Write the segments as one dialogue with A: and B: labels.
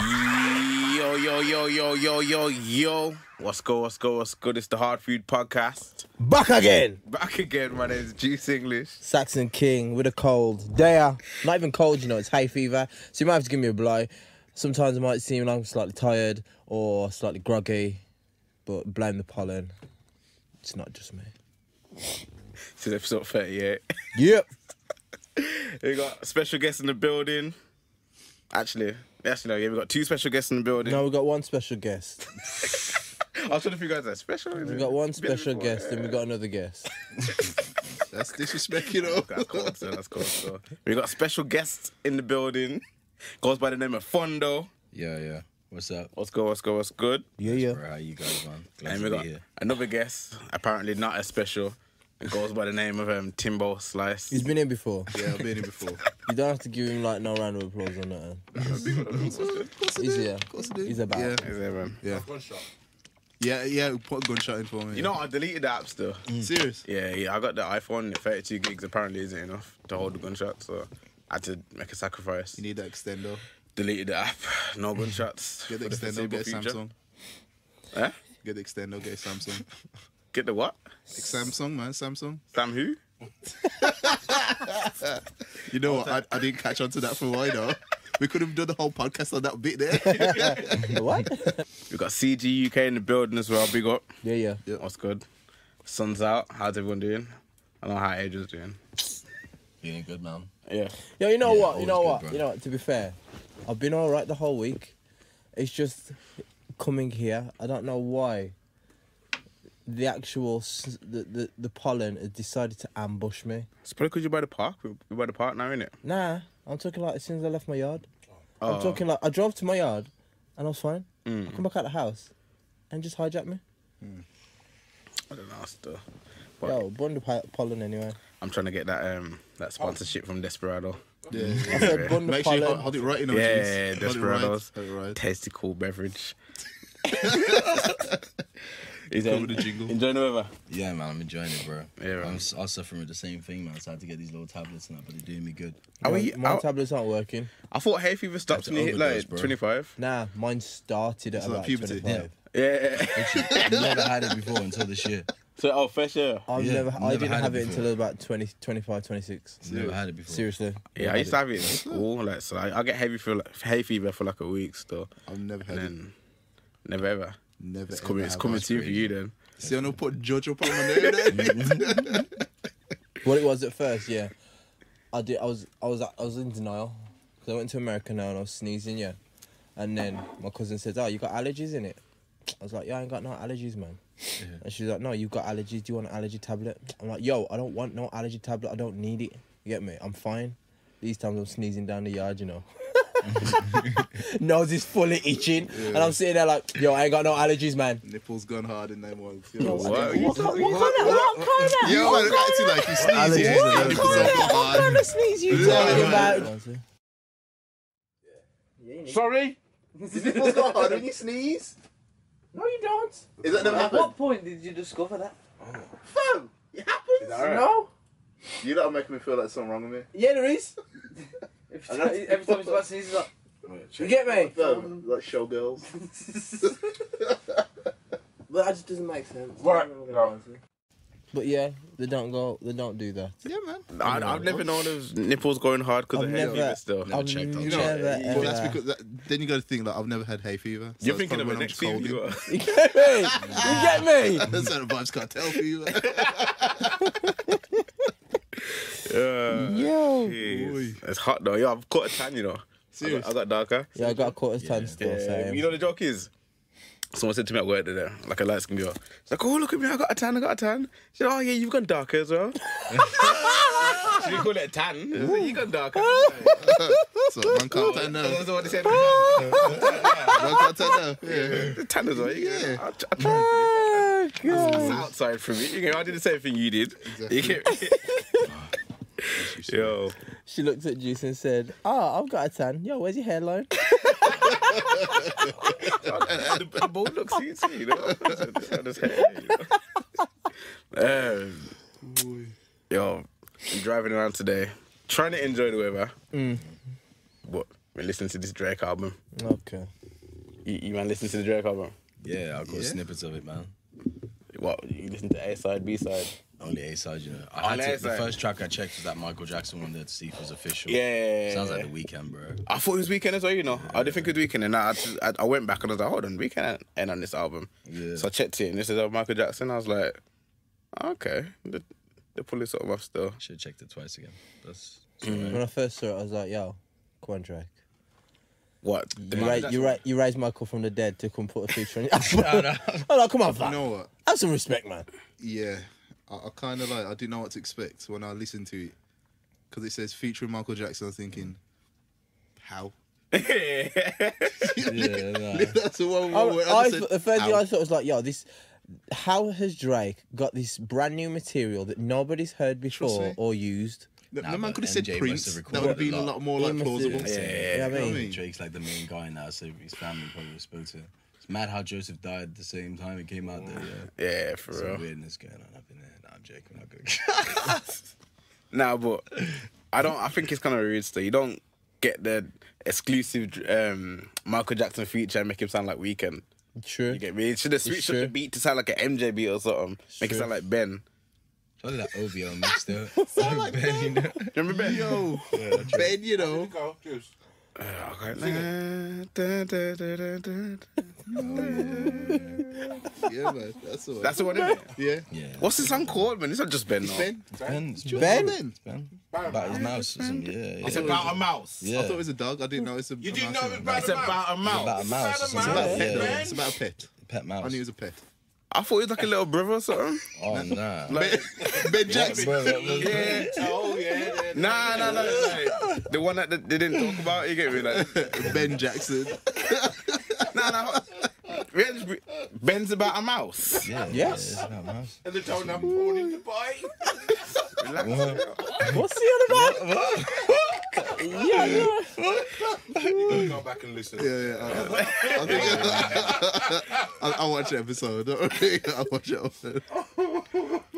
A: Yo, yo, yo, yo, yo, yo, yo. What's good, what's good, what's good? It's the Hard Food Podcast.
B: Back again,
A: Back again, my name is Juice English.
B: Saxon King with a cold. There, not even cold, you know, it's hay fever. So you might have to give me a blow. Sometimes it might seem like I'm slightly tired or slightly groggy, but blame the pollen. It's not just me.
A: This is episode 38.
B: Yep.
A: we got special guests in the building. Actually, actually, no, yeah, we got two special guests in the building.
B: Now we got one special guest.
A: I was wondering if you guys are special.
B: We got one special guest, and we got another guest.
C: That's disrespect, you know.
A: That's cool, so that's cool. So. We got special guests in the building. Goes by the name of Fondo.
C: Yeah, yeah. What's up?
A: What's good, what's good, what's good?
B: Yeah, yeah.
C: Bro, how you guys, man? Glad
A: And
C: to
A: we
C: be
A: got
C: here.
A: another guest, apparently not as special. It goes by the name of um, Timbo Slice.
B: He's been here before.
C: Yeah, I've been here before.
B: You don't have to give him like no round of applause or nothing. He's here. He's about.
C: Yeah.
A: Is there, um,
C: Yeah. Yeah, yeah, put a gunshot in for me.
A: You know, I deleted the app still.
D: Mm.
C: serious?
A: Yeah, yeah, I got the iPhone. The 32 gigs apparently isn't enough to hold the gunshot, so I had to make a sacrifice.
C: You need that extender.
A: Deleted the app. No gunshots.
C: Get the
A: for the
C: extender, get a
A: foreseeable future.
C: Samsung.
A: Eh?
C: Get the extender, get a Samsung.
A: Get the what?
C: Samsung, man, Samsung.
A: Sam who?
C: You know what? I, I didn't catch on to that for a while, though. We could have done the whole podcast on that bit there.
B: What?
A: We got CG UK in the building as well. Big up.
B: yeah, yeah.
A: What's good? Sun's out. How's everyone doing? I don't know how Adrian's doing.
D: Feeling good, man.
A: Yeah.
B: Yo, you know
D: Yeah,
B: what? You
D: always
B: know
D: good,
B: what?
D: bro.
B: You know what? To be fair, I've been all right the whole week. It's just coming here. I don't know why. The actual s- the the, the pollen has decided to ambush me.
A: It's probably because you're by the park. We're we're by the park now, innit?
B: Nah, I'm talking like as soon as I left my yard.
A: Oh.
B: I'm talking like I drove to my yard, and I was fine. I come back out the house, and just hijacked me.
A: I don't know still. But
B: Yo, born the pi- pollen anyway.
A: I'm trying to get that um that sponsorship from Desperado.
C: yeah.
B: I said born the
C: Make sure you hold,
B: pollen.
C: hold it right, you know.
A: Yeah,
C: James.
A: Desperados.
C: Hold it right. Hold it right.
A: Testicle beverage. Is
C: Come with the jingle.
A: Enjoying the weather.
D: Yeah, man, I'm enjoying it, bro.
A: Yeah, man.
D: I'm, s- I was suffering with the same thing, man. So I had to get these little tablets and that, but they're doing me good.
A: Are
B: My,
A: we,
B: my
A: I,
B: tablets aren't working.
A: I thought hay fever stops
D: That's
A: when you hit
D: overdose,
A: like
D: bro.
A: 25.
B: Nah, mine started at
C: like
B: about
C: puberty.
B: 25.
A: Yeah.
D: I've never had it before until this year.
A: so, oh, fresh air.
B: I've
D: Yeah,
B: never, I
D: never
B: didn't
D: had it
B: have it,
D: before.
B: until about 20, 25, 26.
D: Never had it before.
B: Seriously.
A: Yeah, I used to have it in school. Like, so I, I get heavy for like, hay fever for like a week still.
C: I've never
A: And
C: had it.
A: then, never ever.
C: Never.
A: It's coming,
C: ever
A: it's
C: have
A: coming
C: it.
A: to you for you then.
C: See, I know put Jojo up on my name. there.
B: What it was at first, yeah. I did. I was. I was. I was in denial because I went to America now and I was sneezing, yeah. And then my cousin says, "Oh, you got allergies in it." I was like, "Yeah, I ain't got no allergies, man." And she's like, "No, you got allergies. Do you want an allergy tablet?" I'm like, "Yo, I don't want no allergy tablet. I don't need it. You get me? I'm fine." These times I'm sneezing down the yard, you know. Nose is fully itching, and I'm sitting there like, "Yo, I ain't got no allergies, man."
C: Nipples gone hard in them ones.
B: Yo,
C: Yo,
A: What?
B: I don't-
A: What-
B: what- what kind of- what kind of-
C: Yo, man, acting like you sneeze.
B: Allergies.
C: Yeah,
B: What?
C: your nipples are gone hard.
B: sneeze you
C: talking
B: about?
A: Sorry?
C: Nipples go hard when you sneeze.
B: No, you don't.
C: Is that never happened?
B: point did you discover that?
C: Fam, it happens.
B: No.
C: You lot are making me feel like something wrong with me.
B: Yeah, there is. every time, every time he's about to sneeze, he's like, you get me?
C: Fam, like showgirls.
B: But that just doesn't make sense.
A: Right,
B: But yeah, they don't go. They don't do that.
C: yeah, man.
A: I, I've never known of nipples going hard because of
B: I've
A: hay
B: never-
A: fever still.
D: Never checked,
B: I've
D: I'll
B: never,
D: check.
C: Well,
B: ever.
C: that's because that, then you got to think like I've never had hay fever. So
A: You're
C: it's
A: thinking
C: probably
A: of the
C: when
A: next fever
C: I'm cold.
A: you are.
B: you get me? You get me?
C: That's how the vibes cartel fever.
A: Yeah.
B: Yo.
A: Jeez. It's hot though. Yo, I've caught a tan, you know. I got,
C: Serious?
A: I got darker.
B: Yeah, I got a quarter time still.
A: Yeah,
B: so
A: you know the joke is? Someone said to me at work today, like a light skin girl. It's like, oh look at me, I got a tan, I got a tan. She said, oh yeah, you've gone darker as well. she didn't call it a tan. I said, you gone darker.
C: so man can't turn down.
A: That's what they said.
C: Man can't turn down. Yeah.
A: The tan as well. You yeah.
C: Yeah.
A: I, I tried.
B: Oh, God.
A: It's outside from me. You know, I did the same thing you did. You get me? Yo,
B: She looked at Juice and said, "Ah, I've got a tan. Yo, where's your hairline?"
A: the, the ball looks easy, you know.
D: er-
A: I just hate it, you know? um, yo, I'm driving around today,
D: Mm.
A: trying to enjoy the weather, but we listening to this Drake album.
B: okay.
A: You, you man listen to the Drake album?
D: Yeah, I got
C: Yeah.
D: snippets of it, man.
A: What? You listen to A side, B side?
D: Only A side, you know. I
A: Only
D: had
A: A
D: to, the
A: side.
D: first track I checked was that Michael Jackson one there to see if it was official.
A: Yeah.
D: Sounds like the weekend, bro.
A: I thought it was weekend as well, you know. I didn't think it was weekend, and I, I I went back and I was like, hold on, weekend ain't- ain't on this album.
D: Yeah.
A: So I checked it, and this is uh, Michael Jackson. I was like, okay, they, they pull this sort of off still.
D: Should have checked it twice again. That's
A: Mm.
B: When I first saw it, I was like, yo, come on, Drake.
A: What? The
B: You,
A: Michael
B: ra- you,
A: Jackson-
B: ra- you raised Michael from the dead to come put a feature on it. I'm like, come on, fam.
C: You know what?
B: Have some respect, man.
C: Yeah, I, I kind of like. I didn't know what to expect when I listened to it because it says featuring Michael Jackson. I was thinking, how?
D: yeah, nah.
C: That's the one
B: I,
C: word.
B: I
C: just
B: thought-
C: said,
B: the first thing
C: "How?"
B: I thought was like, yo, this. How has Drake got this brand new material that nobody's heard before
C: me.
B: or used?
C: No,
D: Nah,
C: no man
D: but
C: could have said
D: MJ must
C: Prince.
D: have
C: That would have
D: recorded
C: been
D: a
C: a
D: lot.
C: lot more
B: He
C: like
B: must have-
C: plausible.
B: yeah,
D: yeah,
B: yeah,
C: You know what I
B: yeah.
C: mean?
D: Drake's like the main guy now, so his family probably spoke to him. It's mad how Joseph died the same time it came out there. Yeah.
A: Yeah, for
D: Some
A: real.
D: weirdness going on up in there. Nah, I'm joking. I'm not going
A: Nah, but I don't. I think it's kind of rude still. You don't get the exclusive um, Michael Jackson feature and make him sound like Weekend.
B: True.
A: You get me? It should have switched up
B: true.
A: the beat to sound like an MJ beat or something. Make
B: true.
A: it sound like Ben.
D: Probably that OVO mix though. Sound like Ben, you know?
A: Do you remember Ben?
C: Yo, Ben, you know.
E: Go, juice.
A: Okay. Da, da, da, da, da, da.
C: Yeah, man. That's the one.
A: That's the one, isn't it?
C: yeah.
D: Yeah.
A: What's the song called, man? It's not just Ben. No.
C: Ben.
D: It's Ben? It's
B: Ben?
C: Ben.
D: Ben? About his mouse or something. Yeah.
E: It's
D: yeah.
E: about a mouse.
D: Yeah.
C: I thought it was a dog. I didn't know it's a.
E: You
C: a
E: didn't
C: mouse
E: know
C: in
E: it
A: It's
C: it.
E: was about, a mouse.
A: about a mouse.
D: About a mouse or
E: It's
D: something.
E: about
C: About a
E: a
C: pet,
D: Yeah.
C: though.
E: man.
C: It's about a pet.
D: Pet mouse.
C: I knew it was a pet.
A: I thought it was like a little brother or something.
D: Oh, nah.
C: Ben, ben Jackson.
D: Bro, that was-
A: Yeah.
E: Oh, yeah. yeah, yeah.
A: Nah, nah, nah. nah. The one that they they didn't talk about. You get me? Like,
C: Ben Jackson.
A: nah, nah. Ben's, Ben's about a mouse.
D: Yeah.
B: Yes.
D: Yeah, it's about a mouse.
E: And they told him, "Born in Dubai."
B: What's he on about? yeah, yeah.
E: Go back and listen.
C: Yeah, yeah. I, I, think- I, I watch the episode. Don't worry. I watch it. often.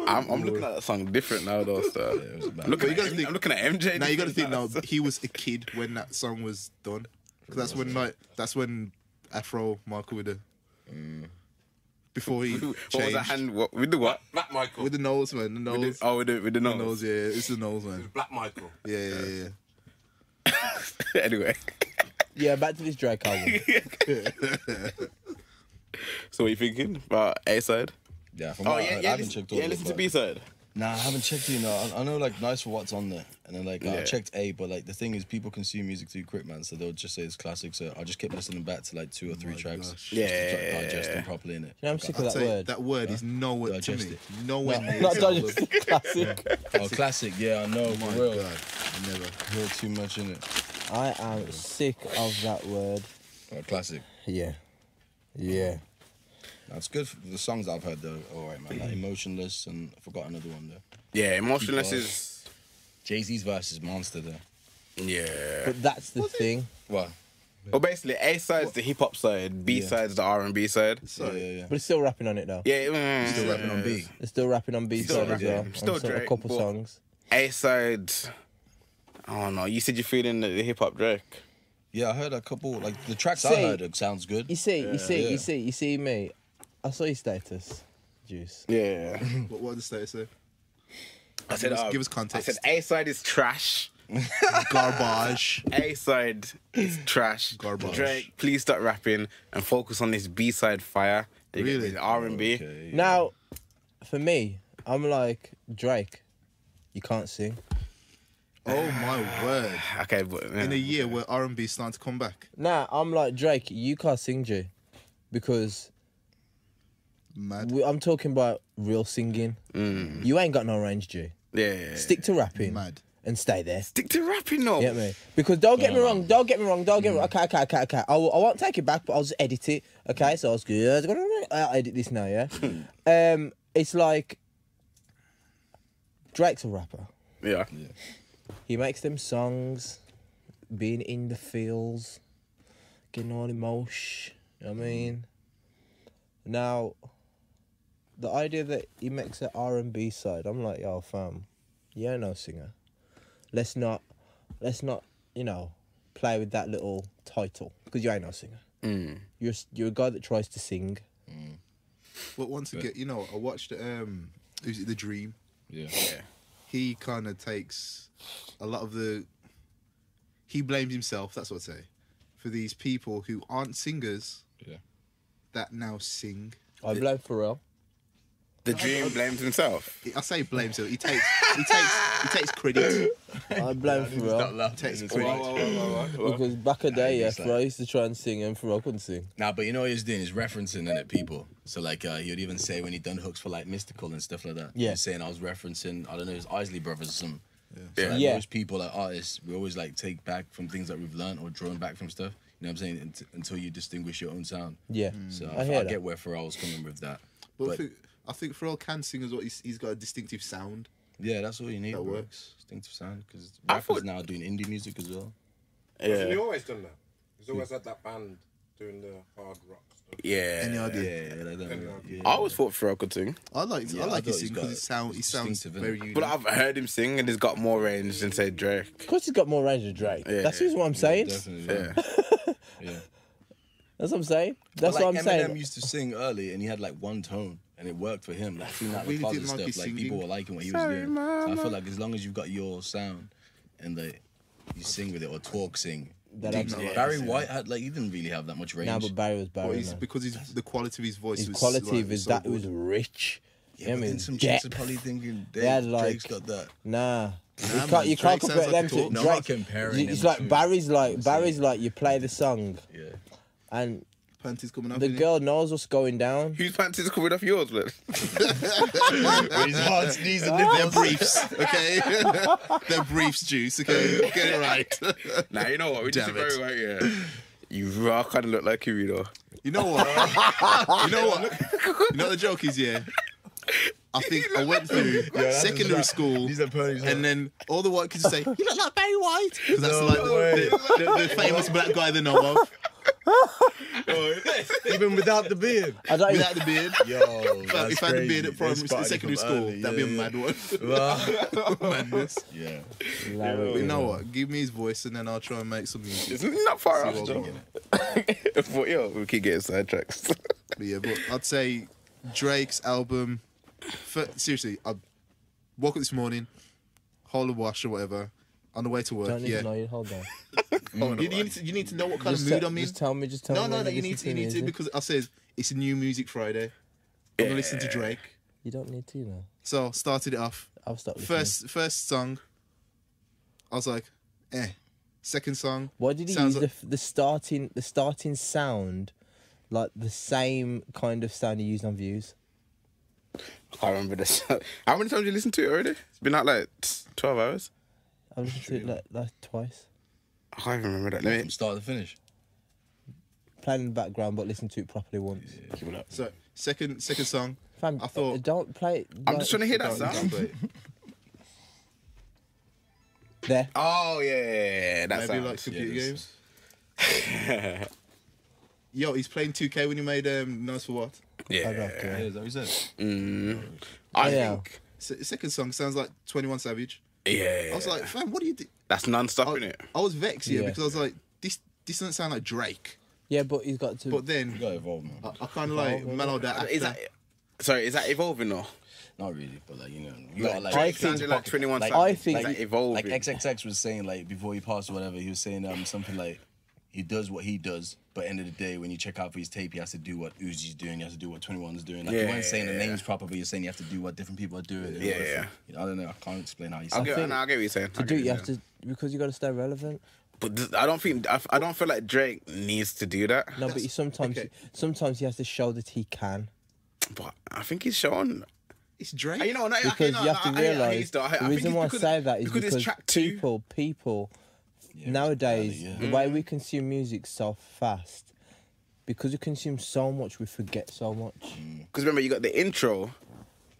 A: I'm, I'm looking at that song different now, though. So.
D: Yeah, it was about
A: I'm looking,
C: you
A: at
C: gotta
A: M-
C: think-
A: I'm looking at MJ.
C: Now you got to think.
A: different
C: Now he was a kid when that song was done. 'Cause that's when like that's when Afro Michael with the before he
A: What
C: changed
A: was that hand? What, with the what?
E: Black Michael.
C: with the nose man. The
A: With
C: nose.
A: the, oh, with the, with the
C: the nose.
A: nose.
C: Yeah, it's the nose man.
E: It's Black Michael.
C: Yeah, yeah, yeah.
A: anyway,
B: Yeah, back to this Drake album.
A: so what you thinking about A side?
D: Yeah. From
A: Oh,
D: what I
A: yeah,
D: heard, I
A: yeah.
D: haven't
A: Listen,
D: checked all
A: yeah,
D: of it,
A: listen to
D: but-
A: B side.
D: Nah, I haven't checked it. You know, I, I know like nice for what's on there, and then like I
A: Yeah.
D: checked A, but like the thing is, people consume music too quick, man. So they'll just say it's classic. So I just kept listening back to like two or three tracks,
C: Oh
D: just
C: gosh.
D: to try to
A: Yeah.
D: digest them properly in it.
B: You know, I'm sick
C: I'll
B: of that
C: tell you,
B: word.
C: that word is nowhere to
D: Digest
C: me.
D: it.
C: Nowhere near.
B: Not
C: it.
B: digested classic.
D: Oh, classic. Yeah, I know.
C: Oh My
D: For real,
C: God, never.
D: hear too much in it.
B: I am sick of that word.
D: Oh, classic.
B: Yeah. Yeah.
D: That's good. For the songs I've heard though, all right, man. Like emotionless, and I forgot another one though.
A: Yeah, emotionless
D: Keep on.
A: is.
D: Jay Z's verse is monster though.
A: Yeah.
B: But that's the thing.
D: What?
A: Well, basically, A side's the hip hop side, B
D: Yeah.
A: side's the R and B side.
D: Yeah,
C: Sorry.
D: yeah, yeah.
B: But it's still rapping on it though.
A: Yeah, mm,
D: Still rapping on B.
B: It's still rapping on B
A: Still
B: side as
A: rapping.
B: well.
A: Still
B: on some- a
A: Drake,
B: couple
A: but-
B: songs.
A: A side. I don't know. You said you're feeling the, the hip hop Drake.
D: Yeah, I heard a couple. Like the tracks I
B: Say-
D: heard it sounds good.
B: You see, you see,
D: Yeah.
B: you see, you see me. I saw your status, Juice.
A: Yeah.
C: What, what did the status say?
A: I said, eh.
C: Give us-
A: uh,
C: give us
A: I
C: context.
A: said A side is trash.
C: Garbage.
A: A side is trash.
C: Garbage.
A: Drake, please stop rapping and focus on this B side fire. You get me?
C: Really?
A: The R and B.
D: Okay.
B: Now, for me, I'm like Drake. You can't sing.
C: Oh my word.
A: Okay, but yeah.
C: In a year where R&B is starting to come back.
B: Now I'm like Drake. You can't sing, G, because
C: Mad.
B: we, I'm talking about real singing.
A: Mm.
B: You ain't got no range, G.
A: yeah, yeah, yeah.
B: Stick to rapping
C: Mad.
B: and stay there.
A: stick to rapping, no.
B: Get me? Mm. Because don't get me wrong. Don't get me wrong. Don't get me wrong. Okay, okay, okay, okay. I, will, I won't take it back, but I'll just edit it. Okay, so I was good. I'll edit this now. Yeah. um, it's like Drake's a rapper.
A: Yeah.
B: He makes them songs, being in the fields, getting all emotion. You know what I mean? Now, the idea that he makes an R and B side, I'm like, yo, fam, you're no singer. Let's not, let's not, you know, play with that little title because you ain't no singer.
D: Mm.
B: You're s- you're a guy that tries to sing.
C: But once again, you know, I watched um, who's it, The Dream.
D: Yeah.
C: He kind of takes a lot of the. He blames himself. That's what I say, for these people who aren't singers
D: Yeah.
C: that now sing.
B: I blame Pharrell.
A: The dream blamed himself.
C: I say blame, so he takes he takes he takes credit.
B: I blame
D: Not
B: Pharrell
D: laughing
C: Takes
D: as
C: credit.
D: well.
B: because back a day, yeah,
D: it's like-
B: Pharrell used to try and sing and Pharrell couldn't sing.
D: Nah, but you know what he was doing? He's referencing in it people. So like uh, he would even say when he done hooks for like mystical and stuff like that.
B: Yeah.
D: He was saying I was referencing I don't know his Isley brothers or some. Yeah. So,
A: Yeah.
D: like,
B: Yeah.
D: Most people like artists, we always like take back from things that we've learned or drawn back from stuff. You know what I'm saying? Unt- until you distinguish your own sound.
B: Yeah,
D: So
B: I
D: I,
B: hear
D: I,
B: that.
D: get where Pharrell's coming with that.
C: But, I
D: But-
C: think I think Pharrell can sing as well. He's, he's got a distinctive sound.
D: Yeah, that's all you need.
C: That
D: bro.
C: works.
D: Distinctive sound because
A: I
D: rappers
A: thought-
D: now doing indie music as well.
E: He
A: Yeah. Hmm.
E: always done that. He's always had that band doing the hard rock stuff.
A: Yeah.
D: Yeah, yeah, yeah, like that, yeah.
A: I always thought Pharrell could sing,
C: I like
D: Yeah,
C: I
D: I
C: like
D: thought
C: his
D: he's
C: singing
D: got
C: because his sound he sounds
D: distinctive, innit?
C: very unique.
A: but I've heard him sing and he's got more range than say Drake.
B: Of course, he's got more range than Drake.
A: Yeah,
B: That's
A: yeah,
B: just what I'm saying.
D: Definitely.
A: Yeah.
D: yeah.
B: That's what I'm saying. That's
D: But,
B: what
D: like,
B: I'm
D: Eminem
B: saying.
D: used to sing early, and he had like one tone, and it worked for him. Like through that
C: really
D: really
C: didn't like his
D: stuff, like people
C: singing.
D: were liking what he was doing. So I feel like as long as you've got your sound, and like you sing with it or talk sing.
B: That I'm
C: not like
D: Barry
C: his
D: White had like he didn't really have that much range.
B: Nah, but Barry was Barry.
C: But he's,
B: man.
C: because his, the quality of his voice
B: His
C: was
B: quality
C: like,
B: of his
C: so
B: that
C: good.
B: was rich.
D: yeah, but
B: I mean,
D: then some chicks are
B: depth.
D: probably thinking
B: They had,
D: Drake,
B: like-
D: Drake's got that.
B: Nah. you
C: man,
B: can't, you can't
C: Drake sounds
B: compare
C: like
B: them to
C: a
B: Drake.
C: talk-
D: No, I'm not comparing
B: It's
D: them
B: like
D: to-
B: Barry's like
D: I'm
B: Barry's like you play the song
D: Yeah,
B: and
C: panties coming up.
B: the
C: innit?
B: girl knows what's going down.
A: Whose pants is covered off yours, blood?
D: his hard sneeze and
C: They're briefs, okay? They're briefs, juice, okay? Get it right.
A: Nah, you know what? We
C: Damn
A: did it very right, yeah. You rock kind of look like Kirito.
C: You know what? you know what? You know what the joke is, yeah? I think I went through secondary school
D: These are ponies.
C: and then all the white kids would say, You look like Barry White. Because that's
D: No
C: like the, the, the, the famous black guy they know of
D: even without the beard.
B: I don't even,
C: without the beard.
D: Yo,
C: But
D: that's
C: if I had a beard
D: crazy.
C: at primary,
D: Inspired him
C: secondary
D: from
C: school,
D: early,
C: that'd
D: yeah,
C: be a
D: yeah.
C: mad one.
D: Well,
C: Madness.
D: yeah.
B: Larry,
C: You know what? Give me his voice and then I'll try and make some music.
A: It's not far
C: See
A: off,
C: what
A: Joe.
C: we get.
A: But yo, we keep getting sidetracked.
C: But yeah, but I'd say Drake's album. fir- seriously, I woke up this morning, whole of wash or whatever, on the way to work.
B: don't even
C: yeah,
B: know you hold on.
C: you, you need to, you need to know what kind
B: Just,
C: of mood
B: te-
C: I'm in.
B: just tell me just tell
C: no,
B: me.
C: no,
B: when
C: no. You
B: listen
C: need to, you need to
B: music.
C: because I says it's a new music Friday. I'm gonna listen to Drake.
B: you don't need to, you know.
C: So started it off.
B: I'll stop listening.
C: First, first song. I was like, eh. Second song.
B: Why did he use
C: sounds
B: the
C: like-
B: the, the starting the starting sound like the same kind of sound he used on views?
A: I remember this. How many times you listened to it already? It's been out like t- 12 hours.
B: I've listened to it like, like twice.
A: I can't even remember that. Let
D: From
A: me
D: start to finish.
B: Playing in the background but listen to it properly once.
A: keep it up.
C: So second, second song.
B: Fam,
C: I thought-
B: uh, don't play it.
A: I'm
B: like-
A: just trying to hear that
C: Don't
A: sound.
C: downplay it.
B: There.
A: Oh, yeah, yeah, yeah, that
C: Maybe
A: sound.
C: like computer
D: this-
C: games. Yo, he's playing 2K when you made um, Nice for What?
B: I'd
A: yeah.
B: have to.
D: Yeah, is that what he said?
A: I
B: Oh, Yeah.
A: think.
C: Se- second song sounds like 21 Savage.
A: Yeah.
C: I was like, oh, fam, what do you do?
A: that's non stop,
C: I,
A: innit?
C: I was vexed, yeah,
B: Yeah.
C: because I was like, this this doesn't sound like Drake.
B: Yeah, but he's got to.
C: But
D: You
C: then
D: got evolved, man.
C: I,
A: Uh,
C: I kind of like mellowed that after.
A: Is that. Sorry, is that evolving though?
D: Not really, but like you know, you
A: Like,
D: got like.
A: Drake
B: think-
A: sounded like 21
D: like-
A: Savage,
B: I think-
A: like,
D: like
A: evolving.
D: XXX was saying like before he passed or whatever, he was saying um something like he does what he does, but end of the day when you check out for his tape, he has to do what Uzi's doing, he has to do what 21's doing. Like you
A: Yeah,
D: weren't saying the
A: yeah,
D: names proper, but you're saying you have to do what different people are doing. in
A: Yeah,
D: order for-
A: yeah.
D: You know, I don't know, I can't explain how he
A: I'll
D: sounds.
A: get,
B: think-
A: no, I get what you're saying. I
B: to
A: get
B: do
A: what
B: it, you
A: you're
B: have
A: saying.
B: to because you got to stay relevant.
A: But this, I don't think I, f- I don't feel like Drake needs to do that.
B: No, but you sometimes
C: okay.
B: sometimes he has to show that he can.
A: But I think he's shown.
C: it's Drake.
A: Uh, You know, no,
B: Because
A: okay, no,
B: you have
A: no,
B: to
A: I hear- I hear you
B: realize
A: still. I hear- I
B: the
A: think
B: reason
A: it's
B: why I
A: because-
B: say that is
A: because
B: because,
A: it's track two.
B: people people nowadays
D: yeah.
B: the way we consume music so fast because we consume so much we forget so much.
A: Because remember, you got the intro,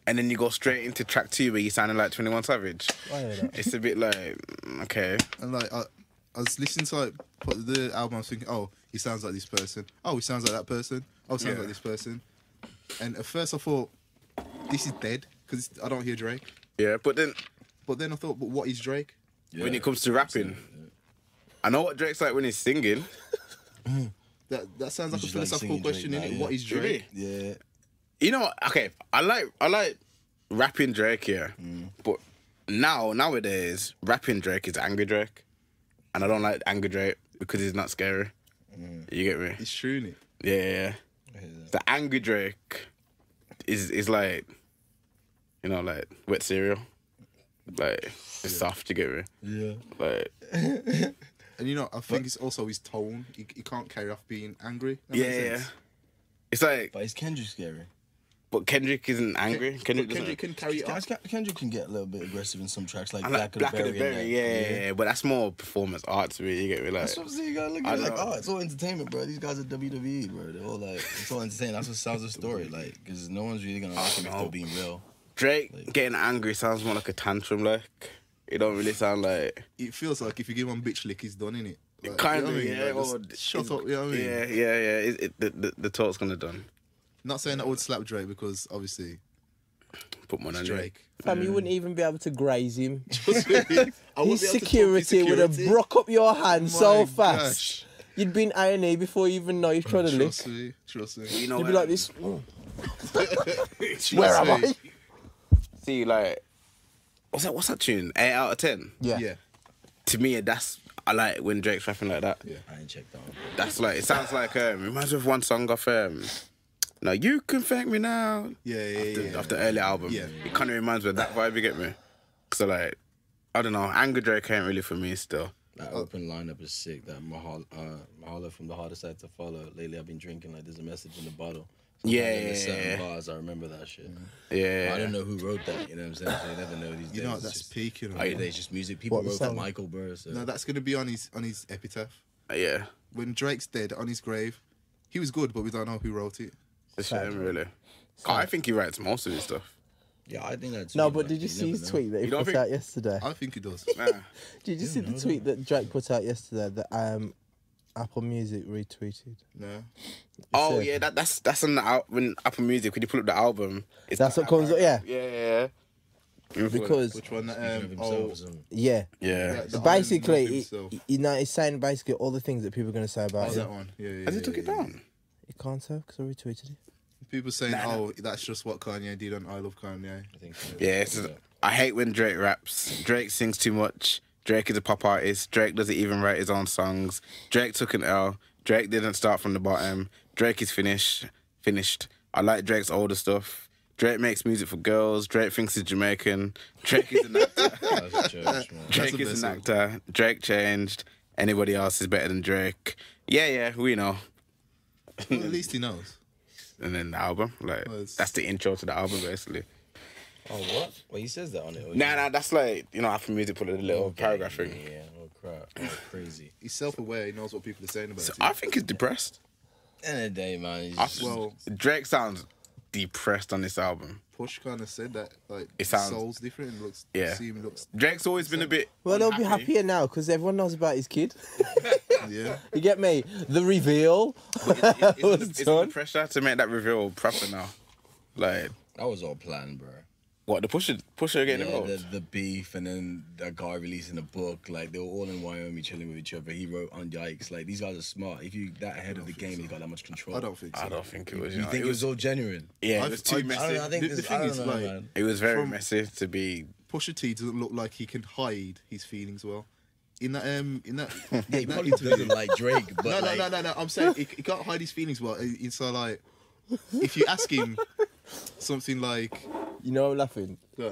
A: and then you go straight into track two where you sounding like Twenty One Savage.
B: I hear that.
A: It's a bit like mm, okay,
C: And like, I, I was listening to like put the album, I was thinking, oh, he sounds like this person. Oh, he sounds like that person. Oh, he sounds
A: Yeah.
C: like this person. And at first I thought, this is dead, because I don't hear Drake.
A: yeah. But then
C: But then I thought, but what is Drake?
A: when it comes to rapping, I know what Drake's like when he's singing.
C: That that sounds like a
D: Just like
C: philosophical
D: singing
C: question,
D: Drake
C: innit?
D: now,
C: What
D: yeah.
C: is Drake?
D: Yeah.
A: You know, okay, I like I like rapping Drake here, but now nowadays rapping Drake is angry Drake, and I don't like angry Drake because he's not scary. You get me?
C: It's true, innit?
A: Yeah, yeah, yeah. The angry Drake is is like, you know, like wet cereal, like it's soft. You get me?
D: Yeah.
A: Like
C: And you know, I think it's also his tone. He, he can't carry off being angry. That
A: yeah,
C: makes
A: yeah.
C: sense.
A: It's like,
D: But is Kendrick scary?
A: but Kendrick isn't angry.
C: But
A: Kendrick, doesn't.
C: Kendrick can carry it off.
D: Guys, Ke- Kendrick can get a little bit aggressive in some tracks, like
A: I
D: Black,
A: like Black of the
D: and
A: Berry,
D: that.
A: yeah, yeah, yeah, but that's more performance art to me. You get me? Like,
D: That's what I'm saying. You gotta look
A: I
D: at it like,
A: know.
D: oh, it's all entertainment, bro. These guys are WWE, bro. They're all like, it's all entertainment. That's what sells the story, like, because no one's really gonna like them if they're being real.
A: Drake getting angry sounds more like a tantrum. Like it don't really sound like
C: It feels like if you give him bitch lick, he's done, innit? Like,
A: kind
C: you know
A: of
C: what I mean?
A: yeah.
C: Like,
A: or-
C: just shut up, you know what I mean?
A: Yeah, yeah, yeah. It, it, the, the the talk's gonna done.
C: Not saying I would slap Drake because obviously
A: Put money on Drake.
C: Drake.
B: Fam, you wouldn't even be able to graze him.
C: I
B: His security would have broke up your
C: Oh
B: hand so fast. You'd been A E before you even know you've tried to lick.
C: Trust me, trust me.
A: You know,
B: You'd be like this. "Oh,
C: Where
B: am I?
A: See, like, what's that? What's that tune? Eight out of ten.
B: Yeah.
C: Yeah.
A: To me, that's I like when Drake's rapping like that.
D: I ain't checked that one.
A: That's like it sounds like um. Reminds me of one song off um. Now you can thank me now.
C: Yeah, yeah,
A: after,
C: yeah.
A: off the early album.
C: Yeah.
A: It kind of reminds me of that vibe, you get me? So, like, I don't know. Anger Drake ain't really for me still.
D: That open lineup is sick. That Mahal, uh, Mahala from the harder side to follow. Lately, I've been drinking. Like, there's a message in the bottle. Sometimes
A: Yeah,
D: in the
A: yeah,
D: certain
A: yeah.
D: bars. I remember that shit.
A: Yeah.
D: I don't know who wrote that. You know what I'm saying? You never know these days.
C: You know
D: It's
C: that's
D: just-
C: peak, you know.
D: Oh, yeah, it's just music. People
B: What, the
D: wrote for
B: song?
D: Michael Burr. So.
C: No, that's gonna be on his on his epitaph.
A: Uh, Yeah.
C: When Drake's dead on his grave, he was good, but we don't know who wrote it.
A: It's a shame, really. I think he writes most of his stuff.
D: yeah, I think that's.
B: No, but did you see his tweet that he
A: You don't
B: put
A: think-
B: out yesterday?
C: I think he does.
A: Nah.
B: Did you see the tweet that Drake put out yesterday that um, Apple Music retweeted?
C: no.
A: oh,
B: a-
A: yeah, that, that's that's on the al- when Apple Music. When you pull up the album, it's
B: That's
A: got
B: what comes
A: that-
B: up, yeah.
A: Yeah, yeah, yeah.
B: Because
C: Which one? Um, oh,
B: yeah,
A: yeah.
C: yeah, the
B: basically,
C: Iron Man
B: it,
C: himself.
B: you know, it's saying basically all the things that people are going to say about
C: Oh,
B: it.
C: that one. Yeah, yeah.
A: Has he
C: yeah,
A: took it
C: yeah.
A: down?
B: It can't have because I retweeted it.
C: People saying, "Oh, that's just what Kanye did on I Love Kanye."
A: Yeah, it's just- I hate when Drake raps. Drake sings too much. Drake is a pop artist. Drake doesn't even write his own songs. Drake took an L. Drake didn't start from the bottom. Drake is finished. Finished. I like Drake's older stuff. Drake makes music for girls. Drake thinks he's Jamaican. Drake is an actor. Drake
C: the
A: is an
C: best
A: actor. Drake changed. Anybody else is better than Drake. Yeah, yeah, we know.
C: Well, at least he knows.
A: And then the album, like
C: Well, it's-
A: that's the intro to the album, basically.
D: Oh what? Well, he says that on it.
A: Nah, nah, that's like you know, Apple Music put a little paragraph
D: Yeah,
A: thing.
D: yeah. Oh crap. Oh crazy.
C: He's self-aware. He knows what people are saying about
A: So
C: him.
A: I think he's depressed.
D: End of the day, man. he's
A: I-
D: just-
C: Well,
A: Drake sounds depressed on this album.
C: Push kind of said that like
A: It sounds-
C: soul's different. and Looks,
A: Yeah.
C: see him looks,
A: Drake's always been a bit.
B: Well, they'll be
A: unhappy.
B: happier now because everyone knows about his kid.
C: yeah.
B: you get me? The reveal.
A: It's,
B: was
A: it's the
B: done.
A: pressure to make that reveal proper now. Like
D: that was all planned, bro.
A: what the pusher pusher getting
D: Yeah, the,
A: involved.
D: the beef and then that guy releasing a book. Like they were all in Wyoming chilling with each other. He wrote on Yikes. Like these guys are smart. If you that ahead of the game, you got that much control.
C: I don't think so.
A: I don't think it was. You,
D: You
A: know,
D: think it was all genuine?
A: yeah,
C: I-
A: it was too
C: I-
D: I don't
A: messy.
D: know. I think
C: The-
D: this,
C: the thing
D: I don't
C: is,
D: know,
C: like,
D: man.
A: it was very
C: from-
A: messy to be.
C: Pusha T doesn't look like he can hide his feelings well. In that, um, in that,
D: Yeah,
C: in
D: he
C: that
D: probably
C: interview-
D: doesn't like Drake, but
C: No,
D: like,
C: no, no, no, no. I'm saying he, he can't hide his feelings well. And It's so like, if you ask him something like,
B: You know, I'm laughing.
C: uh,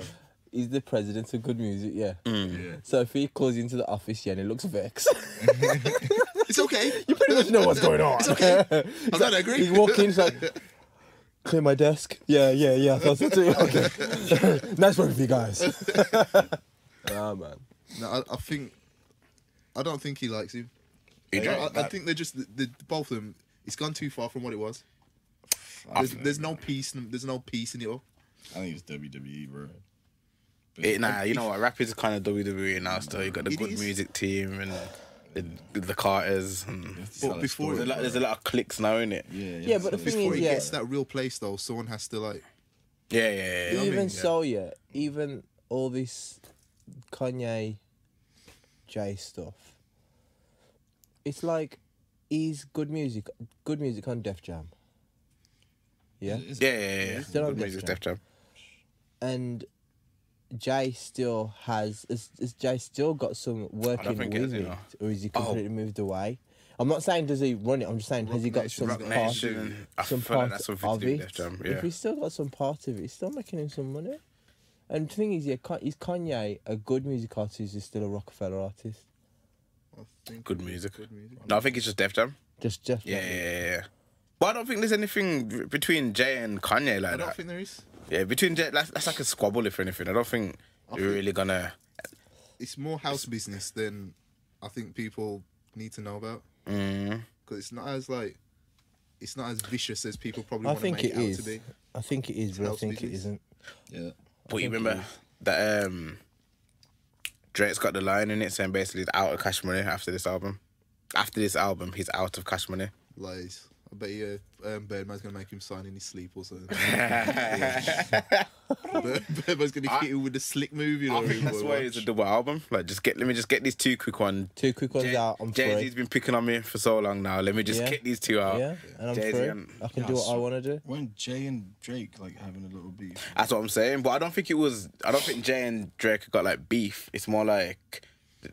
B: He's the president of good music, yeah.
D: Yeah.
B: So if he calls you into the office, yeah, and he looks vexed.
C: it's okay.
B: you pretty much know what's going on.
C: It's okay. I don't agree.
B: You walk in, it's like, clear my desk. Yeah, yeah, yeah. I thought so too. Okay. nice work with you guys. ah, man.
C: No, I, I think, I don't think he likes him.
A: He
C: I,
A: don't-
C: I- I think they're just the, the, both of them. It's gone too far from what it was. There's, there's no peace. in- There's no peace in it all.
D: I think it's WWE, bro.
A: it- nah, you know what? Rap is kind of WWE now. Still, you got the
C: It
A: good
C: is.
A: music team and the, the Carters. And
C: But before
A: there's, a lot, there's a lot of clicks now, innit?
D: yeah, yeah,
B: Yeah, but the
D: so-
B: thing
C: Before
B: is,
C: he
B: yeah,
C: gets to that real place, though, someone has to like.
A: Yeah, yeah, yeah.
C: I
B: even
C: mean, yeah.
B: so, yeah, even all this Kanye J stuff, it's like he's good music, good music on Def Jam. Yeah,
D: Is-
A: Yeah, yeah, yeah.
B: Still on
A: Good music,
B: Def
A: Def Jam.
B: and Jay still has is, is Jay still got some working
A: think
B: with
A: he has, you
B: it,
A: know.
B: or is he completely moved away? I'm not saying does he run it. I'm just saying has he got some
C: Nation, Roc
B: part,
A: Nation, I
B: some
A: feel like
B: part
A: that's something to
B: of
A: do with
B: it.
A: Def Jam, yeah.
B: If he's still got some part of it, he's still making him some money. And the thing is, yeah, Ka- is Kanye a good music artist? Is still a Rockefeller artist?
C: I think
A: Good music.
C: Good music.
A: No, I think it's just Def Jam.
B: Just Jeff.
A: Yeah, yeah, yeah. yeah. But I don't think there's anything b- between Jay and Kanye
C: I
A: like
C: don't
A: that.
C: think there is.
A: Yeah, between Jay, that's, that's like a squabble if anything. I don't think you're really gonna.
C: It's more house business than I think people need to know about
A: Mm,
C: because it's not as like it's not as vicious as people probably
B: I
C: want to
B: think
C: make
B: it
C: it, out
B: is.
C: to be.
B: I think it is, but I
C: House
B: think it
C: business.
B: isn't.
D: Yeah.
A: but you
B: think it
A: remember that um, Drake's got the line in it saying basically he's out of cash money after this album. After this album, he's out of cash money.
C: Lies. I bet you uh, um, Birdman's gonna make him sign in his sleep or something. Bird, Birdman's gonna hit him with a slick move. You know,
A: I think that's why it's a double album. Like, just get let me just get these two quick ones.
B: Two quick ones out. I'm
A: Jay
B: free.
A: Z's been picking on me for so long now. Let me just
B: Yeah.
A: get these two out.
B: Yeah, and I'm
A: Jay-Z
B: free.
A: and-
B: I can
D: Yeah,
B: do
D: I
B: what I
D: saw-
B: want to do.
D: Weren't Jay and Drake like having a little beef?
A: That's what I'm saying. But I don't think it was. I don't think Jay and Drake got like beef. It's more like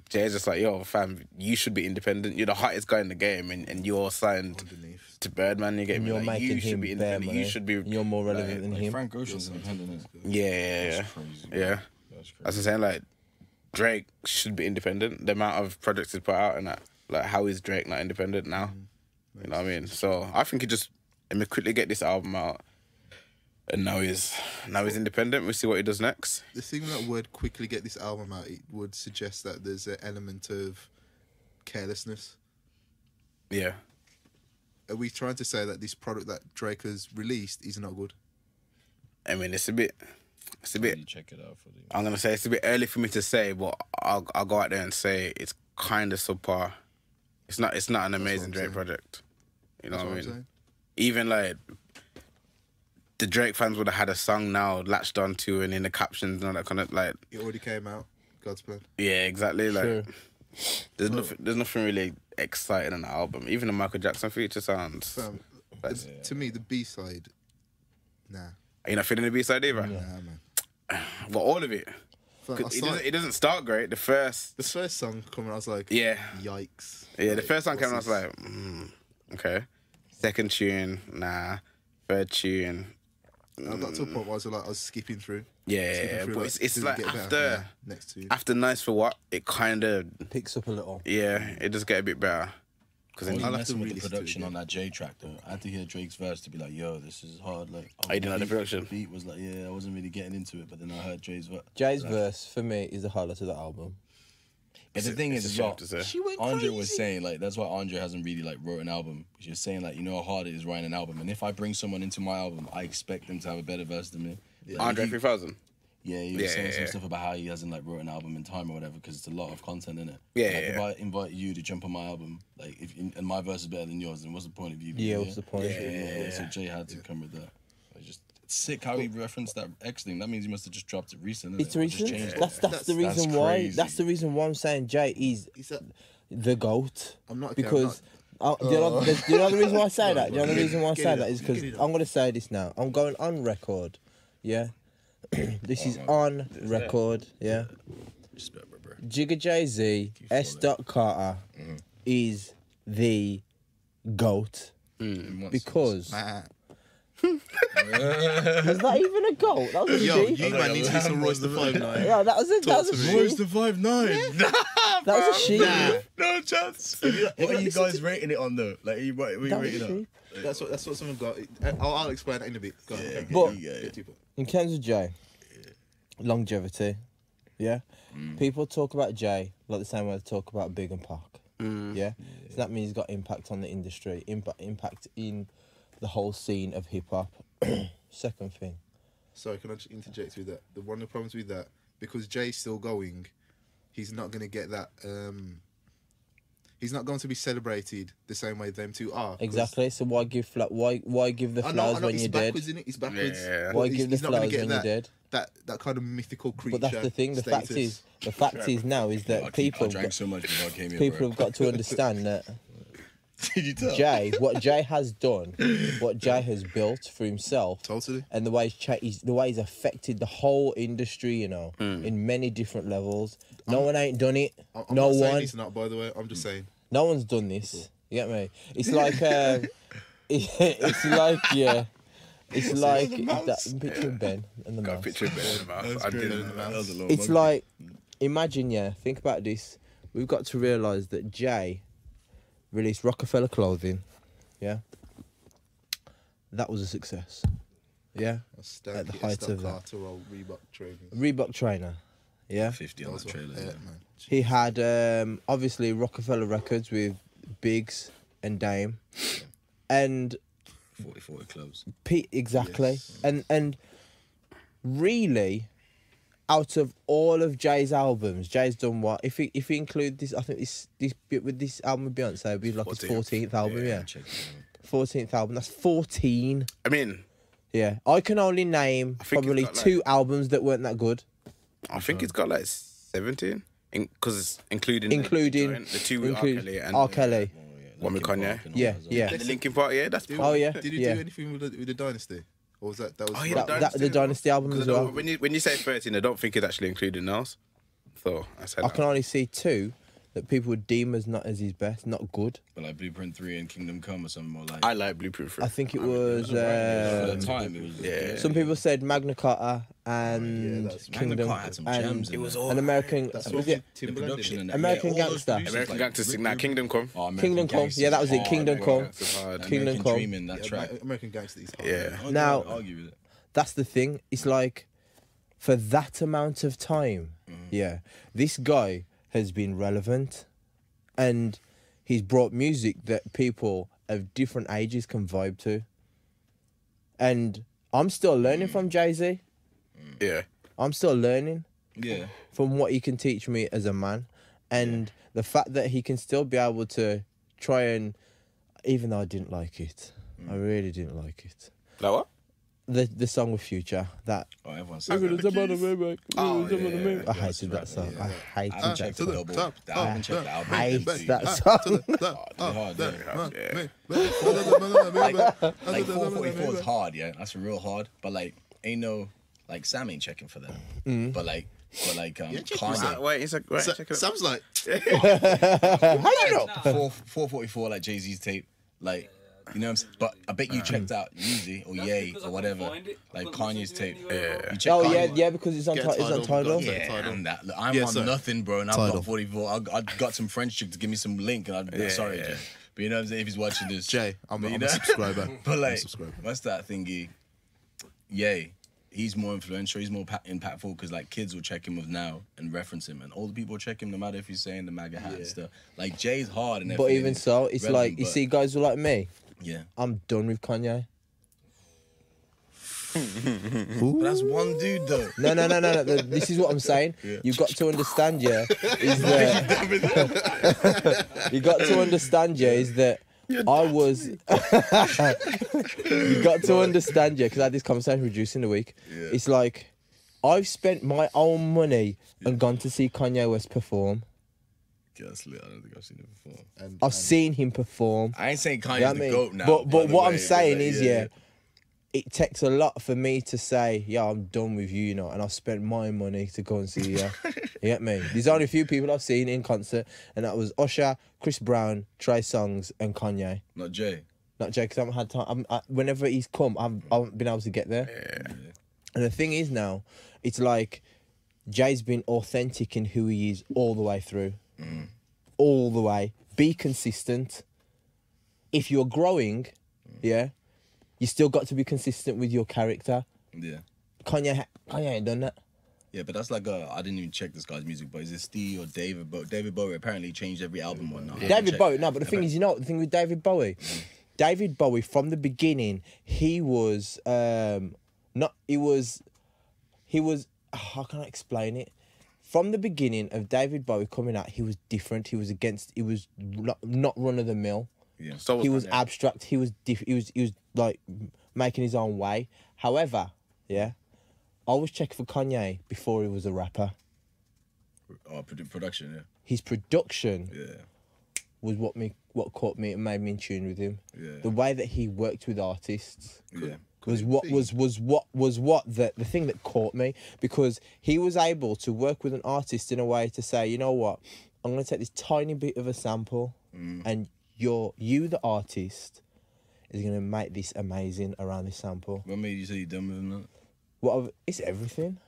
A: Jay's just like, yo, fam, you should be independent. You're the hottest guy in the game, and, and you're signed
C: underneath.
A: to Birdman. You get
B: And
A: me?
B: you're
A: Like,
B: making
A: you should
B: him
A: be
B: bare
A: independent.
B: money.
A: You should be.
B: You're more relevant than
D: Like
B: him.
D: Frank Ocean's independent. Isn't
A: Yeah, yeah, yeah.
D: That's crazy.
A: Yeah.
D: That's crazy.
A: That's what I'm saying. Like Drake should be independent. The amount of projects he's put out and that. Like, how is Drake not independent now? You know what I mean? So I think he just let me quickly get this album out. And now he's now he's independent. We'll see what he does next.
C: The thing with that word quickly get this album out, it would suggest that there's an element of carelessness.
A: Yeah.
C: Are we trying to say that this product that Drake has released is not good?
A: I mean, it's a bit, it's a
D: it?
A: bit.
D: You check it out for the.
A: I'm gonna say it's a bit early for me to say, but I'll I'll go out there and say it's kind of subpar. It's not it's not an amazing
C: I'm
A: Drake
C: saying.
A: project. You know
C: That's
A: what,
C: what
A: I
C: I'm
A: mean?
C: saying.
A: Even like the Drake fans would have had a song now latched onto and in the captions and all that kind of like
C: It already came out. God's plan.
A: yeah exactly like
B: Sure.
A: there's nothing there's nothing really exciting on the album. Even the Michael Jackson feature sounds.
C: Fam,
A: That's-
C: the- to me, the B side, nah,
A: Are you not feeling the B side either?
C: nah, man.
A: But all of it,
C: Fam,
A: 'Cause
C: I
A: it doesn't,
C: started,
A: it doesn't start great. The first
C: the first song coming, I was like,
A: yeah
C: yikes.
A: Yeah, the
C: Like,
A: first time
C: what's
A: came, I was
C: this?
A: like, mm, okay. Second tune, nah. Third tune,
C: I got to a point where I was like, I was skipping through.
A: Mm. yeah.
C: skipping through,
A: But it's, it's
C: did it
A: like
C: get better?
A: after
C: Nah, next two.
A: after nice for what it kind of
B: Picks up a little.
A: yeah it does get a bit better because
D: I was
A: I,
C: I'll have
D: messing
C: to
D: with the
C: re-listen to it
D: production
C: again.
D: on that J track though. I had to hear Drake's verse to be like, "Yo, this is hard." Like,
A: Oh, you didn't like the
D: beat-
A: production?
D: Beat was like, "Yeah, I wasn't really getting into it," but then I heard Jay's verse.
B: Jay's verse for me is the highlight of the album.
D: But the thing
A: it's a
D: is, as
A: shame
D: well,
A: to say. She
D: Andre was saying like that's why Andre hasn't really like wrote an album. She was saying like you know how hard it is writing an album, and if I bring someone into my album, I expect them to have a better verse than me. Yeah,
A: Andre
D: he,
A: three thousand.
D: yeah, he was
A: Yeah,
D: saying
A: yeah,
D: some
A: yeah.
D: stuff about how he hasn't like wrote an album in time or whatever because it's a lot of content in it.
A: Yeah,
D: like,
A: yeah,
D: If
A: yeah.
D: I invite you to jump on my album, like if and my verse is better than yours, then what's the point of you? being
B: Yeah,
D: here?
B: what's the point?
A: Yeah, yeah,
D: Yeah, so Jay had to come with that. I just it's sick how he referenced that X thing. That means he must have just dropped it recently.
B: It's the reason. That's, that's
C: That's-
B: the reason
D: that's
B: why.
D: crazy.
B: That's the reason why I'm saying Jay is
C: Is that-
B: the goat.
C: I'm not- okay, I'm
B: because. I- do you, know, do you know the reason why I say that? Do you know the
C: Get it-
B: reason why I
C: get
B: say
C: it
B: that
C: up,
B: is because
C: get it up.
B: I'm gonna say this now. I'm going on record, yeah.
C: Oh
B: this is on record, yeah. Jigga Jay Z S. Dot Carter
C: Mm-hmm.
B: is the goat
D: Mm.
B: because
C: Nah.
B: was that even a goat? That was a
C: Yo,
B: G.
C: you man need to listen to Royce the Five Nine.
B: Yeah, that was a that was a sheep.
D: five nine?
B: That was a sheep.
D: no chance. what are you guys rating it on though? Like, are you, what are you
B: That was
D: rating
B: a
D: it? on?
B: sheep.
C: That's what that's what someone got. I'll, I'll explain that in a bit. Go on. Okay.
B: But
D: Yeah, yeah.
C: Get people.
B: in terms of Jay, longevity, yeah.
C: Mm.
B: People talk about Jay like the same way they talk about Big and Park.
C: Mm.
B: Yeah? so that means he's got impact on the industry, impact impact in the whole scene of hip hop. Second thing,
C: Sorry, can I just interject with that? The one of the problems with that because Jay's still going, he's not going to get that. um He's not going to be celebrated the same way them two are. 'cause-
B: exactly. So why give fla- why why give the
C: I know, I
B: flowers
C: know.
B: when
C: It's
B: you're dead?
C: backwards, isn't it? It's backwards.
A: Yeah.
C: But
B: Why
C: he's-
B: give the
C: he's not gonna
B: flowers
C: get
B: when you're
C: that.
B: dead?
C: that that kind of mythical creature.
B: But that's the thing. The
C: status.
B: fact is, the fact is now is
D: I,
B: that
D: keep- I
B: people
D: drank so much before I came here.
B: people
D: bro.
B: have got to understand that
D: Did you tell?
B: Jay, what Jay has done, what Jay has built for himself,
C: Totally.
B: and the way he's, cha- he's the way he's affected the whole industry, you know, in many different levels. No one ain't done it.
C: I- Hmm. I'm
B: no
C: not saying
B: one,
C: he's not. By the way, I'm just saying.
B: no one's done this. You get me? It's like, uh, it's like, yeah, it's like that picture of Ben and the
A: Got a
B: mouse.
A: picture of it in the mouth. I didn't.
D: That was a little
B: It's
D: monkey.
B: like, imagine, yeah, think about this. We've got to realize that Jay released Rockefeller clothing. Yeah. That was a success. Yeah.
C: I stank
B: At the
C: it,
B: height
C: stop
B: of that.
C: Carter or Reebok training.
B: Reebok trainer. Yeah.
D: 50 on the
C: That's what I
D: trailer.
C: hate,
D: Yeah.
C: man.
B: He had um, obviously Rockefeller Records with Biggs and Dame. And
D: 40, 40 clubs.
B: Pete exactly.
C: Yes.
B: And and really out of all of Jay's albums, Jay's done what? If we if we include this, I think this this bit with this album with Beyonce would be like his
A: 14th,
B: fourteenth album, yeah.
D: Check it out.
B: Fourteenth album. That's fourteen.
A: I mean,
B: Yeah. I can only name
A: think it's
B: probably
A: got, like-
B: two albums that weren't that good.
A: I think it's got like 17, because it's including
B: Including
A: the, the two with
B: include-
A: R. Kelly and
B: R. Kelly.
D: Oh, yeah.
A: One with
D: Linkin
A: Kanye?
D: Park and all
B: Yeah,
D: that as well.
B: yeah.
A: the Linkin Park. Yeah, that's
C: Did-
A: cool.
B: Oh, yeah,
C: Did he
B: yeah.
C: do anything with the, with the dynasty, or was that that was?
A: Oh, yeah,
B: That,
A: Dynasty
B: that, the
A: album.
B: Dynasty album as
A: Because I don't-
B: well.
A: when you when you say 13, I don't think it's actually including those. So I said
B: I
A: that.
B: can only see two that people would deem as not as his best, not good.
D: But like Blueprint 3 and Kingdom Come or something more like
A: I like Blueprint Three.
B: I think it was uh,
D: For the time, it was.
A: yeah.
B: Some people said Magna Carta and
C: that's-
D: Magna
B: Kingdom
D: Carta had some
B: and
D: gems in It was there. all
B: an American
C: That's
B: was
C: what
B: it
D: The
C: Timberland
D: production
C: did.
D: and
B: American
D: all those
B: Gangster.
D: producers,
A: American
D: like,
A: Gangsters.
D: Rick
A: Now
D: Rubin-
A: Kingdom Come.
D: Oh, American
B: Kingdom Come.
D: Gangsters
B: Yeah, that was it.
D: hard,
B: Kingdom
D: bro.
B: Come.
A: That's hard.
B: Kingdom
D: American
B: Come. uh,
D: Dream in that
C: Yeah,
D: track.
C: Amer- American Gangster is hard.
A: Yeah.
D: I'd
B: Now-
D: argue with it.
B: That's the thing. It's like for that amount of time,
D: Mm.
B: yeah, this guy has been relevant, and he's brought music that people of different ages can vibe to. And I'm still
D: Mm.
B: learning from Jay Z.
A: Yeah.
B: I'm still learning.
D: Yeah.
B: from what he can teach me as a man and the fact that he can still be able to try and even though I didn't like it. I really didn't like it.
A: Like what?
B: The the song with Future that
D: Oh, everyone
B: I
D: says that.
A: yeah.
B: hated that song. I hated
D: I
B: that
D: checked
B: song.
D: Ah, the
C: the
D: double.
C: top,
D: The
C: up,
D: album checked the album.
B: I
D: It's
B: hate that
D: like
B: song.
D: hard, yeah. Like 444 is
C: Like
D: hard, yeah. That's real hard. But like, ain't no like Sam ain't checking for that. But like, but like um,
C: check
A: Ah,
D: Kanye.
A: wait, it's like wait, check it out.
C: Sam's like,
B: How you know?
D: Four, 444 like Jay Z's tape, like. You know what I'm saying? But I bet you checked out Yeezy or
F: That's
D: Yay
F: because I
D: or
F: couldn't
D: whatever.
F: find it. I
D: Like
F: couldn't listen
D: Kanye's
F: to it
D: tape.
F: anywhere.
A: Yeah.
D: You check
B: Oh
D: Kanye.
B: yeah, yeah, because it's on
C: Get
B: Ti- it's on
C: Tidal,
B: Tidal.
C: don't-
D: Yeah,
C: Tidal.
D: I'm that. Look, I'm
C: Yeah,
D: on
C: sorry.
D: nothing, bro, and I've
C: Tidal.
D: got 44. I, I got some French chick to give me some link, and I'm
A: Yeah,
D: sorry,
A: yeah.
D: Jay. But you know what I'm saying? If he's watching this,
C: Jay, I'm,
D: But
C: I'm
D: you
C: a
D: know-
C: subscriber.
D: But
C: I'm a
D: like,
C: subscriber.
D: what's that thingy? Yay. He's more influential. He's more pa- impactful because like kids will check him with now and reference him, and older people check him no matter if he's saying the MAGA hat and stuff. Like Jay's hard and
B: But
D: everything
B: even
D: is
B: so, it's
D: relevant,
B: like you
D: but-
B: see guys who like me,
D: yeah.
B: I'm done with Kanye.
D: But that's one dude though.
B: No, no, no, no, no. th- This is what I'm saying. You've got to understand, yeah, is that you got to understand, yeah, is that I was. you got to understand, yeah, because I had this conversation with Juice in the week. It's like I've spent my own money and gone to see Kanye West perform.
D: Yeah, that's lit. I don't think I've seen it before.
C: And-
B: I've seen him perform.
D: I ain't saying
B: You
D: Kanye's
B: know what
D: the
B: I mean?
D: goat now.
B: but
D: by
B: but
D: the
B: what
D: way,
B: I'm
D: but,
B: saying
D: like,
B: is, yeah, it takes a lot for me to say, yeah, I'm done with you, you know, and I've spent my money to go and see you. you get me? There's only a few people I've seen in concert, and that was Usher, Chris Brown, Trey Songs, and Kanye.
D: not Jay.
B: Not Jay, because I haven't had time. I'm, I, whenever he's come, I've, I haven't been able to get there. And the thing is now, it's like Jay's been authentic in who he is all the way through. All the way. Be consistent. If you're growing, yeah, you still got to be consistent with your character.
D: Yeah.
B: Kanye, ha- Kanye ain't done that.
D: Yeah, but that's like I I didn't even check this guy's music, but is it Steve or David Bowie? David Bowie apparently changed every album or not.
B: David Bowie, no, but the thing is, you know, what the thing with David Bowie, David Bowie from the beginning, he was um not he was he was oh, how can I explain it? From the beginning of David Bowie coming out, he was different. He was against. He was not, not run of the mill.
D: Yeah.
A: So
B: He was
A: Kanye.
B: abstract. He was diff- he was he was like making his own way. However, yeah, I was checking for Kanye before he was a rapper.
D: Or uh, produ- production,
B: His production
D: yeah. Yeah.
B: was what me what caught me and made me in tune with him.
D: Yeah.
B: The way that he worked with artists
D: Yeah.
B: was what was was what was what the the thing that caught me because he was able to work with an artist in a way to say, you know what, I'm gonna take this tiny bit of a sample and you're you the artist is gonna make this amazing around this sample.
D: What made you say you done with him now?
B: What I've- it's everything.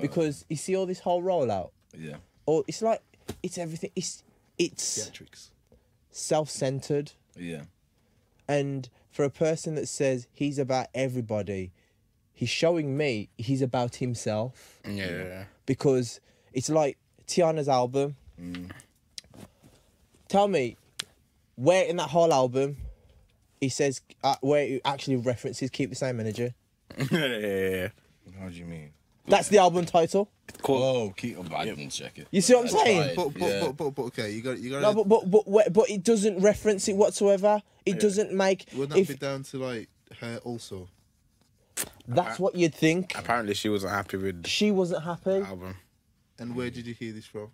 B: because you see all this whole rollout.
D: Yeah.
B: Or it's like it's everything it's it's
C: theatrics.
B: self centered.
D: Yeah.
B: And for a person that says he's about everybody, he's showing me he's about himself
A: Yeah.
B: because it's like Tiana's album. Tell me, where in that whole album he says uh, where it actually references keep the same energy?
A: yeah, yeah, yeah.
D: How do you mean?
B: That's the album title.
D: Oh, keep. Oh, I didn't check it.
B: You see what I'm
D: I
B: saying?
D: tried,
C: But but,
D: yeah.
C: but but but okay, you got you got.
B: No, but but but where- but it doesn't reference it whatsoever. It doesn't make.
C: Wouldn't that
B: If
C: be down to like her also?
B: that's what you'd think,
A: Apparently, she wasn't happy with the
B: she wasn't happy.
A: album.
C: And where did you hear this from?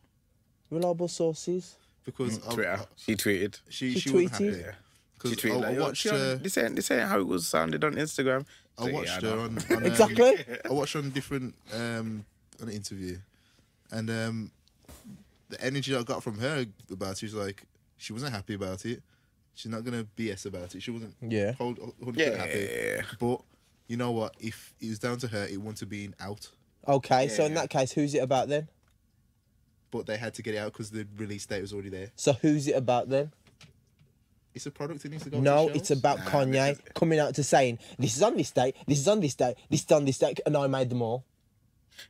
B: Reliable sources.
C: Because I-
A: Twitter.
C: I-
A: She tweeted.
B: Oh,
C: she
B: She oh,
C: she, wasn't
B: tweeted?
C: happy.
A: Yeah. She
C: Because I,
A: tweeted.
C: I
A: like, "Yo,
C: watched
A: Tiana,
B: uh,
C: her.
A: this ain't this ain't how it was sounded on Instagram. So,
C: I
A: yeah,
C: watched
A: know.
B: uh,
C: her on, on um,
B: Exactly.
C: I watched her on different um on an interview, and um the energy I got from her about it was like she wasn't happy about it. She's not gonna BS about it. She wasn't
B: Yeah.
C: hold, hold
A: Yeah.
C: happy. But you know what? If it was down to her, it wouldn't have been out.
B: Okay, so in
A: Yeah.
B: that case, who's it about then?
C: But they had to get it out because the release date was already there.
B: So who's it about then?
C: It's a product that needs to go.
B: No,
C: on the
B: it's
C: shelves.
B: about Kanye coming out to saying this is on this date, this is on this date, this is on this date, and I made them all.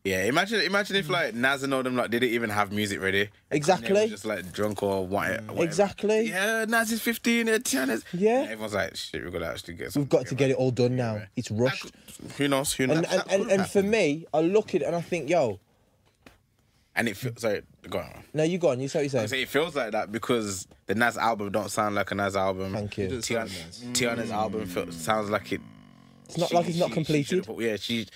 A: Yeah, imagine imagine if like Nas and all them like didn't even have music ready. And
B: Mm. Exactly. Mm.
A: Kanye was Just like drunk or what? whatever.
B: Exactly.
A: Yeah, Nas is fifteen. Yeah, Tiana's.
B: Yeah.
A: And everyone's like, shit, we've got to actually get.
B: We've got to get it all done now. It's rushed.
A: Who knows? Who knows?
B: And and, and, and for me, I look at it and I think, yo,
A: And it feels sorry, go on.
B: no, you go on, you say what you
A: I
B: say.
A: say it feels like that because the Nas album don't sound like a Nas album.
B: Thank you. It
C: does
A: Tiana,
C: sound nice.
A: Tiana's album feel, sounds like it.
B: It's not like it's not completed.
A: yeah, she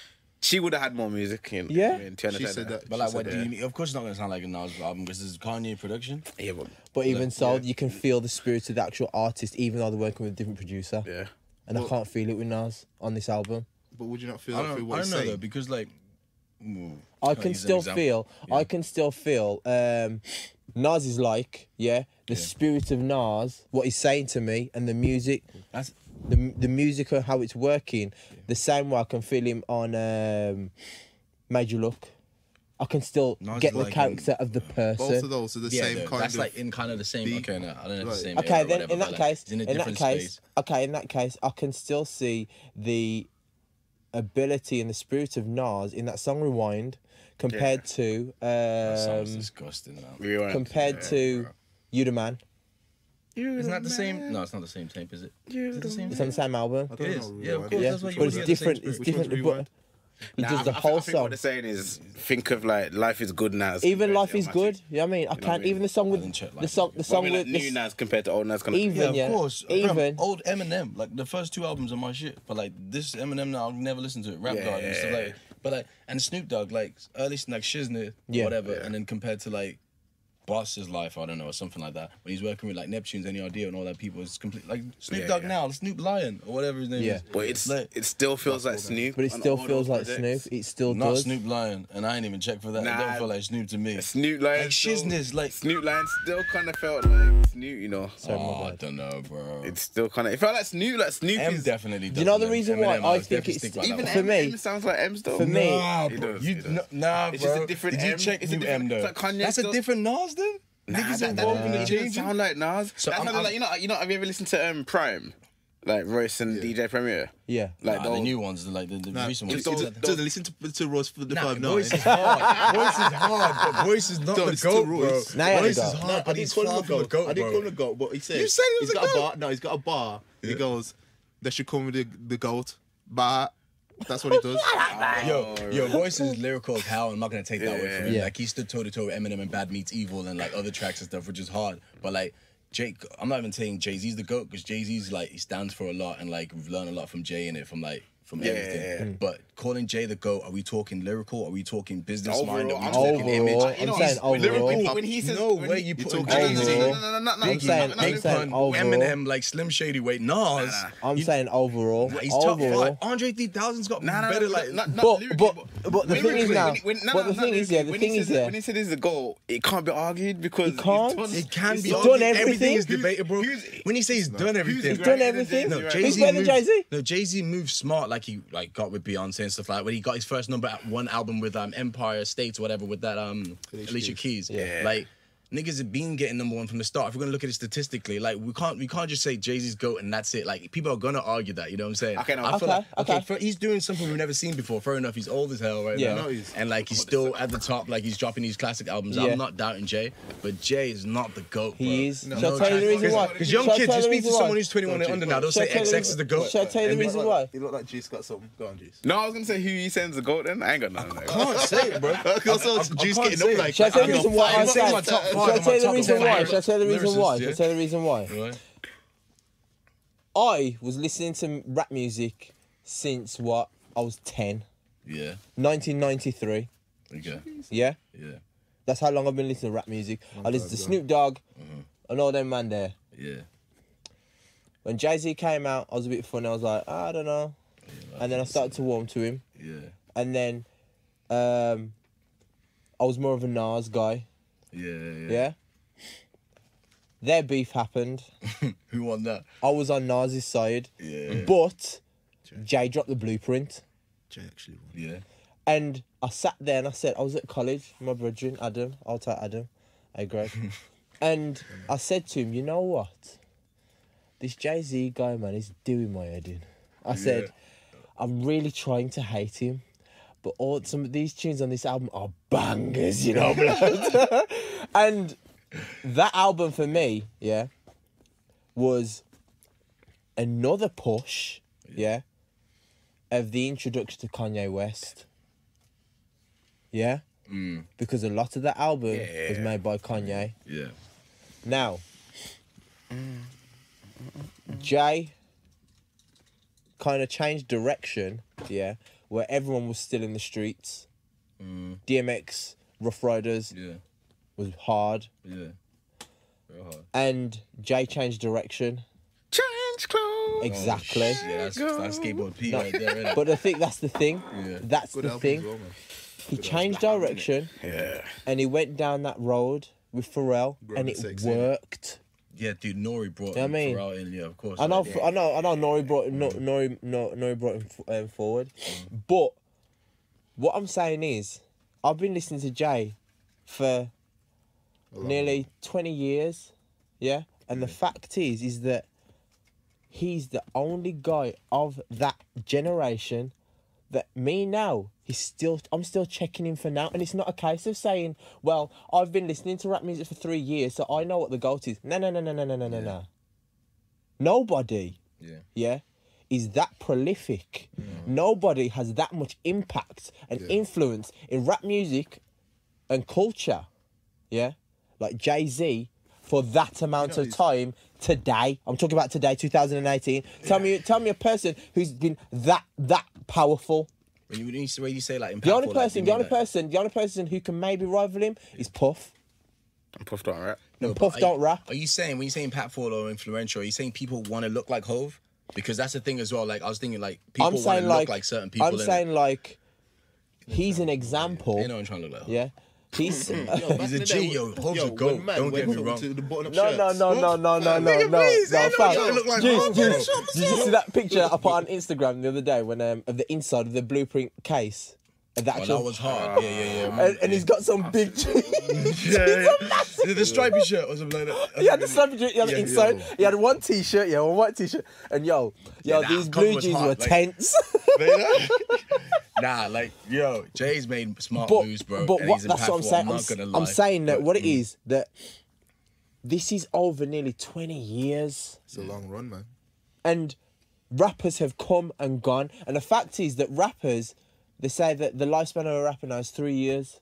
A: she would have had more music. You know,
B: Yeah.
A: I mean, Tiana
C: She said that.
D: But
C: she
D: like,
C: said
D: what do
C: that.
D: you mean? Of course, it's not gonna sound like a Nas album because this is Kanye production.
A: Yeah, but
B: But even so, you can feel the spirit of the actual artist, even though they're working with a different producer.
A: yeah.
B: And I can't feel it with Nas on this album.
C: But would you not feel
D: I
C: that
D: don't,
C: through
D: I
C: what
D: don't
C: he's
D: know though
C: saying?
D: because like, ooh,
B: I
D: can't
B: can
D: use an
B: still
D: example.
B: feel. I can still feel. Um, Nas is like, yeah, the spirit of Nas, what he's saying to me, and the music,
D: That's
B: the the music and how it's working. The same way I can feel him on um, Major Look. I can still
D: Nas
B: get
D: is
B: the
D: like
B: character of the person.
C: um, Both of those are the
D: yeah,
C: same
D: though,
C: kind
D: that's
C: of.
D: like in kind of the same.
C: beat.
D: okay, no, I don't know. if it's the same.
C: Right.
B: Okay,
D: era or
B: then
D: whatever,
B: in
D: but,
B: that
D: like,
B: case,
D: it's in a
B: in that
D: different
B: case,
D: space.
B: okay, in that case, I can still see the ability and the spirit of Nas in that song Rewind compared
D: That sounds
B: to
D: disgusting. Now.
A: We
B: um,
A: want-
B: compared to You the Man.
D: Isn't that the same? No, it's not the same tape, is it? Is it the same?
B: It's on the same album.
C: I don't
D: It
C: know,
D: is.
C: really,
D: Yeah, of
C: why-
D: course.
B: Yeah,
D: That's why you
B: but it's
D: wanna get the same
B: different. It's
D: spirit.
C: Which
B: different.
C: one's
B: But
C: Rewind?
B: he
A: Nah,
B: does
A: I-
B: the
A: I,
B: whole
A: I think
B: song.
A: What they're saying is, think of like life is good now.
B: Even Life Is Good. You know what I mean? I
A: what I
B: can't.
A: mean?
B: Even the song with
D: didn't check Life
B: the
D: Is
B: song.
D: Good.
B: The
A: Song
B: song
A: with
B: with
A: like
B: the
A: new
B: s-
A: Nas compared to old Nas. Kind
B: even
A: of,
D: Yeah,
B: yeah.
D: of course. Bruv,
B: Even
D: old Eminem, like the first two albums are my shit. But like this Eminem, now I'll never listen to it. Rap
A: Yeah.
D: God and stuff like. But like and Snoop Dogg, like early like Shiznit,
B: Yeah.
D: or whatever, and then compared to like. Boss's life, I don't know, or something like that. When he's working with like Neptune's, any idea, and all that people is complete like Snoop
A: Yeah,
D: Dogg
A: yeah.
D: now, Snoop Lion, or whatever his name
B: Yeah.
D: is.
A: but it's
D: Like,
A: it still feels like Snoop.
B: but it
A: on
B: still
A: all
B: feels like
A: those
B: Snoop.
A: projects.
B: It still
D: not
B: does.
D: Snoop Lion, and I ain't even checked for that. It
A: Nah.
D: don't feel like Snoop to me.
A: Snoop Lion.
D: Like
A: still-
D: Shiznit's like.
A: Snoop Lion still kind of felt like Snoop. You know,
B: Sorry, my
D: Oh, I
B: bad.
D: don't know, bro.
A: it still kind of it felt like Snoop. Like Snoop
D: M
A: is
D: definitely.
B: you know the
D: doesn't.
B: reason why I
D: Eminem, I'll
B: think
D: definitely
B: it's-
D: stick by that
A: even
D: one.
B: for
A: M,
B: me-
A: M sounds like M still.
B: for me-
D: Nah,
A: It
D: bro.
A: does,
D: you,
A: it does.
D: no- Nah,
A: It's
D: bro.
A: just a different
D: Did you
A: M.
D: check
A: It's a
D: New
A: different-
D: M
A: it's
D: though?
A: like Kanye
D: That's a
A: still-
D: different Nas then.
A: Nah,
D: Niggas
A: that- that-
D: involved
A: that
D: in the
A: doesn't
D: changing.
A: sound like Nas.
D: So
A: That's
D: I'm-
A: how they're
D: I'm-
A: like you know you know have you ever listened to um Prime, like Royce and DJ Premier?
B: Yeah.
A: Like
D: Nah, the
A: those-
D: new ones, the, like the, the
C: Nah,
D: recent
C: you
D: ones.
C: don't- don't listen to to Royce for the five nine.
D: voice is hard. voice is hard, but voice is not
C: Don't
D: the
C: listen
D: goat,
C: to
D: bro.
C: Royce.
B: Nah, he ain't
D: voice
B: the
D: is
B: goat.
D: hard,
C: I
D: but
C: didn't
D: he's
C: call him
D: far
C: a
D: from the
C: goat.
D: goat,
C: I didn't
D: bro.
C: call him a goat, but he said
D: You said he was
C: he's
D: a
C: got
D: goat.
C: a bar. No, he's got a bar. He goes, "They should call me the, the goat." But that's what he does.
D: Yo, yo, voice is lyrical as hell. I'm not gonna take that away from him.
B: Yeah.
D: Like he stood toe to toe with Eminem and Bad Meets Evil and like other tracks and stuff, which is hard. But like Jake, I'm not even saying Jay Z's the goat because Jay Z's like he stands for a lot and like we've learned a lot from Jay in it from like from
A: Yeah,
D: everything.
A: yeah, yeah.
D: But calling Jay the goat, are we talking lyrical? Are we talking business mind? Are
A: Overall,
D: we
A: I'm
D: talking
A: saying
D: image?
B: overall. I'm saying
A: when he-
B: overall.
A: When he says,
D: no
A: when
D: way
A: he-
D: you put
C: talking
A: No, no,
C: Jay-Z.
A: no, no, no, no, no.
B: I'm saying-
A: no,
B: I'm
A: no,
B: saying
A: no.
B: overall.
D: Eminem, like Slim Shady. Wait, Nas.
B: I'm saying overall.
D: Nah, he's top five.
B: overall.
D: Andre 3000's got
A: Nah, nah,
D: better
A: nah,
D: like
A: not, not
B: But-
A: lyrically,
B: but- but the thing is
A: lyrically,
B: now-
A: when he- when- nah,
B: but
A: nah,
B: the
A: nah,
B: thing is, yeah, the
A: when he
B: thing
A: says
B: is,
A: it-
B: yeah.
A: when he said it's a goal, it can't be argued because he's
B: can't.
A: done-
D: It can
A: he's
D: be
A: done
D: argued.
B: everything.
D: Everything is
A: Who's-
D: debatable.
A: who's-
D: When he says he's done everything,
A: He's
B: done
A: greater than Jay-Z,
B: everything?
D: No,
A: right?
D: Jay
B: He's
D: Z.
B: better than Jay-Z?
D: No, Jay Z moved smart, like he like got with Beyonce and stuff like. When he got his first number at one album with um Empire States, whatever, with that um Alicia,
C: Alicia
D: Keys.
B: Yeah.
D: Like niggas have been getting number one from the start. If we're gonna look at it statistically, like we can't we can't just say Jay Z's goat and that's it. Like people are gonna argue that. You know what I'm saying?
A: Okay, no.
D: I feel
B: Okay,
D: like, okay,
B: okay.
D: fair- he's doing something we've never seen before. Fair enough. He's old as hell right
B: Yeah.
D: now,
C: No, he's-
D: and like he's still at the top. Like he's dropping these classic albums.
B: Yeah.
D: I'm not doubting Jay, but Jay is not the goat.
B: He
D: bro.
B: is.
D: No,
B: Shall I
D: no
B: tell you the
D: chance.
B: reason why?
D: Because young
B: Shall I
D: kids,
B: tell you
D: just
B: the
D: speak to
B: reason
D: someone
B: why?
D: who's 21 and under now. Don't
B: Shall I
D: say
B: tell you
D: XX
B: the
D: is the goat.
B: Shall I tell you the
D: And-
B: reason why?
C: He looked like Juice got something. Go on, Juice.
A: No, I was gonna say who he sends the goat in. I ain't got nothing. there.
D: can't say it, bro.
C: Also, Juice getting up like.
B: Shall I tell
D: I'm
B: you the reason
D: not
B: why? I
D: fighting.
B: said-
D: I'm not top five,
B: Shall
D: I'm
B: I
D: not
B: tell you the
D: top
B: reason
D: ten.
B: why? Shall I tell you the reason why?
D: Lyricist,
B: Shall I
D: yeah.
B: tell you the reason why?
D: Right.
B: I was listening to rap music since what? I was 10.
D: Yeah.
B: 1993.
D: Okay.
B: Yeah?
D: Yeah.
B: That's how long I've been listening to rap music.
D: Oh
B: I listened to Snoop Dogg
D: Mm-hmm.
B: and all them man there.
D: Yeah.
B: When Jay Z came out, I was a bit funny. I was like, "Ah, I don't know. And then I started to warm to him.
D: Yeah.
B: And then um, I was more of a Nas guy.
D: Yeah. Yeah.
B: Yeah? Their beef happened.
D: Who won that?
B: I was on Nas's side.
D: Yeah.
B: But Jay dropped the blueprint.
C: Jay actually won.
D: Yeah.
B: And I sat there and I said, I was at college, my brethren, Adam, I'll tell Adam, hey Greg. and I said to him, you know what? This Jay Z guy, man, is doing my head in. I said, I'm really trying to hate him. But all some of these tunes on this album are bangers, you know, blood. and that album for me, yeah, was another push, yeah, of the introduction to Kanye West. Yeah?
C: Mm.
B: Because a lot of that album was made by Kanye.
D: Yeah.
B: Now, Jay kind of changed direction, yeah, where everyone was still in the streets.
C: Mm.
B: DMX, Rough Riders
D: Yeah.
B: was hard.
D: Yeah. Real hard.
B: And Jay changed direction.
A: Change
C: Oh,
A: clothes.
B: Exactly.
D: Yeah, that's, that's skateboard P right there, innit?
B: But I think that's the thing.
D: Yeah.
B: That's
C: Good
B: the
C: album as
B: thing.
C: well, man.
B: He changed direction
A: Yeah.
B: and he went down that road with Pharrell
C: Grown
B: and
C: and
B: it
C: sexy.
B: worked.
D: yeah, dude, Nori brought
B: Yeah, I
D: him
B: mean-
D: Pharrell in. Yeah, of course.
B: I know,
D: Yeah.
B: I know, I know. Nori brought no, Nori, no, Nori brought him f- um, forward, but what I'm saying is, I've been listening to Jay for nearly 20 years, yeah. And the fact is, is that he's the only guy of that generation that me now he's still i'm still checking him for now and it's not a case of saying well i've been listening to rap music for three years so i know what the goat is no no no no no no no no no nobody
D: Yeah.
B: yeah, is that prolific.
D: Mm.
B: Nobody has that much impact and influence in rap music and culture, yeah, like Jay Z for that amount of time today. I'm talking about today, 2018. Tell me, tell me a person who's been that that powerful.
D: When you, when you say, when you say like impactful,
B: The only
D: like,
B: person,
D: you
B: the
D: mean,
B: only
D: like-
B: person, the only person who can maybe rival him is Puff.
A: I'm puffed on, right?
B: And
D: But
B: Puff
D: are you-
B: don't rap.
D: Are you saying when you saying impactful or influential? Are you saying people want to look like Hove? Because that's the thing as well. Like I was thinking, like people
B: I'm
D: want to
B: saying
D: look
B: like,
D: like, certain people.
B: I'm
D: innit?
B: saying like, he's an example.
D: ain't no one trying to look like Hov.
B: Yeah, he's.
D: He's a G, yo. Hove's a goat. Don't get me wrong.
C: To the button-up
B: No,
C: shirts.
B: no, no, no, no, no, no, no,
D: please,
B: no,
D: ain't no
B: fam.
D: joke. Look like
B: Juice,
D: Marvel.
B: juice. Did you see that picture I put on Instagram the other day when um of the inside of the blueprint case of the
D: Well,
B: actual,
D: Oh, that was hard. Yeah, yeah, yeah.
B: Ah, and, and he's got some big.
D: yeah, yeah. the stripy shirt or something like that.
B: he had the slap he had the
D: Yeah,
B: inside.
C: yo.
B: He had one T-shirt, yeah, one white T-shirt, and yo, yo,
D: that
B: these
D: cover
B: blue
D: was
B: jeans
D: hard,
B: were
D: like-
B: tense.
D: nah, like yo, Jay's made smart
B: but
D: moves, bro.
B: but
D: and
B: what,
D: he's
B: that's what I'm
D: impactful,
B: saying.
D: I'm,
B: I'm,
D: not gonna
B: s-
D: lie. mm.
B: I'm saying that what it is that this is over nearly 20 years.
C: It's a long run, man.
B: and rappers have come and gone. And the fact is that rappers, they say that the lifespan of a rapper now is three years.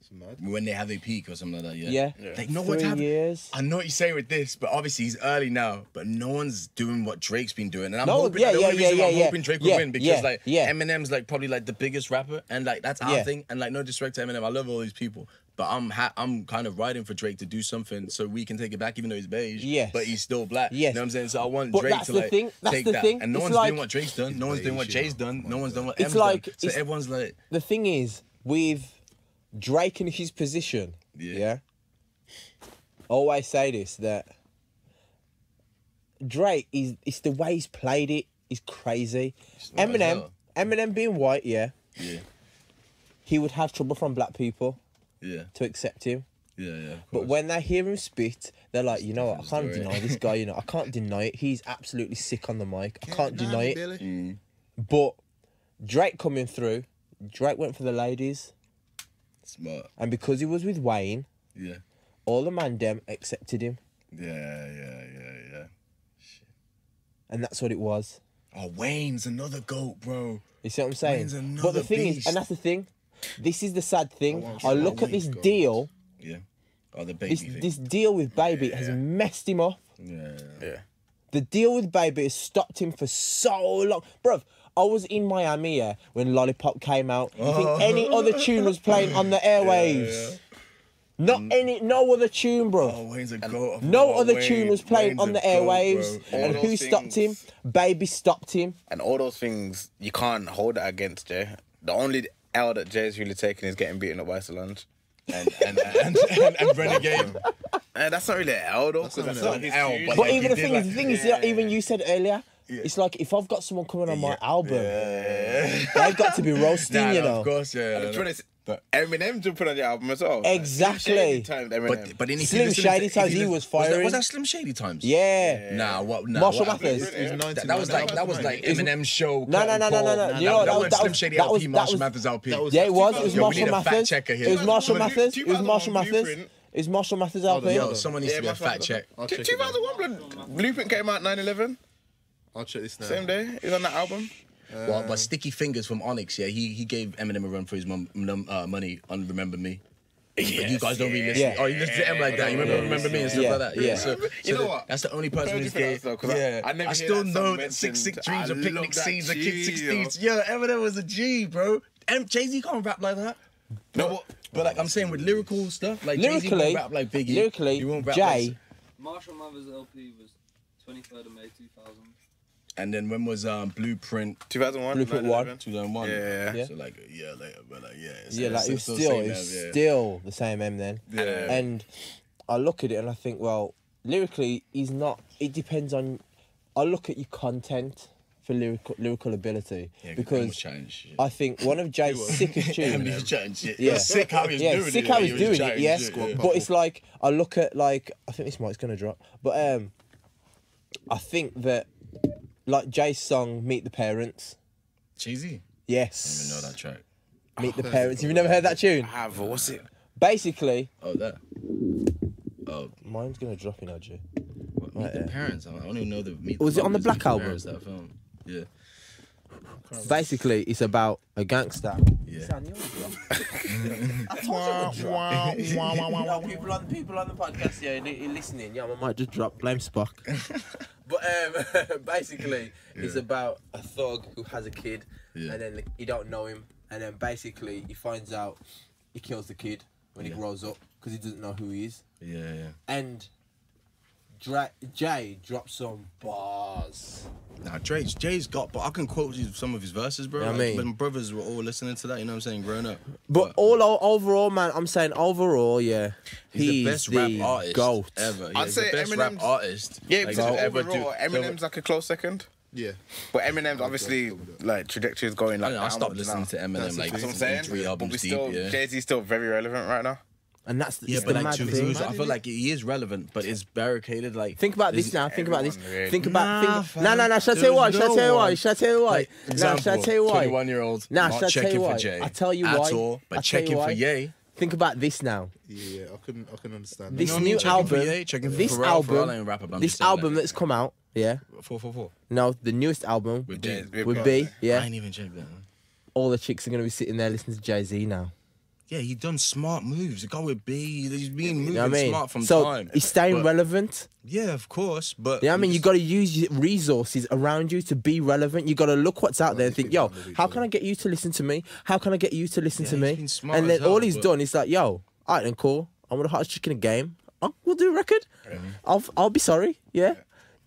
C: It's mad.
D: when they have a peak or something like that. Yeah.
B: Yeah.
D: Like no one's
B: Three
D: having.
B: years.
D: I know what you're saying with this, but obviously he's early now. But no one's doing what Drake's been doing, and I'm
B: No,
D: hoping.
B: yeah,
D: the
B: yeah,
D: only
B: yeah,
D: reason why I'm
B: yeah,
D: hoping Drake
B: yeah,
D: will win because
B: yeah,
D: like
B: yeah.
D: Eminem's like probably like the biggest rapper, and like that's our
B: Yeah.
D: thing. And like no disrespect to Eminem, I love all these people, but I'm ha- I'm kind of riding for Drake to do something so we can take it back, even though he's beige.
B: Yes.
D: but he's still black. You
B: Yes.
D: know what I'm saying? So I want
B: But
D: Drake
B: that's
D: to
B: the
D: like
B: thing- that's
D: take
B: the
D: that,
B: thing.
D: and no
B: It's
D: one's doing
B: like-
D: what Drake's done. No one's doing what
C: beige, you
D: Jay's
C: know.
D: done. No one's done what
B: It's
D: M's
B: like-
D: done. So
B: it's-
D: everyone's like,
B: the thing is with Drake and his position.
D: Yeah.
B: yeah? I always say this that Drake is it's the way he's played it is crazy.
D: not as
B: Eminem,
D: well.
B: Eminem being white, yeah,
D: yeah,
B: he would have trouble from black people
D: yeah,
B: to accept him.
D: yeah, yeah. of
B: But
D: course.
B: when they hear him spit, they're like, you know what? I
D: different
B: can't
D: story."
B: deny this guy. You know, I can't deny it. He's absolutely sick on the mic. I can't deny it.
C: Billy.
B: But Drake coming through, Drake went for the ladies,
D: smart,
B: and because he was with Wayne,
D: yeah.
B: all the man dem accepted him,
D: Yeah, yeah, yeah, yeah.
B: and that's what it was.
D: Oh, Wayne's another goat, bro.
B: You see what I'm saying?
D: Wayne's another
B: But the thing is,
D: beast.
B: and that's the thing. This is the sad thing.
C: want
B: I
C: some
B: look at
C: Wayne's
B: this
C: gold.
B: deal.
D: Yeah. Oh, the baby
B: This
D: thing.
B: this deal with Baby has messed him off.
D: yeah, yeah.
A: Yeah.
B: The deal with Baby has stopped him for so long, bruv. I was in Miami yeah, when Lollipop came out. You
D: Oh.
B: think any other tune was playing on the airwaves? Not any, no other tune, bruv.
D: Mm. Oh, Wayne's a goat.
B: No
D: Oh,
B: other
D: Wayne-
B: tune was playing
D: Wayne's
B: on
D: a
B: the
D: goat,
B: airwaves.
D: bro.
A: All
B: and
A: those
B: who stopped him?
A: things.
B: Baby stopped him.
A: And all those things, you can't hold it against Jay. The only L that Jay's really taken is getting beaten up by Solange.
D: And, and, and, and, and Renegade.
A: Uh, that's not really an L though,
C: That's
A: because
C: not
A: that's
C: an L.
A: not his
D: L,
A: huge-
D: but
B: But
D: like,
B: even
D: you
B: the
D: did
B: thing,
D: like-
B: the thing is, that even you said earlier, it's like if I've got someone coming on my album, they've got to be roasting,
D: Nah,
B: you
D: no,
B: know.
D: of course, yeah.
A: I'm
D: yeah,
A: trying
D: no.
A: to say- Eminem to put on the album as well.
B: Exactly.
A: Times Eminem.
D: But, but then if you
B: Slim
D: listen
B: Shady
D: if
B: Times,
D: you
B: he
D: listen-
B: was
D: Was that,
B: firing.
D: was that Slim Shady Times?
B: yeah.
D: Nah, what? Nah,
B: Marshall
D: what-
B: Mathers.
C: He's
D: That,
C: 99.
D: that was like that was like
B: Isn't-
D: Eminem show.
B: No, no,
D: Cotton
B: no, no,
D: Ball.
B: no, no.
D: Nah,
B: You know
D: that-
B: what, that
D: That was
B: was-
D: Slim Shady
B: that was-
D: LP.
B: that
D: Marshall
B: was-
D: Mathers LP.
C: that was-
B: Yeah, it was. It was
C: Yo,
D: we need
B: Marshall
D: a fact
B: Mathers.
D: checker here.
B: It was Marshall
A: 2001
B: Mathers. It was Marshall Mathers.
A: Blueprint.
B: It was Marshall Mathers out
C: on,
B: there.
D: Oh, Yo, someone needs to do a fact check.
B: Oh,
C: I'll
A: Two-
C: check, it now.
A: 2001 Blu- Blueprint came out 9/11,
C: I'll check this now.
A: same day. It was on that album.
D: Well,
A: Um,
D: but Sticky Fingers from Onyx, yeah, he he gave Eminem a run for his mum, num, uh, money on Remember Me. but you guys don't really listen.
B: yeah.
D: Oh, you listen to M like that. You remember Remember Me and stuff
B: yeah,
D: like that. Yeah.
B: yeah.
D: So,
A: You
D: so
A: know
D: the-
A: what?
D: That's the only person
A: Heard
D: who's
A: you pronounce
D: gave.
A: though, 'cause I-
D: yeah.
A: I never hear
D: still
A: that
D: know
A: song
D: that Six Six
A: mentioned.
D: Dreams
A: I
D: are
A: love
D: picnic
A: that
D: scenes are kids
A: G, yo.
D: sixteens. Yeah, Eminem was a G, bro. M Jay Z can't rap like that.
A: No, but
D: But like I'm saying with lyrical stuff, like Jay Z
B: Lyrically,
D: won't rap like Biggie.
B: lyrically,
D: He won't rap like-
B: Jay,
F: Marshall Mathers LP was 23rd of May 2000.
D: and then when was um Blueprint
A: 2001.
B: Blueprint
A: 9/11.
D: 2001?
A: Yeah.
B: Yeah.
D: So like a year later, but like yeah. it's-
B: yeah,
D: it's
B: like it was
D: still
B: still,
D: same
B: it
D: now,
B: was
D: yeah.
B: still the same M then.
A: Yeah.
B: And I look at it and I think, well, lyrically, he's not. It depends on. I look at your content for lyrical lyrical ability
D: Yeah,
B: because
D: change.
B: I think one of Jay's sickest tunes. Yeah.
D: Yeah, sick how he's
B: yeah,
D: doing
B: sick
D: it.
B: how
D: like,
B: he's
D: he was
B: doing it.
D: chatting
B: Yeah,
D: shit,
B: but it's like I look at like I think this mic's gonna drop, but um, I think that like Jay's song "Meet the Parents."
D: cheesy. I
B: Yes,
D: know that track.
B: Meet the Parents. Have you never heard that tune?
A: I have. What's it?
B: Basically,
D: Oh, that. Oh,
B: mine's gonna drop in Adju.
D: what, meet the parents. I don't even know the. Meet
B: Was it on the
D: Parents,
B: Black
D: Meet the
B: Album?
D: Parents, That film. Yeah.
B: Basically, it's about a gangster.
D: Yeah.
B: Son, you're a drop. I told you
A: Wah, wah, wah, wah,
B: I'm
A: wah.
B: a drop. No, people on people on the podcast, yeah, li- li- listening, yeah, I might just drop blame Spock. but um, basically, it's about a thug who has a kid,
D: Yeah.
B: and then you don't know him, and then basically he finds out he kills the kid when he grows up because he doesn't know who he is,
D: Yeah, yeah.
B: and Dra- Jay drops some bars.
D: Nah, Drake's Jay's got, but I can quote you some of his verses, bro.
B: Yeah, I
D: Like,
B: mean-
D: when my brothers were all listening to that, you know what I'm saying, growing up.
B: But all o- overall, man, I'm saying overall, yeah, he's,
D: he's the best rap artist
B: goat.
D: ever.
A: I'd
D: I'd say
A: say
D: the best rap
A: Eminem's-
D: artist.
A: Yeah,
D: like,
A: because
D: to ever do-
A: overall, Eminem's like a close second.
C: Yeah.
A: But Eminem's obviously like trajectory is going
D: I,
A: like.
D: don't know, I stopped
A: downwards
D: listening
A: now.
D: to Eminem
C: the
D: like
C: thing.
A: That's what I'm
D: in
A: saying.
D: three
A: but we
D: albums
A: still,
D: deep. Yeah.
A: Jay Z's still very relevant right now.
B: and that's the,
D: Yeah,
B: it's
D: but
B: the
D: like
B: mad
D: to
B: thing.
D: those, I feel like he is relevant, but it's barricaded. Like
B: Think about
D: there's-
B: this now. Think about this.
A: everyone really-
B: Think about.
D: Nah,
B: think, no, no, no.
D: fam.
B: Shall I tell
D: There's
B: you why? Shall I
D: no
B: tell you why?
D: one.
B: Shall I tell you why?
D: Like,
B: nah, shall I
D: example,
B: tell you why?
D: 21 year old
B: Nah,
D: not
B: shall I tell
D: checking
B: you
D: for
B: why?
D: Jay
B: I tell you
D: at
B: why.
D: all, but
B: I tell
D: checking
B: you
D: for
B: why.
D: Ye.
B: Think about this now.
C: Yeah, yeah. I couldn't. I couldn't understand.
B: This
D: know what I mean?
B: new
D: Checking for
B: album.
D: Ye, checking for
B: This
D: Pharrell. Pharrell ain't a
B: album.
D: rapper, but I'm just
B: This
D: saying,
B: album
D: like-
B: that's come out. Yeah.
D: Four four four.
B: No, the newest album
D: With
A: Jay-
D: Jay.
A: with Jay.
B: would be
D: I
B: yeah.
D: ain't even checked that.
B: All the chicks are gonna be sitting there listening to Jay Z now.
D: yeah, he done smart moves. The guy with B, he's been moving
B: You know what I mean?
D: smart from
B: so
D: time.
B: he's staying
D: But-
B: relevant.
D: Yeah, of course, but
B: You know what I mean? You got to use your resources around you to be relevant. You got to look what's out there and think, yo, how can I get you to listen to me? How can I get you to listen
D: Yeah,
B: to
D: he's
B: me?
D: been smart
B: and
D: as
B: then all
D: hell,
B: he's
D: but-
B: done is like, yo, all right, then cool. I'm the hottest chick in the game. Oh, we'll do a record. I'll I'll be sorry. Yeah.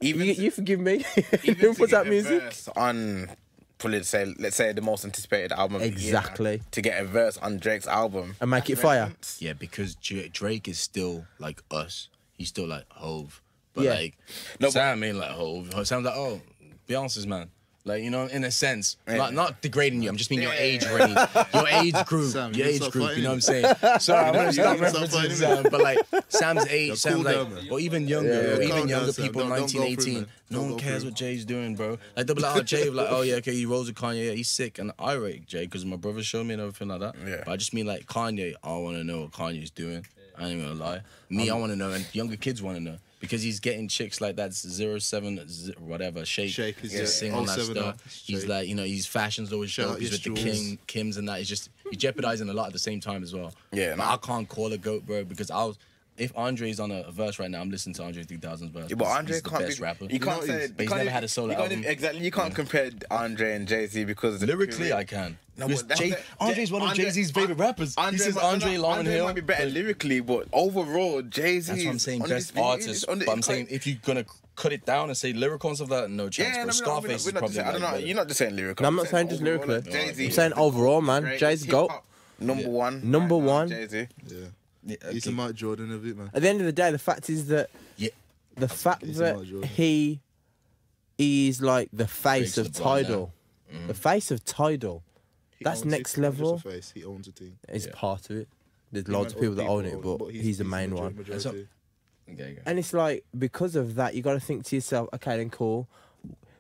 A: Even
B: you,
A: to-
B: you forgive me.
A: Even
B: Who
A: to
B: puts
A: get
B: out
A: a
B: music?
A: verse on probably say let's say the most anticipated album of the year
B: Exactly.
A: to get a verse on Drake's album
B: And make it fire.
D: yeah, because J- Drake is still like us. He's still like Hove, but
B: Yeah.
D: like
A: No,
D: Sam ain't like Hove. Sam's like oh, Beyonce's man. Like you know, in a sense, not not degrading you. I'm just meaning your age range, your age group,
C: Sam,
D: your
C: you
D: age
C: stop
D: group. You know what I'm
C: fighting
D: saying? Sorry, I'm gonna
C: You
D: stop
C: stop
D: referencing
C: fighting
D: Sam, but like Sam's age, Sam
C: cool
D: like,
C: down, man.
D: or even younger,
C: yeah,
D: or
C: calm
D: even
C: down,
D: younger
C: Sam.
D: people,
C: Don't- don't go through
D: 19,
C: it,
D: 18.
C: man.
D: No
C: Don't
D: one
C: go
D: cares
C: through
D: what
C: it.
D: Jay's doing, bro. Like double R Jay, like oh yeah, okay, he rolls with Kanye, yeah, he's sick, and I rate Jay because my brother showed me and everything like that.
A: Yeah.
D: But I just mean like Kanye, I want to know what Kanye's doing. I ain't gonna lie. Me, I want to know, and younger kids want to know because he's getting chicks like that zero seven z- whatever shake.
C: Shake is
D: just
C: it.
D: singing that
C: 07
D: stuff.
C: artist,
D: He's
C: Shake.
D: like you know his fashion's always
C: Shout
D: dope.
C: out
D: He's
C: your
D: with the
C: jewels.
D: king Kims and that. It's just he's jeopardizing a lot at the same time as well.
A: Yeah,
D: But
A: nah.
D: I can't call a goat, bro, because I was. If Andre's on a a verse right now, I'm listening to Andre 3000's verse.
A: Yeah, but
D: He's-
A: Andre
D: he's the
A: can't
D: best
A: be.
D: rapper.
A: You can't
C: know,
A: say
D: but he's
C: he's-
A: you can't
D: never
A: even-
D: had a solo
A: you can't
D: album.
A: even- exactly, you can't compare Andre and Jay Z because of the
D: Lyrically,
A: period.
D: I can.
A: No,
D: Because
A: but that's
D: Jay,
A: the-
D: Andre's one of
A: Andre-
D: Jay Z's favorite rappers.
A: Andre
D: this is
A: might-
D: Andre Long and
A: Andre
D: Hill.
A: might be better lyrically, but overall, Jay Z.
D: That's what I'm saying. Best artist. But I'm saying if you're gonna c- cut it down and say lyrical and stuff like that, no chance.
A: Yeah, no, we're not-
D: bro.
A: we're
D: Scarface
A: not- we're not just
D: is
A: saying- I
D: probably.
A: don't know.
D: like,
A: You're not just saying lyrical.
B: No, I'm not saying just
A: overall,
B: lyrically.
A: Jay-Z
B: I'm
A: is
B: saying
A: the
B: overall, man.
A: greatest
B: Jay's goat.
A: hip-hop Number one.
B: Number
A: right now,
B: one.
A: Jay-Z.
C: Yeah.
D: better.
C: He's the Mike Jordan of it, man.
B: At the end of the day, the fact is that
D: Yeah.
B: the fact
C: it's
B: that
C: not Jordan.
B: he is like the face
D: Breaks
B: of
D: the bar now.
B: Tidal, the face of Tidal,
C: He
B: That's
C: owns it.
B: next
C: He's not just a
B: level.
C: Face. He owns a team.
B: is
D: Yeah.
B: part of it. There's loads of people that own it, but he's, the main one.
D: And so-
C: majority.
D: Okay, go.
B: And it's like because of that, you got to think to yourself, okay, then cool.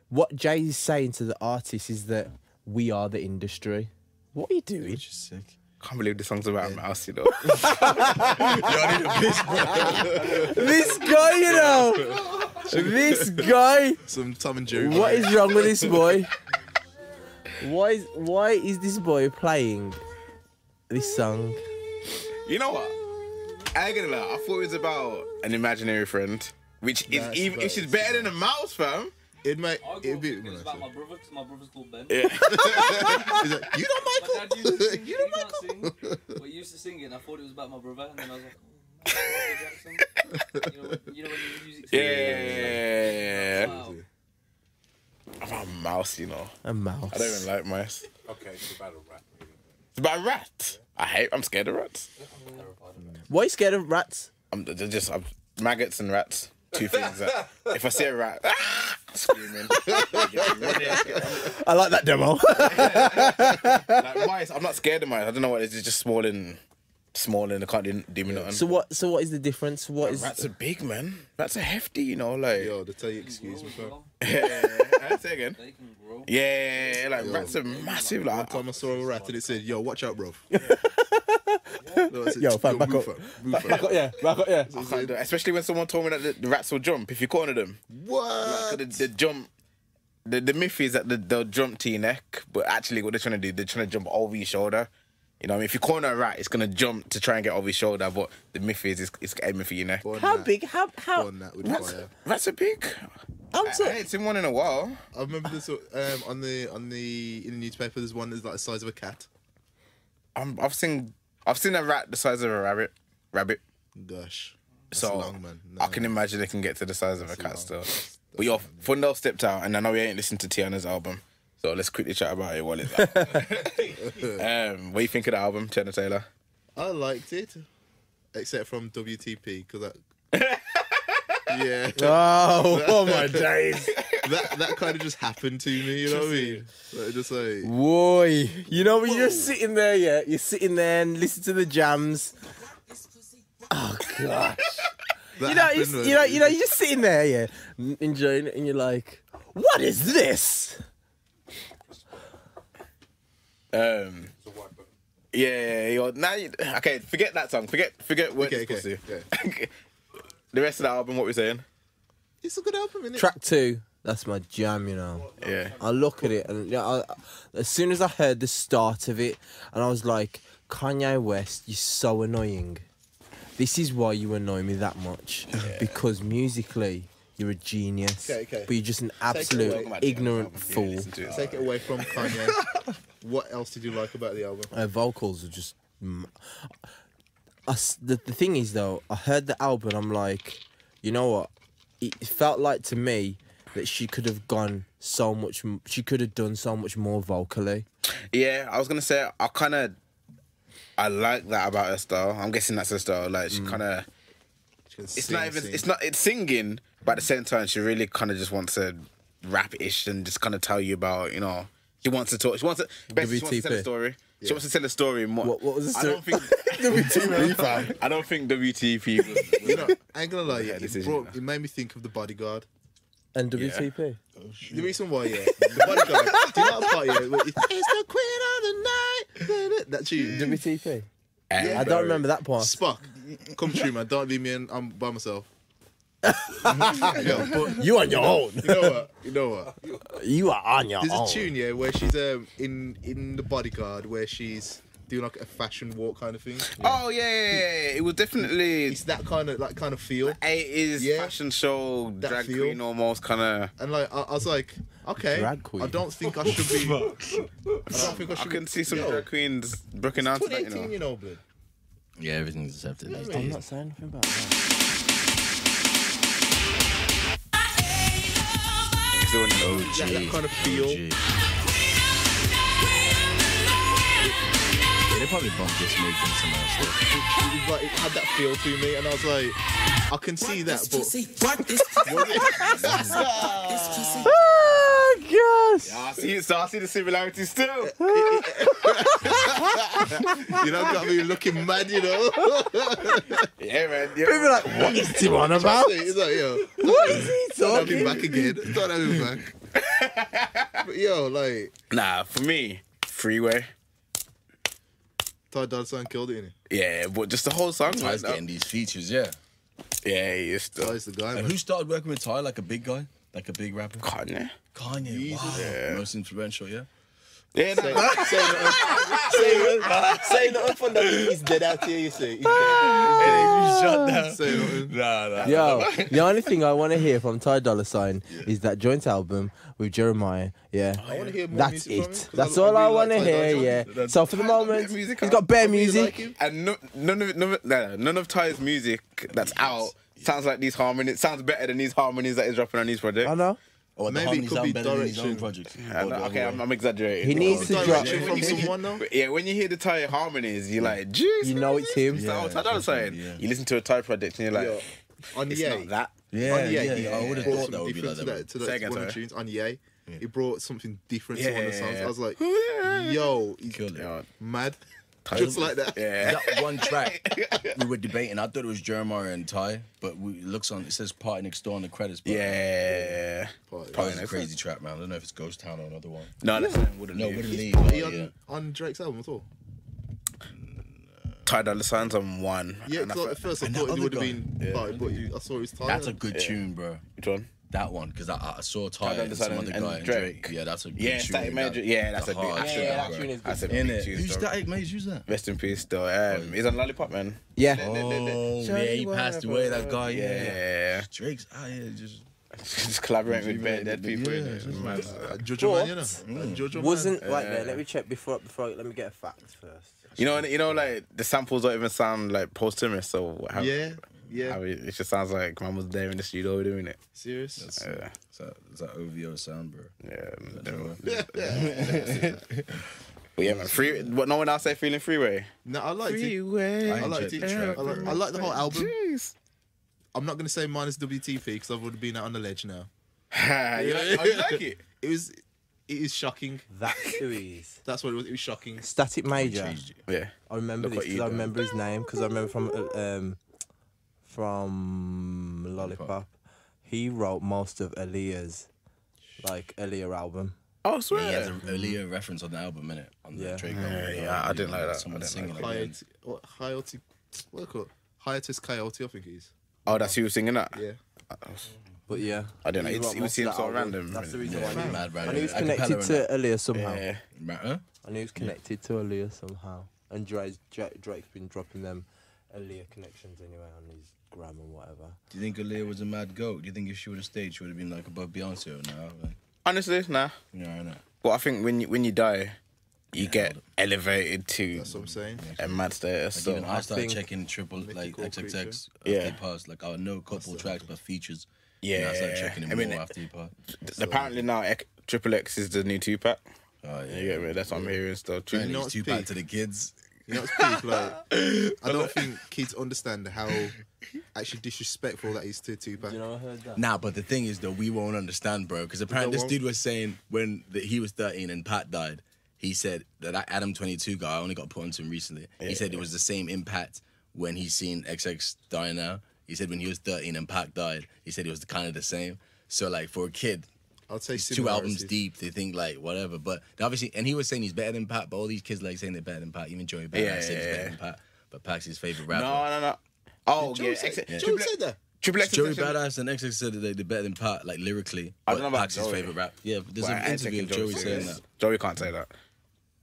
B: What Jay is saying to the artist is that we are the industry. What are you doing?
D: Which is sick.
A: Can't believe the song's about a mouse, you know.
B: this guy, you know, this guy.
C: Some Tom and Jerry.
B: What is wrong with this boy? Why is why is this boy playing this song?
A: You know what? I ain't gonna lie. I thought it was about an imaginary friend, which is
C: That's
A: even.
C: right.
A: She's better than a mouse, fam.
C: It might.
F: I
C: It'd
F: grew up
C: be.
F: thinking it was about my
C: He's
F: brother because my brother's called Ben.
C: like, you know,
F: My dad used to sing, you can't sing. But he used to sing it and I thought it was about my brother and then I was like, oh, Michael Jackson. You know, when- you know when the music's
A: Yeah.
F: Wow.
A: I'm a mouse, you know.
B: A mouse.
A: I don't even like mice.
E: Okay, it's about a rap. really.
A: It's about a rat. I hate. I'm scared of rats.
B: Why you scared of rats?
A: I'm they're just I'm, maggots and rats. Two things that if I see a rat, ah, screaming.
B: I like that demo.
A: like mice, I'm not scared of mice. I don't know what it is. It's just small and small and I can't do, do me nothing.
B: so what? So what is the difference? What is?
A: Rats are big, man. Rats are hefty, you know. Like,
C: yo, they tell you,
F: They can
C: excuse
F: grow
C: me,
F: as
C: fam.
F: well.
A: yeah, say again.
F: They can grow.
A: Yeah, like rats are massive.
C: One
A: Like,
C: time I saw a rat and it said, "Yo, watch out, bro."
B: Yo, fam, back up. Back up, yeah, back up, yeah.
A: I can't do it. especially when someone told me that the, the rats will jump if you corner them.
C: What?
A: The, the jump. The, the myth is that the, they'll jump to your neck, but actually, what they're trying to do, they're trying to jump over your shoulder. You know, what I mean, if you corner a rat, it's gonna jump to try and get over your shoulder. But the myth is, it's, it's aiming for your neck.
C: Born
B: How
C: that-
B: big? How how?
C: Born that with
A: Rats,
C: fire.
A: rats are big.
B: I'm
A: I
B: so.
A: ain't seen one in a while.
C: I remember this um, on the on the in the newspaper. There's one that's like the size of a cat.
A: I'm, I've seen, I've seen a rat the size of a rabbit. Rabbit.
C: Gosh, that's
A: So
C: long, man.
A: I
C: Nah,
A: can imagine it can get to the size of a cat still.
C: long.
A: But yo, Fundo stepped out, and I know we ain't listened to Tiana's album, so let's quickly chat about it while it's out. um, what you think of the album, Tiana Taylor?
C: I liked it, except from WTP because that. yeah,
B: Oh, oh my days.
C: that that kind of just happened to me. You know what I mean? Like, just like
B: Boy, you know when you're sitting there, yeah, you're sitting there and listen to the jams. Oh gosh.
C: that
B: you know,
C: happened,
B: you,
C: man.
B: you know, you know, you're just sitting there, yeah, n- enjoying it, and you're like, "What is this?"
A: Um,
E: It's a white button.
A: yeah, yeah, yeah, yo, now you, okay, forget that song. Forget, forget what
C: Okay,
A: okay,
C: okay,
A: okay. the rest of the album. What we saying?
C: It's a good album, is
B: Track two, That's my jam, you know.
A: Yeah.
B: I look at it and yeah, I, as soon as I heard the start of it, and I was like, Kanye West, you're so annoying. This is why you annoy me that much because musically you're a genius,
C: Okay, okay.
B: but you're just an
C: away.
B: absolute
C: Talking
B: ignorant fool.
C: Take it away from Kanye. what else did you like about the album?
B: Her vocals are just. m- I s the, the thing is though, I heard the album. I'm like, you know what? It felt like to me that she could have gone so much. m- She could have done so much more vocally.
A: Yeah, I was gonna say I kind of I like that about her style. I'm guessing that's her style. Like
B: Mm.
A: she kind of
C: She can
A: it's
C: sing,
A: not even
C: sing.
A: it's not it's singing, but at the same time she really kind of just wants to rap ish and just kind of tell you about you know she wants to talk. She wants to basically she wants to tell a
B: WTP.
A: story. She wants to tell a story. More.
B: What, what was the
A: I
B: story?
A: don't think
C: WTP, fam.
A: I don't think WTP. Was,
C: You know, I ain't gonna lie, yeah, it,
A: decision,
C: brought,
A: though.
C: it made me think of the bodyguard.
B: And WTP.
C: The reason why, yeah, the bodyguard. do you know that part, yeah? where it- It's the queen of the night. That tune.
B: WTP.
A: Yeah,
B: I
A: bro.
B: don't remember that part.
C: Spock, come true, man. Don't leave me in. I'm by myself. Mm-hmm. yeah, but
B: You on your own.
C: you know what? You know what?
B: You are on your
C: There's
A: Oh.
B: own.
C: a tune, yeah, where she's um in in the bodyguard, where she's doing like a fashion walk kind of thing.
A: Oh yeah, yeah, yeah, yeah. it was definitely
C: It's that kind of that kind of feel.
A: 80s
C: Yeah.
A: fashion show
C: That
A: drag
C: feel.
A: queen almost kind of.
C: And like I, I was like, okay,
B: Drag queen.
C: I don't think I should be. I don't think I
A: I
C: should.
A: can see some
C: Yo,
A: drag queens broken out to that, you
C: 2018,
A: know.
C: you know, blood.
D: Yeah, everything's accepted. these
B: I'm
D: days.
B: not saying anything about that.
A: Doing it.
C: That, that kind of feel.
D: Gee. Yeah, they probably bumped this make into some other stuff.
C: It was like it had that feel to me, and I was like, I can see that, but
B: Ah, Oh gosh.
A: I see, so I see the similarity still.
C: you know, got me looking mad, you know.
A: Yeah, man.
B: People are like, what is he on about?
C: it's like, yo,
B: What is he
C: don't have
B: talking?
C: me back again. Don't have me back. but yo, like
A: Nah, for me, freeway.
C: Ty Dolla Sign killed it, innit?
A: Yeah, but just the whole song.
D: I
A: Right?
D: was getting these features, yeah.
A: Yeah, it's
C: Ty
A: still
C: is the guy,
D: And
C: man.
D: who started working with Ty? Like a big guy? Like a big rapper?
A: Kanye.
D: Kanye. Wow. Most influential, yeah.
A: Yeah, no,
C: say nothing. Say nothing. Say nothing for nothing. He's dead out here, you see. He's dead.
D: shut down.
C: Say nothing.
D: Nah, nah.
B: Yo, the only thing I want to hear from Ty Dolla Sign is that joint album with Jeremiah. Yeah.
C: I want to hear more
B: That's
C: music from him,
B: it.
C: 'cause
B: That's
C: lo-
B: all I,
C: really
B: want to
C: like Ty Dolla
B: hear.
C: Sign.
B: yeah.
D: That's-
B: So for the
A: Ty's got
B: moment,
A: better music
B: he's
A: out.
B: got bare
C: I really like
B: music.
C: him.
A: and no, none of none of, no, no, none of Ty's music that's out sounds like these harmonies. Sounds better than these harmonies that he's dropping on these projects.
B: I know.
D: Or
C: Maybe
D: the
C: it
D: harmonies
C: could
D: sound
C: be
D: better than his own
C: direction.
D: projects.
A: I know, okay, I'm, I'm exaggerating.
B: He needs to drop.
C: Direction from someone though.
A: But yeah, when you hear the Thai harmonies, you're like, jeez.
B: You know it's him.
A: Yeah,
D: Yeah,
A: I don't know
D: it's
A: saying.
D: definitely, yeah.
A: You listen to a Thai project and you're like,
C: Yo, on
A: it's
C: Ye.
A: not that.
D: yeah,
C: on Ye,
D: yeah, yeah,
C: he
D: I would have
C: brought
D: thought that
C: something
D: would be like
C: different
D: that. man.
C: to that. To
A: Say
C: that
A: again,
C: one of the
A: sorry.
C: tunes on Ye, he brought something different to one of the
A: Yeah.
C: songs. I was like, yo, he's
D: Killed it.
A: Yeah.
C: mad, just like that.
A: Oh, Yeah.
D: that one track we were debating. I thought it was Jeremiah and Ty, but we, it looks on. It says Party Next Door on the credits. But
A: Yeah.
C: Party.
D: Party Next Crazy track, man. I don't know if it's Ghost Town or another one.
A: No, that's wouldn't
D: No,
A: no,
D: wouldn't leave.
C: He
D: Oh,
C: on,
D: yeah.
C: on Drake's album at all?
A: Ty Dolla Sign's on one.
C: Yeah,
A: and I
C: because
A: fe-
C: at first I
D: and that
C: thought it
D: other
C: would have
D: guy.
C: been Ty, but you- I saw it was Ty.
D: That's a good tune, bro.
A: Which one?
D: That one, because I, I saw Ty
A: Dolla
D: and
A: Sign
D: some other
A: and- and
D: guy and
A: Drake.
D: Drake. Yeah, that's a good
A: Yeah,
D: tune.
A: Static Major. Yeah, that's a big.
D: hard
A: that's
D: tune,
A: a-
B: that
D: bro.
B: tune is good.
A: That's a
D: In
A: big
D: it.
A: tune.
D: Who's
A: though.
D: Static Major? Who's that?
A: Rest in peace, though. Um, he's on Lollipop, man.
B: Yeah.
D: Oh, yeah, he passed away. That guy. Yeah.
A: Yeah.
D: Drake's out here just
A: Just collaborating with bare dead people.
D: Yeah,
A: innit?
D: that's
A: Mad.
C: Uh, Jojo Man, you know. Uh, Jojo Man.
B: Wasn't right there. Let me check before before. Let me get a fact first.
A: You know, you know, like the samples don't even sound like posthumous. So how,
C: Yeah,
A: how
C: yeah.
A: it, it just sounds like man was there in the studio doing it.
C: Serious.
D: That's,
A: Yeah.
D: it's that, it's that OVO sound, bro.
A: Yeah, never- but yeah, man. Free. What no one else say feeling freeway.
C: No, I liked it.
A: Freeway.
C: I liked it.
D: enjoyed the track,
C: I like,
D: bro.
C: I like the whole album.
A: Jeez.
C: I'm not gonna say minus WTP because I've already been out on the ledge now.
A: you like, oh, you like it?
C: It was, it is shocking.
B: That's who he is.
C: That's what it was. It was shocking.
B: Static Major.
A: Yeah.
B: I remember
A: Look
B: this
A: what you
B: because I
A: done.
B: remember his name because I remember from uh, um from Lollipop. He wrote most of Aaliyah's like Aaliyah album.
A: Oh,
D: He
A: swear.
D: has an earlier reference on the album, innit? On the
B: Yeah.
D: Drake album.
A: yeah, I didn't like that.
D: Someone
A: I didn't
D: singing
A: like
D: like
C: Hiat, what Hiatus, what they call it? Hiatus Coyote, I think it is.
A: Oh, that's who was singing that.
C: Yeah.
B: But yeah,
A: I don't know.
B: He
A: It's,
B: wrote
A: it would
B: most
A: seem
B: of that
A: so
B: album.
A: random.
B: That's the
A: innit?
B: reason
D: Yeah,
B: why. I knew-
D: mad
B: I
D: right
B: knew he was connected to Aaliyah somehow.
A: Yeah.
D: Matter?
B: I knew he was connected to Aaliyah somehow. And Drake, Drake, Drake's been dropping them Aaliyah connections anyway on his gram and whatever.
D: Do you think Aaliyah was a mad goat? Do you think if she would have stayed, she would have been like above Beyonce or now? Like,
A: Honestly, nah.
D: you know, I know.
A: But I think when you, when you die, you get elevated to
C: That's what I'm saying.
A: a mad status.
D: Like
A: So
D: even I,
B: I
D: started
B: think
D: checking triple like
C: Mythical
D: XXX
C: creature.
D: after
A: Yeah.
D: he passed. Like I know a couple tracks, but features.
A: yeah,
D: And I started checking him
A: I mean,
D: more after he passed.
A: apparently now Ec- Triple X is the new two pack.
D: Oh
A: You get me? That's what I'm hearing still. Tri-
D: And
C: know
D: he's
C: what's
D: too bad
C: peak?
D: to the kids.
C: You know, it's peak, like, I don't think kids understand how actually disrespectful that is to Tupac.
B: Do you know I heard that?
D: Nah, but the thing is though, we won't understand, bro. Because apparently this
C: won't.
D: dude was saying when the, he was 13 and Pat died, he said that that Adam 22 guy I only got put onto him recently. he said it was the same impact when he seen XX die now. He said when he was 13 and Pac died, he said it was kind of the same. So like for a kid,
C: I'd say
D: It's two albums
C: similarities.
D: deep. They think like whatever, but they obviously, and he was saying he's better than Pat. But all these kids like saying they're better than Pat. Even Joey Badass
A: Yeah,
D: said he's
A: yeah,
D: better
A: yeah.
D: than Pat. But Pac's his favorite
A: no,
D: rapper.
A: no, no. Oh,
C: Joe
A: yeah.
C: said,
A: X-
C: Joe
A: Triple,
C: said that.
A: Triple X.
D: Joey
A: is actually-
D: Badass and XX said that they- they're better than Pat, like lyrically.
A: I
D: I
A: don't know about
D: Pac's his
A: Joey.
D: favorite rap. Yeah, but there's
A: Well,
D: an
A: I ain't
D: interview
A: taking
D: of Joey
A: Joey
D: saying
A: serious.
D: that.
A: Joey can't say that.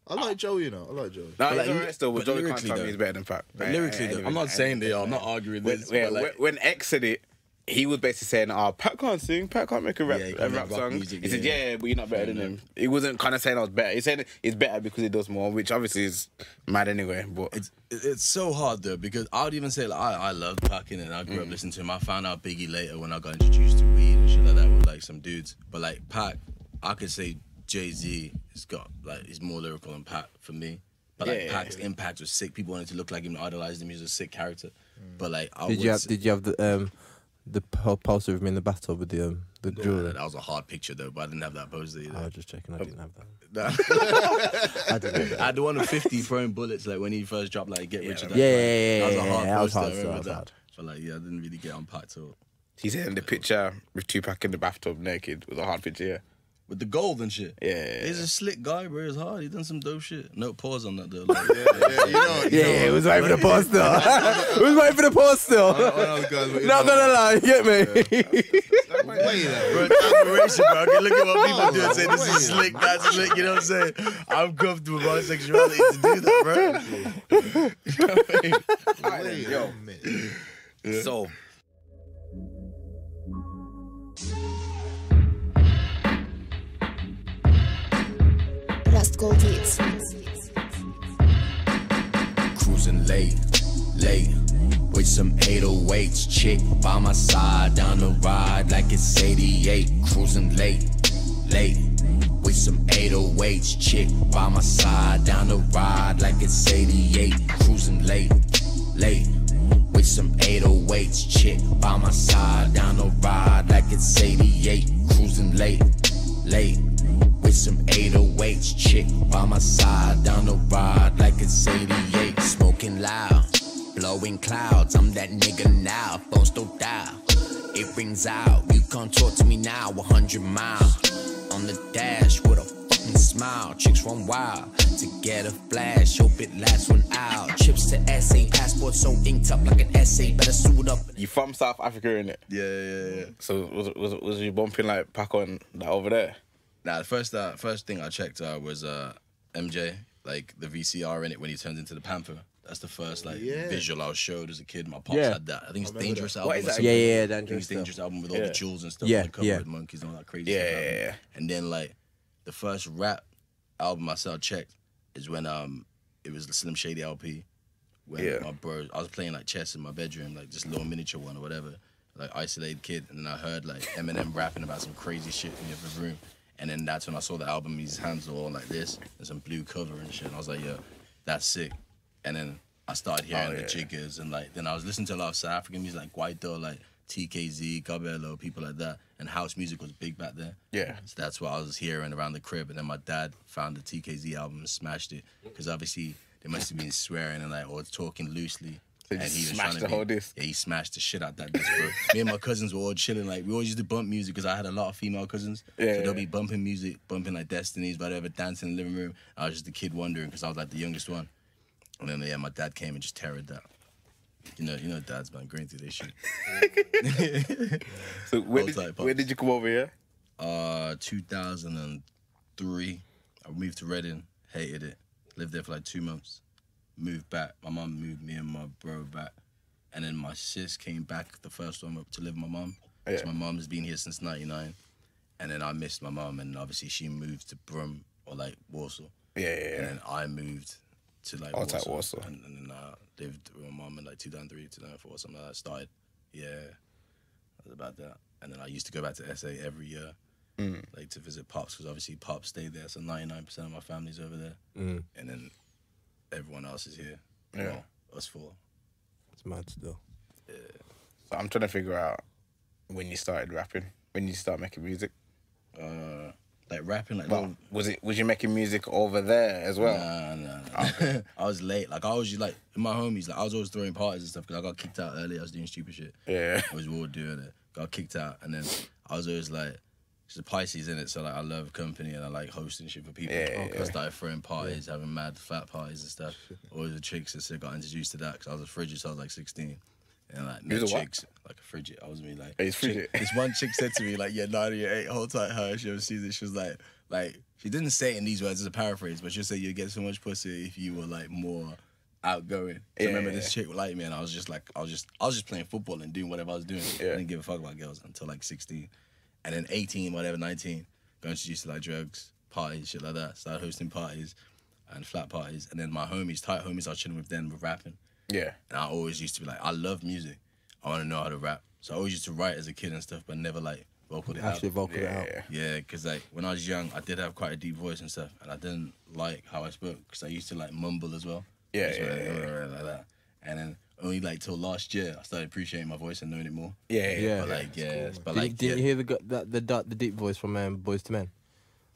C: I like Joey, you know. I like Joey.
A: No,
D: But
A: he's
D: like,
A: alright still, but
D: but
A: Joey can't
D: lyrically
A: tell me
D: though-
A: he's better than Pat.
D: But
A: Right,
D: lyrically,
A: anyway,
D: though, I'm not
A: I-
D: saying they are. I'm not arguing
A: when,
D: this.
A: yeah,
D: but, like,
A: when when X said it, he was basically saying, "Oh, Pat can't sing. Pat can't make a rap,
D: Yeah, he
A: a
D: can't
A: rap
D: make rock
A: song."
D: music,
A: he said,
D: yeah.
A: "Yeah, but you're not better than him." He wasn't kind of saying I was better. He said it's better because he does more, which obviously is mad anyway. But
D: it's it's so hard though because I would even say like I I love packing and I grew
A: Mm.
D: up listening to him. I found out Biggie later when I got introduced to weed and shit like that with like some dudes. But like Pac, I could say Jay Z has got like he's more lyrical than Pac for me. But like
A: Yeah, yeah,
D: Pac's impact was sick. People wanted to look like him, idolized him. He was a sick character.
A: Mm.
D: But like I
B: Did
D: would
B: you have
D: say-
B: Did you have the um the po- poster of him in the bathtub with the um the jewelry?
D: that was a hard picture though, but I didn't have that poster
B: I
D: either.
B: was just checking. I didn't have that.
D: Nah.
B: I didn't have Uh, that.
D: I had the one of 50 throwing bullets, like when he first dropped, like Get Rich or
B: yeah,
D: Die Trying.
B: yeah,
D: That was
B: yeah,
D: a hard
B: yeah, that was
D: poster,
B: hard,
D: I
B: that
D: remember
B: was
D: that.
B: hard.
D: But like, yeah, I didn't really get unpacked till
A: he said in the picture with Tupac in the bathtub naked was a hard picture.
D: with the gold and shit.
A: Yeah, yeah, yeah.
D: He's a slick guy, bro. He's hard. He done some dope shit. No pause on that though. Like,
C: Yeah, you know, you
B: Yeah, it was waiting for the pause still. it was waiting for the pause still.
C: know, I know the Oh, guys, but you
B: Not
C: know-
B: gonna lie, you get me?
C: Wait, though.
D: Bro, admiration, bro. Okay, look at what people do and say, this
C: Wait.
D: is slick, that's slick. You know what I'm saying? I'm comfortable with my sexuality to do that, bro.
A: Alright then,
C: Wait
A: yo.
C: a minute.
A: So.
G: Rust Gold Hits.
H: Cruising late, late. With some 808s, chick by my side, down the ride like it's 88. Cruising late, late. With some 808s, chick by my side, down the ride like it's 88. Cruising late, late. With some 808s, chick by my side, down the ride like it's 88. Cruising late, late with some 808s chick by my side down the ride like it's 88 smoking loud blowing clouds i'm that nigga now phone still dial it rings out you can't talk to me now 100 miles on the dash with a fucking smile chicks run wild to get a flash hope it lasts one hour chips to essay passport so inked up like an essay better suit up
A: You from South Africa, innit?
D: yeah, yeah, yeah.
A: So was was was you bumping like Pac on that over there?
D: Nah, the first uh, first thing I checked uh, was uh, MJ, like the VCR in it when he turns into the Panther. That's the first like
C: Yeah.
D: visual I was showed as a kid. My pops
B: Yeah.
D: had that. I think it's
C: remember
D: Dangerous
C: that.
D: album.
A: What is
D: or
A: that?
D: something.
B: Yeah, yeah, yeah,
D: I think
B: Dangerous
D: it's
B: stuff.
D: Dangerous album with all
A: Yeah.
D: the jewels and stuff
B: Yeah,
D: on the cover
B: yeah.
D: with monkeys and all that crazy
A: Yeah,
D: stuff. happening.
A: yeah, yeah.
D: And then like the first rap album I saw checked is when um it was the Slim Shady LP. When
A: Yeah.
D: my bro, I was playing like chess in my bedroom, like this little miniature one or whatever, like isolated kid, and then I heard like Eminem rapping about some crazy shit in the other room, and then that's when I saw the album. His hands were all like this, and some blue cover and shit. And I was like, yo, that's sick. And then I started hearing the
A: Oh, yeah.
D: jiggers and like then I was listening to a lot of South African music like Guaido, like TKZ, Cabello, people like that. And house music was big back then.
A: Yeah.
D: So that's what I was hearing around the crib. And then my dad found the TKZ album and smashed it because obviously they must have been swearing and like or talking loosely.
A: So you
D: and
A: just smashed the whole disc?
D: Yeah, he smashed the shit out that disc, bro. Me and my cousins were all chilling. Like we always used to bump music because I had a lot of female cousins.
A: Yeah,
D: so
A: yeah.
D: they'll be bumping music, bumping like Destiny's, whatever, dancing in the living room. I was just the kid wondering because I was like the youngest one. And then yeah, my dad came and just terrored that. You know, you know, dad's been going through this shit.
A: So when
D: Old
A: did,
D: type, huh?
A: when did you come over here?
D: Uh, 2003, I moved to Reading, hated it. Lived there for like two months. Moved back. My mum moved me and my bro back. And then my sis came back, the first one up to live with my mum. 'Cause
A: Yeah.
D: My mum's been here since 99. And then I missed my mum, and obviously she moved to Brum or like Warsaw.
A: Yeah, yeah,
D: And
A: yeah.
D: then I moved to like
A: Oh, it's
D: Warsaw.
A: like Warsaw.
D: And, and then I lived with my mum in like 2003, 2004, something like that. Started, yeah, that was about that. And then I used to go back to SA every year,
A: Mm.
D: like to visit Pops, because obviously Pops stayed there, so 99% of my family's over there. And then everyone else is here.
A: Yeah.
D: Well, us four.
B: It's mad still.
A: So I'm trying to figure out when you started rapping, when you started making music.
D: Uh, like rapping, like
A: Well,
D: little-
A: was it was you making music over there as well?
D: Nah, nah, nah. I was late. Like I was just like with my homies. Like I was always throwing parties and stuff because I got kicked out early. I was doing stupid shit.
A: Yeah.
D: I was all doing it. Got kicked out, and then I was always like, she's a Pisces in it, so like I love company and I like hosting shit for people.
A: Yeah, yeah,
D: I started throwing parties, having mad flat parties and stuff. Always with chicks and so got introduced to that because I was a frigid, so I was like 16. And like met
A: was a what?
D: chicks, like a frigid. I was me like
A: Hey, it's
D: chick-
A: frigid.
D: This one chick said to me like, "Yeah, nine of your eight, hold tight, her." She ever sees it. She was like, like she didn't say it in these words. It's a paraphrase, but she said you get so much pussy if you were like more outgoing. So I
A: Yeah,
D: remember
A: yeah,
D: this chick liked me, and I was just like, I was just, I was just playing football and doing whatever I was doing.
A: Yeah.
D: I didn't give a fuck about girls until like 16, and then 18, whatever, 19, got introduced to like drugs, parties, shit like that. Started hosting parties and flat parties, and then my homies, tight homies, I was chilling with them, with rapping.
A: Yeah.
D: And I always used to be like, I love music. I want to know how to rap. So I always used to write as a kid and stuff, but never like vocal it out.
B: Actually vocal
A: Yeah.
B: it out.
A: yeah.
D: Yeah, because like when I was young, I did have quite a deep voice and stuff, and I didn't like how I spoke because I used to like mumble as well.
A: Yeah,
D: Just
A: yeah,
D: like,
A: yeah,
D: like that. And then only like till last year, I started appreciating my voice and knowing it more.
A: Yeah. Yeah.
B: Yeah.
D: But like, yeah, but
B: Did you-
D: like,
B: did you
D: yeah,
B: hear the, gu- that, the da- the deep voice from um, Boys to Men?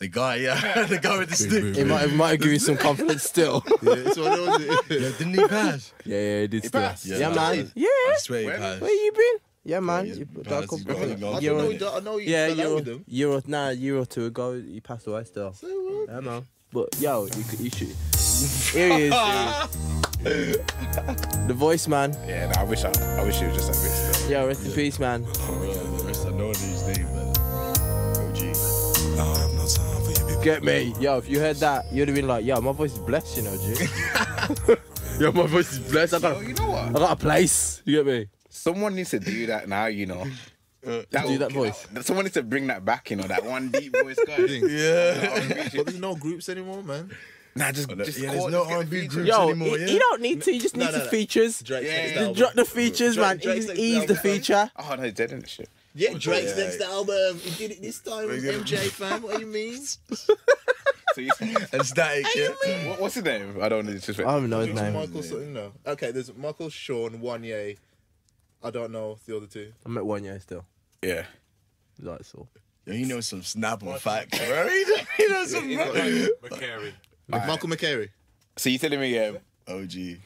D: the guy, yeah, the guy with the stick.
B: It might it might have given you some confidence still.
C: Yeah, it's one of those-
D: Yo, didn't he pass?
B: yeah, yeah, it did still.
A: passed.
B: Yeah,
D: Yeah,
B: man.
D: it
B: Yeah.
D: I swear he
A: Where-
D: passed.
B: Where you been? Yeah, man.
D: he's
B: You,
D: passed,
B: that
D: he's
B: come,
D: got
C: I
D: it gone.
C: don't
B: You're
C: know,
B: on-
C: you don't- I know you
B: yeah,
C: fell out
B: year,
C: with them.
B: year or nah, year or two ago, he passed away still. I don't know. But yo, you, c- you should. Here he is. here he is. the voice man.
A: yeah no, I wish I, I wish it was just like this. Though.
B: Yo, rest in peace, man.
D: For real, the rest I know his name, but OG.
B: Get me. Yo, if you heard that, you'd have been like, yo, my voice is blessed, you know, G. yo, my voice is blessed. I got,
A: Oh, You know
B: I
A: what?
B: got a place. You get me?
A: Someone needs to do that now. You know. Uh,
B: do that voice.
A: Someone needs to bring that back. You know that one deep voice guy.
D: Yeah.
C: But there's no groups anymore, man.
A: nah, just Oh, just
D: yeah,
A: call-
D: there's no
A: just get the
D: R&B
A: feature.
D: groups
B: Yo,
D: anymore.
B: he,
D: yeah?
B: he don't need to. He just needs
C: no,
B: the
C: no.
B: features.
C: Drake's
A: Yeah.
C: next
A: Just
C: album.
B: Drop the features,
C: Drake-
B: man.
C: Drake's
B: He's
C: next
B: eased the
C: album.
B: feature.
A: Oh no, he didn't shit.
C: Yeah, Drake's
D: Yeah.
C: next album. He did it this time, MJ fam. What do you mean?
A: So you,
D: And static. yeah.
A: what, what's his name? I don't want to disrespect.
D: Uh,
B: I don't know his
C: It's
B: name.
C: Michael something no. Okay, there's Michael Sean, Wanye. I don't know the other two.
B: I met one year still.
A: yeah.
B: That's all.
D: Yo, he knows some snap on facts, bro. He knows, he knows some
E: McCary.
C: Michael McCary.
A: So you telling me, um,
D: OG.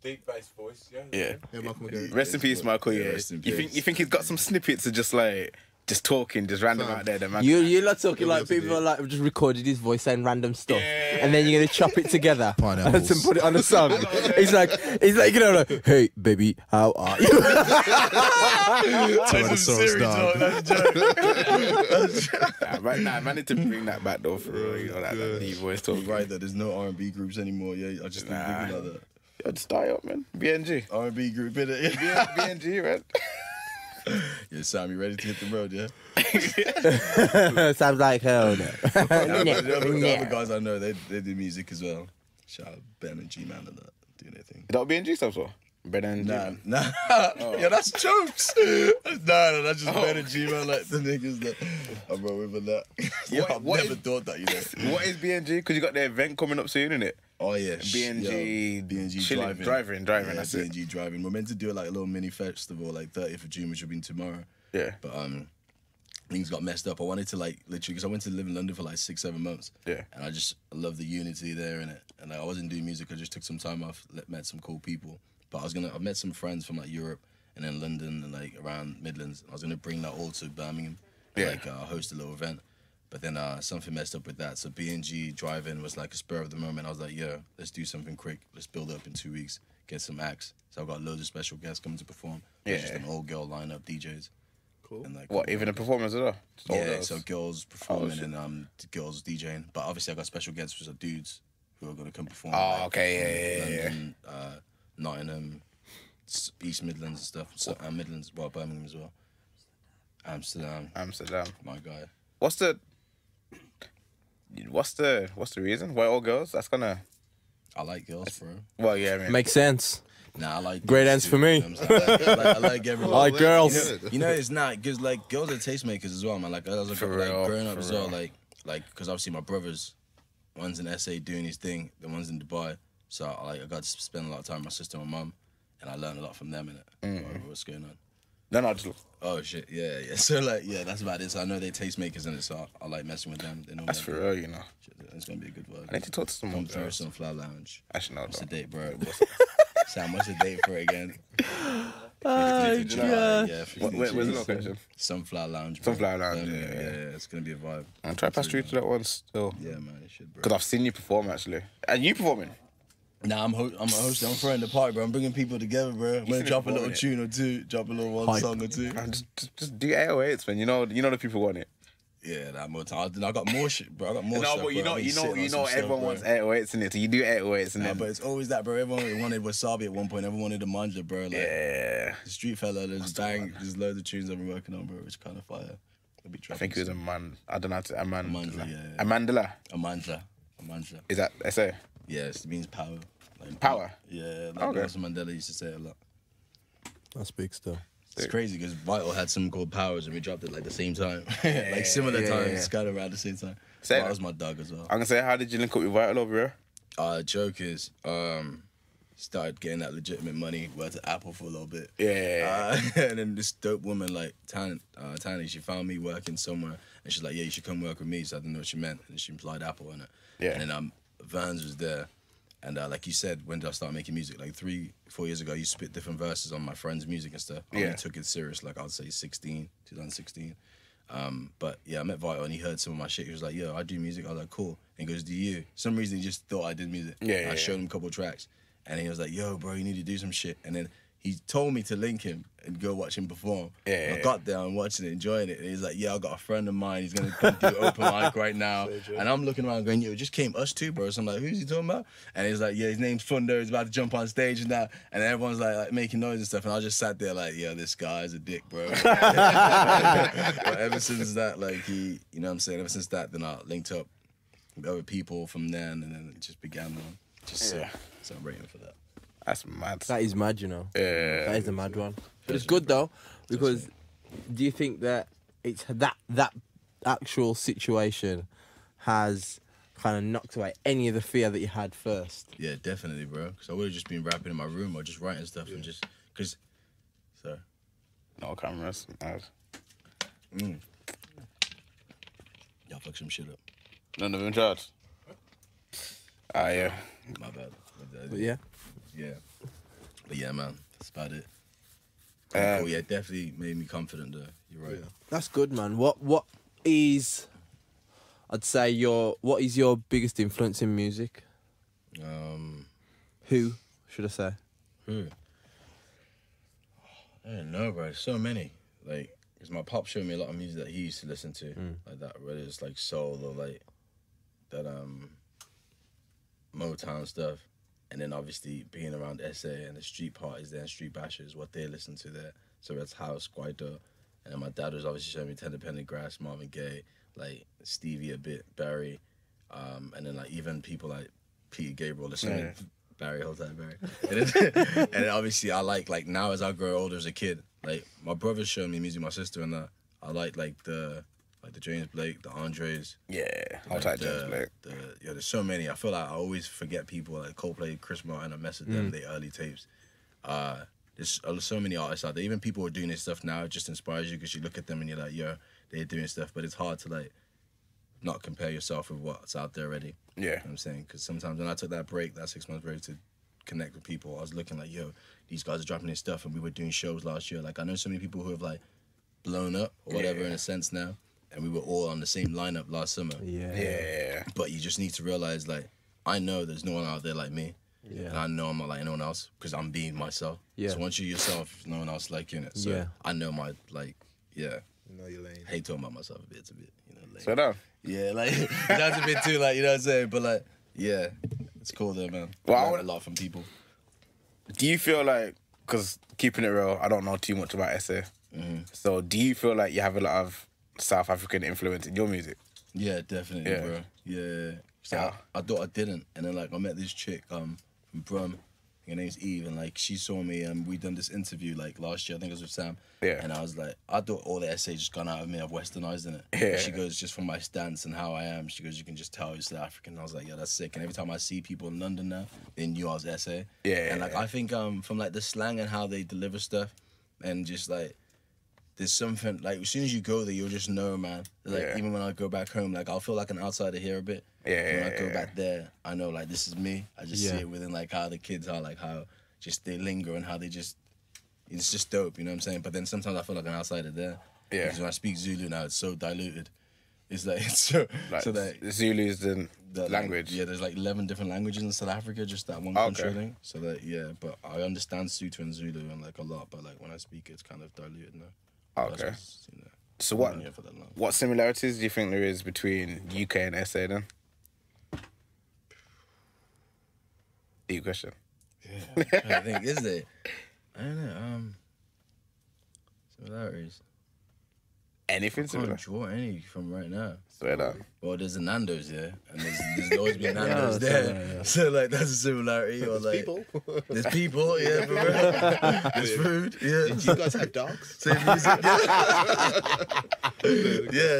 E: Deep bass voice, yeah.
A: yeah.
C: Yeah, Michael McCary.
A: Rest in peace, Michael. Yeah.
D: Yeah, rest in
A: You think
D: peace.
A: you think he's got some snippets of just like just talking, just random
C: Fam.
A: out there, that man.
B: You you're not talking
C: Yeah,
B: like
C: that's what
B: people
C: it
B: are
C: is.
B: like just recorded his voice saying random stuff, and then you're gonna chop it together and
C: Pineapples.
B: then put it on a song. he's like he's like you know like hey baby how are you?
D: That's some serious talk, that's a joke.
A: Nah, right now, man, I need to bring that back though for real. You know that, that deep voice talk.
D: You're right that there's no R&B groups anymore. Yeah, I just think
A: Nah.
D: people like that.
A: Yo, just die up, man. BNG.
D: R&B group in it. Yeah.
A: BNG, man.
D: yeah, Sam, you ready to hit the road? Yeah.
B: Sounds like hell. No.
D: yeah, but the other, the
B: Yeah.
D: other guys I know, they they do music as well. Shout out Ben and G Man and that doing their thing.
A: Is that what BNG stands for? Ben and
D: Nah,
A: G.
D: nah,
A: Oh.
D: yeah, that's jokes. nah, nah, that's just Ben and G Man like the niggas that I'm rolling with that. Yo,
A: What-
D: I've
A: what
D: never
A: is-
D: thought that, you know.
A: What is BNG? Because you got the event coming up soon, innit?
D: Oh yeah, sh-
A: BNG
D: yo, BNG
A: chilling,
D: driving,
A: driving, driving,
D: Yeah,
A: that's it.
D: BNG driving. We're meant to do like a little mini festival, like 30th of June, which will be tomorrow.
A: Yeah.
D: But um, things got messed up. I wanted to like literally because I went to live in London for like six, seven months.
A: Yeah.
D: And I just love the unity there in it. And like, I wasn't doing music. I just took some time off, let, met some cool people. But I was gonna, I met some friends from like Europe and then London and like around Midlands. I was gonna bring that all to Birmingham.
A: Yeah.
D: Like uh, host a little event. But then uh, something messed up with that. So BNG driving was like a spur of the moment. I was like, yeah, let's do something quick. Let's build up in two weeks, get some acts. So I've got loads of special guests coming to perform. It's just
A: Yeah.
D: an all girl lineup, DJs.
C: Cool.
D: And like
A: What, even a performance as well? Just all
D: yeah,
A: those.
D: so girls
A: Oh,
D: performing
A: shit.
D: and um t- girls DJing. But obviously I got special guests which are dudes who are gonna come perform.
A: Oh, okay, yeah, yeah, yeah, yeah.
D: London, uh Nottingham, S- East Midlands and stuff. So, uh, Midlands, well, Birmingham as well. Amsterdam,
A: Amsterdam.
D: my guy.
A: What's the what's the what's the reason why all girls? That's gonna
D: I like girls, bro.
A: well, yeah, I mean,
B: Makes sense.
D: Nah, I like
B: Great
D: girls
B: answer
D: too,
B: for me.
D: you know what I'm saying? I like, I like everyone.
B: Like girls.
D: you know, it's not because like girls are tastemakers as well, man. Like I was like,
A: For
D: like,
A: real,
D: growing up
A: for
D: as well,
A: real.
D: like like because obviously my brothers, one's in SA doing his thing, the one's in Dubai. So I, like I got to spend a lot of time with my sister and my mum, and I learned a lot from them in it.
A: Mm.
D: What's going on?
A: no, no, just,
D: Oh shit, yeah, yeah. So like, yeah, that's about it. So I know they're tastemakers in it, so I, I like messing with them. They know
A: that's
D: what
A: for
D: I do.
A: real, you know.
D: Shit, It's gonna be a good work.
A: I need to talk to someone.
D: Come
A: Bro.
D: through Sunflower Lounge.
A: Actually, no,
D: What's the
A: don't.
D: date, bro? What's, Sam, what's the date for it again?
B: Oh,
D: 15th of July,
B: gosh.
D: yeah,
A: What,
D: 15th
A: wait, where's the
D: July.
A: location?
D: Sunflower Lounge. bro.
A: Sunflower Lounge,
D: Um,
A: yeah, yeah.
D: it's gonna be a vibe.
A: I'm trying to pass through to that one still
D: Yeah, man, it should, bro.
A: because I've seen you perform actually, and you performing.
D: Nah, I'm ho- I'm a host. I'm throwing the party, bro. I'm bringing people together, bro. I'm gonna
A: should
D: drop a
A: have
D: little
A: brought it.
D: tune or two, drop a little one
B: Hype.
D: song or two.
A: Man, Just, just, just do 808s, man. You know, you know the people want it.
D: Yeah, that more time. I got more shit, bro. I got more. stuff, bro. I've been sitting on some stuff, bro.
A: 808s in it, so you do 808s and
D: Nah, but it's always that, bro. Everyone wanted wasabi at one point. Everyone wanted a manja, bro. Like
A: yeah,
D: the street fella, there's bang, there's loads of tunes I've been working on, bro. Which kind of fire. I'll be
A: I think it was a man. I don't know. how to- A man.
D: Amandla, yeah, yeah.
A: A mandala.
D: a manja, a manja.
A: Is that SA?
D: Yes, it means power. Like,
A: Power?
D: Yeah, like
A: Okay.
D: Nelson Mandela used to say a lot.
B: That's big stuff.
D: It's crazy because Vital had some called Powers and we dropped it like the same time, like similar
A: yeah,
D: times,
A: yeah.
D: kind of around the same time.
A: Say
D: Say
A: that.
D: was my dog as well.
A: I'm gonna say, how did you link up with Vital over here?
D: Uh, Jokers um, started getting that legitimate money. Worked at Apple for a little bit.
A: Yeah.
D: Uh, and then this dope woman, like Tan, uh, Tani, she found me working somewhere, and she's like, "Yeah, you should come work with me." So I didn't know what she meant, and she implied Apple in it.
A: Yeah.
D: And then um, Vans was there, and uh, like you said, when did I start making music? Like three, four years ago, I used to spit different verses on my friends' music and stuff. I
A: Yeah.
D: only took it serious, like I'd say 16, 2016. Um, but yeah, I met Vital and he heard some of my shit. He was like, "Yo, I do music." I was like, "Cool." And he goes, "Do you?" For some reason he just thought I did music.
A: Yeah,
D: And
A: yeah,
D: I
A: yeah.
D: showed him a couple tracks, and he was like, "Yo, bro, you need to do some shit." And then he told me to link him and go watch him perform.
A: Yeah,
D: And
A: yeah,
D: I got there and watching it, enjoying it. And he's like, "Yeah, I got a friend of mine. He's gonna come do open mic right now." And I'm looking around going, "Yo, it just came us two, bro." So I'm like, "Who's he talking about?" And he's like, "Yeah, his name's Fundo. He's about to jump on stage and that." And everyone's like, like making noise and stuff. And I just sat there like, "Yo, this guy's a dick, bro." but ever since that, like he, you know what I'm saying? Ever since that, then I linked up with other people from then, and then it just began on. Just
A: Yeah.
D: so, celebrating for that.
A: That's mad.
B: That is mad, you know.
A: Yeah.
B: That is a mad one. But it's good though, because do you think that it's that that actual situation has kind of knocked away any of the fear that you had first?
D: Yeah, definitely, bro. Because I would have just been rapping in my room or just writing stuff and just because. So
A: No cameras. Mad.
D: mm. y'all fuck some shit up.
A: None of them charged. Ah, yeah.
D: My bad.
B: But yeah,
D: Yeah. But yeah, man, that's about it.
A: Um,
D: oh yeah, definitely made me confident though. You're right.
B: that's good, man. What what is I'd say your what is your biggest influence in music?
D: Um,
B: Who should I say?
D: who? I don't know, bro. So many. Like, because my pop showed me a lot of music that he used to listen to, like that, whether it's like soul or like that um Motown stuff. And then obviously being around SA and the street parties there and street bashes, what they listen to there. So that's House, Guido. And then my dad was obviously showing me Tender Pendergrass, Marvin Gaye, like Stevie a bit, Barry. Um, and then like even people like Peter Gabriel listening to Barry whole time, Barry. And then, and then obviously I like like now as I grow older as a kid, like my brother showed me music, my sister and that. I like like the like the James Blake, the Andres,
A: Yeah. I'll type James
D: the-
A: Blake.
D: the- yeah, there's so many. I feel like I always forget people like Coldplay, Chris Martin. I mess with
A: Mm.
D: them, the early tapes. Uh, there's uh, so many artists out there. Even people who are doing this stuff now, it just inspires you because you look at them and you're like, yo, they're doing stuff. But it's hard to like not compare yourself with what's out there already.
A: Yeah.
D: You know what I'm saying because sometimes when I took that break, that six month break to connect with people, I was looking like, yo, these guys are dropping this stuff, and we were doing shows last year. Like I know so many people who have like blown up or whatever in a sense now, and we were all on the same lineup last summer.
A: Yeah.
D: But you just need to realize, like, I know there's no one out there like me.
B: Yeah.
D: And I know I'm not like anyone else because I'm being myself.
B: Yeah.
D: So once you're yourself, no one else like you. Know? So
B: Yeah.
D: I know my like, yeah.
C: No, you're lame.
D: I hate talking about myself a bit, it's a bit, you know. Like,
A: So no.
D: yeah, like that's a bit too, like you know what I'm saying. But like, yeah, it's cool though, man.
A: Well, I
D: I learned
A: wanna-
D: a lot from people.
A: Do you feel like, because keeping it real, I don't know too much about SA. So do you feel like you have a lot of South African influence in your music?
D: Yeah, definitely,
A: Yeah.
D: bro. Yeah. So
A: Yeah.
D: I, I thought I didn't, and then like I met this chick um from Brum. Her name's Eve, and like she saw me, and we done this interview like last year. I think it was with Sam.
A: Yeah.
D: And I was like, I thought all the essay just gone out of me. I've westernized in it.
A: Yeah.
D: She goes, just from my stance and how I am. She goes, you can just tell you're South African. And I was like, yeah, that's sick. And every time I see people in London now, they knew I was essay.
A: Yeah.
D: And like I think um from like the slang and how they deliver stuff, and just like there's something like as soon as you go there, you'll just know, man. Like
A: Yeah.
D: even when I go back home, like I'll feel like an outsider here a bit.
A: Yeah,
D: When I
A: yeah,
D: go
A: yeah.
D: back there, I know like this is me. I just see
B: Yeah.
D: it within like how the kids are, like how just they linger and how they just it's just dope, you know what I'm saying? But then sometimes I feel like an outsider there.
A: Yeah.
D: Because when I speak Zulu now, it's so diluted. It's like it's so
A: Like,
D: so that
A: Zulu's the,
D: that, like,
A: language.
D: yeah, there's like eleven different languages in South Africa, just that one
A: Okay.
D: country thing. So that yeah, but I understand Sutu and Zulu and like a lot, but like when I speak, it's kind of diluted now. But that's
A: Ah, Oh, Okay.
D: just, you know,
A: So
D: I've
A: what
D: been here for that long.
A: what similarities do you think there is between UK and SA then? Deep question.
D: Yeah, I think is it? I don't know. Um, similarities.
A: Anything
D: I can't
A: similar?
D: draw any from right now.
A: Swear that.
D: Well, there's a Nando's there, and there's, there's always been Nando's
B: Yeah,
D: there. So like that's a similarity, or like
C: People,
D: there's people, yeah, for real. there's food, yeah.
C: do you guys have dogs?
D: Same music. yeah,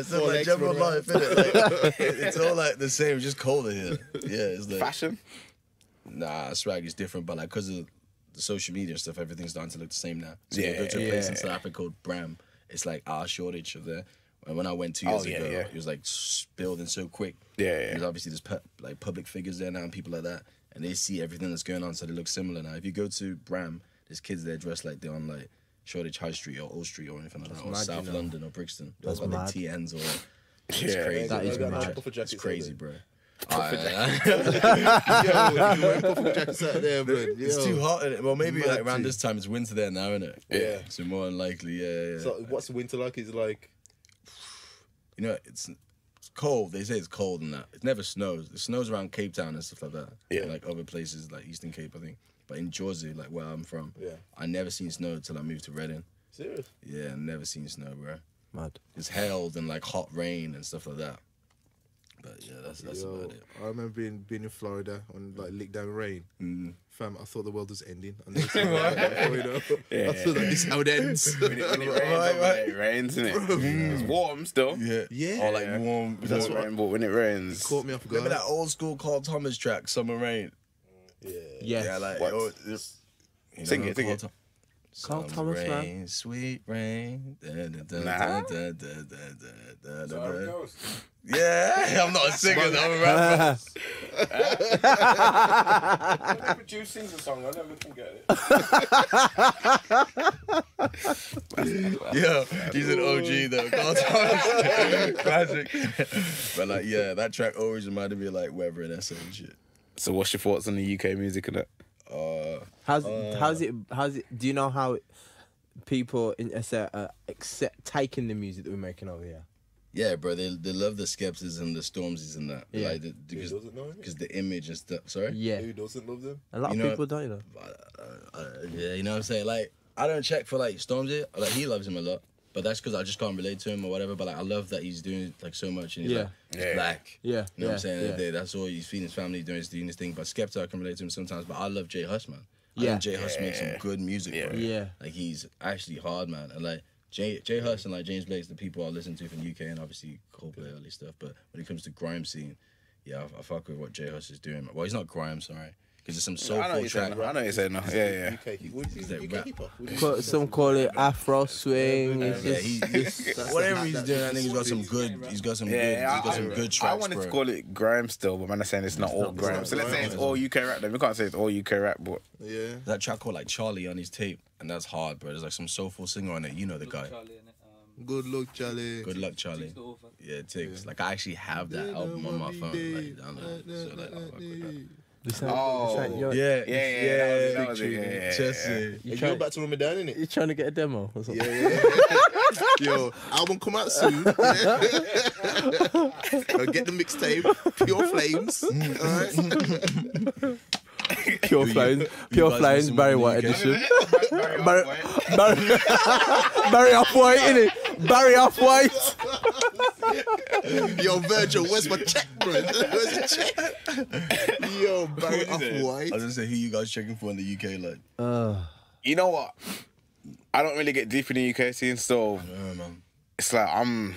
D: it's not
C: Four
D: like
C: legs,
D: general
C: one
D: life, innit? Like, it- it's all like the same, just colder here. Yeah, it's like
A: Fashion?
D: nah, swag is different, but like because of the social media and stuff, everything's starting to look the same now. So
A: Yeah,
D: you go to a place in
A: yeah.
D: South Africa called Bram, it's like our shortage of there. And when I went two years
A: Oh, yeah,
D: ago,
A: yeah.
D: it was like s- building so quick.
A: Yeah, yeah.
D: Because obviously there's pu- like public figures there now and people like that, and they see everything that's going on, so they look similar now. If you go to Bram, there's kids there dressed like they're on like Shoreditch High Street or Old Street or anything like that, or
B: mad, you
D: South
B: know.
D: London or Brixton. They're
B: That's
D: all got
B: mad.
D: their TNs or. It's
A: Yeah.
D: crazy.
B: That is
D: bro.
B: mad.
C: Puffer
D: It's
C: jackets,
D: crazy,
C: isn't
D: bro. Alright,
C: Yo, you wearing puffer jackets out there, bro.
D: It's
C: Yo.
D: too hot in it. Well, maybe like around
C: Mad
D: this time it's winter there now, isn't it?
C: Yeah.
D: So more than likely, yeah. yeah.
C: So what's winter like? Is like
D: you know, it's it's cold. They say it's cold and that. It never snows. It snows around Cape Town and stuff like that.
A: Yeah.
D: Like other places like Eastern Cape, I think. But in Jersey, like where I'm from,
C: Yeah.
D: I never seen snow till I moved to Reading.
C: serious.
D: Yeah, never seen snow, bro.
B: Mad.
D: It's hailed and like hot rain and stuff like that. But yeah, that's that's
C: Yo,
D: about it.
C: I remember being being in Florida on like lick down rain.
D: Mm-hmm.
C: Fam, I thought the world was ending. I, never seen that before, you know? I thought that this is how it ends.
A: When it, when it rains,
D: Right,
A: over
D: right.
A: there, it rains, isn't it? It's warm still.
D: Yeah.
C: Yeah.
D: Or like warm.
A: That's
D: warm-
A: what rain, but when it rains.
C: Caught me off guard.
D: Remember that old school Carl Thomas track, Summer Rain?
B: Yes.
D: Yeah, like
A: What?
D: it was- it- you
A: Sing
D: know,
A: it, sing
D: Carl
A: it.
D: Tho-
B: Carl
D: Some
B: Thomas,
D: rain,
B: man.
D: Sweet rain. Da, da, da,
A: Nah.
D: da, da, da, da, da, da,
E: So how it
D: da.
E: goes.
D: Yeah, I'm not a singer. though, I'm a rapper.
E: Whenever Juice sings a song, I never can get it.
D: Yeah, he's an OG though. Carl Thomas, classic. But like, yeah, that track always reminded me of like weather and essay and shit.
A: So what's your thoughts on the UK music and that?
D: Uh,
B: How's how's it how's it? Do you know how it, people in SA are accept taking the music that we're making over here?
D: yeah, bro, they they love the skeptics and the Stormzy's and that.
B: Yeah.
D: Like, the, because
C: doesn't know it?
D: because the image and stuff. Sorry.
B: Yeah,
C: Who doesn't love them?
B: a lot
D: You
B: of
D: know-
B: people don't. You know,
D: uh, yeah, you know what I'm saying? Like, I don't check for like Stormzy. Like, he loves him a lot, but that's because I just can't relate to him or whatever. But like, I love that he's doing like so much and he's
B: Yeah.
D: like, he's
A: Yeah.
D: black.
B: Yeah,
D: you know what
B: yeah,
D: I'm saying? At the end of
B: yeah.
D: the day, that's all he's feeding his family, doing his doing his thing. But Skepta, I can relate to him sometimes. But I love Jay Huss, man. I
B: Yeah.
D: think Jay Huss makes some good music. Yeah,
B: Yeah.
D: Like he's actually hard, man. And like Jay Jay Huss and like James Blake's the people I listen to from UK and obviously Coldplay early stuff. But when it comes to grime scene, yeah, I, I fuck with what Jay Huss is doing. Well, he's not grime, sorry. Because there's some
A: I know
D: soulful
A: you said
D: track.
A: no. I know you said no. Yeah, yeah.
C: UK hip. What is
D: that
C: UK
D: rap?
C: hip hop? What is
B: But
C: it?
B: some call it Afro swing.
C: Yeah,
B: It's
D: Yeah,
B: just-
D: he,
C: that's-
D: whatever he's
C: that's-
D: doing, I think he's got some good. He's got some good. He's got
A: I,
D: some good
A: I
D: tracks,
A: wanted
D: bro.
A: to call it grime still, but man, I'm saying it's not all grime. So let's say it's all UK rap. Then we can't say it's all UK rap, but
C: Yeah.
D: that track called like Charlie on his tape, and that's hard, bro. There's like some soulful singer on it. You know the guy.
F: Charlie in it. Um,
C: Good luck, Charlie.
D: Good luck, Charlie.
F: The author.
D: Yeah, it takes. Like I actually have that album on my phone. Like downloaded. So like, I'll fuck with that.
B: This
A: Oh.
B: this ain't your-
D: Yeah,
A: yeah, yeah, that was it, that was it,
D: victory,
A: yeah, yeah,
D: Chelsea.
A: yeah.
D: You
B: tried-
D: go back to Ramadan, innit?
B: You trying to get a demo or something?
C: Yeah, yeah. Yo, album come out soon. Uh, Get the mixtape, Pure Flames. All right.
B: Pure Flames, Pure
D: guys
B: Flames,
D: listen
B: Barry
D: when you
B: White
D: get-
B: edition.
A: Barry
B: Barry,
A: White.
B: Barry, Barry off white, innit? Barry off white.
C: Yo, Virgil, where's my check, bro? Where's the check? Yo, Barry
D: What is
C: off
D: it? I was
C: white.
D: gonna say who you guys checking for in the UK, like.
A: You know what? I don't really get deep in the UK scene, so
D: Oh man,
A: it's like I'm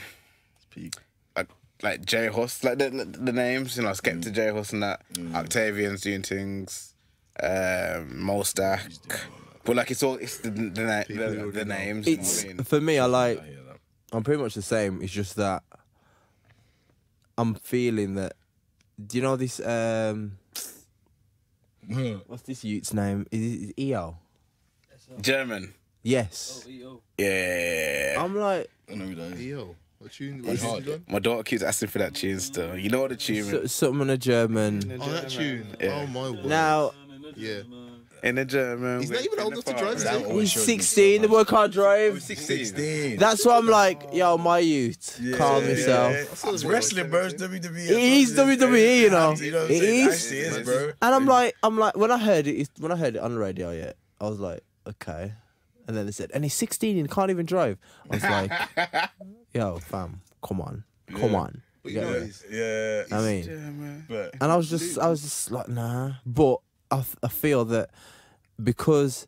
D: it's peak.
A: like like J Hus, like the, the, the names, you know, Skepta J Hus and that. Octavian's doing things, um, Mostak. But like it's all it's the the, na- the, the, the names. you know
B: It's
A: what I mean?
B: for me. I like.
D: I hear that.
B: I'm pretty much the same. It's just that I'm feeling that. Do you know this? um
A: Hmm.
B: What's this youth's name? Is it EO?
A: German. Oh,
B: Yes.
A: E
F: EO.
A: Yeah.
B: I'm like,
D: I know who that is.
C: Yo, what tune? What tune
D: hard.
C: is it on?
A: My daughter keeps asking for that tune still. You know the tune.
B: so, something a German.
C: Oh, that tune.
A: Yeah.
C: Oh my word.
B: Now,
C: Yeah.
A: in the German.
C: He's not
A: we're
C: even
A: in
C: old
A: the
C: enough to
A: park.
C: drive, That
B: he's 16, the work hard drive.
A: 16.
D: Oh, Sixteen.
B: That's why I'm like, yo, my youth, calm yourself.
D: It's wrestling, bro. It's E,
B: It
D: WWE.
B: is WWE, E, you know.
D: You know what I'm
B: It
D: saying?
B: is.
D: Actually, it is, bro.
B: And I'm like, I'm like, when I heard it, it's- when I heard it on the radio, yeah, I was like, okay. And then they said, and he's 16 and can't even drive. I was like, yo, fam, come on, come on.
C: But
B: You
C: you know,
B: get me?
C: he's-
D: Yeah,
B: I mean,
A: German.
D: but
B: and I was just, I was just like, nah. But I, th- I feel that because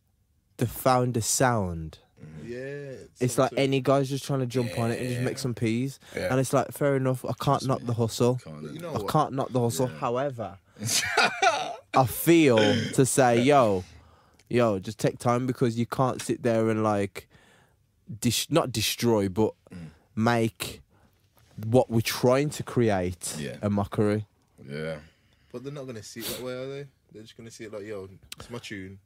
B: they found a sound,
C: yeah.
B: it's like any guy's just trying to jump on it and just make some peas. And it's like, fair enough, I can't knock the hustle.
C: You know
B: I
C: what?
B: can't knock the hustle. However, I feel to say, yo, yo, just take time because you can't sit there and like, dis- not destroy, but
C: Mm.
B: make what we're trying to create
D: Yeah.
B: a mockery.
D: yeah.
C: But they're not gonna see it that way, are they? They're just gonna see it like, yo, it's my tune.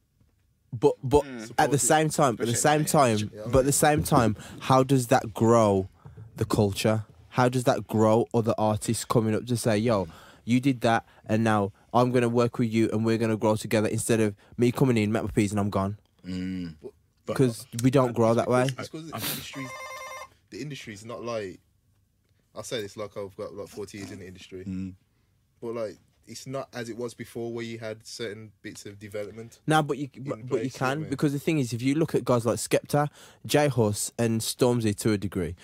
B: But but at
C: Support
B: the
C: it.
B: same time, at the same time, but at the same time, how does that grow the culture? How does that grow other artists coming up to say, "Yo, you did that, and now I'm gonna work with you, and we're gonna grow together"? Instead of me coming in, met my piece, and I'm gone. Because we don't grow that way.
C: It's because the industry, the industry's not like. I say this like I've got like 40 years in the industry,
B: Mm.
C: but like it's not as it was before, where you had certain bits of development.
B: Now, but you but, but you
C: place,
B: can
C: yeah.
B: because the thing is, if you look at guys like Skepta, J Hus, and Stormzy to a degree,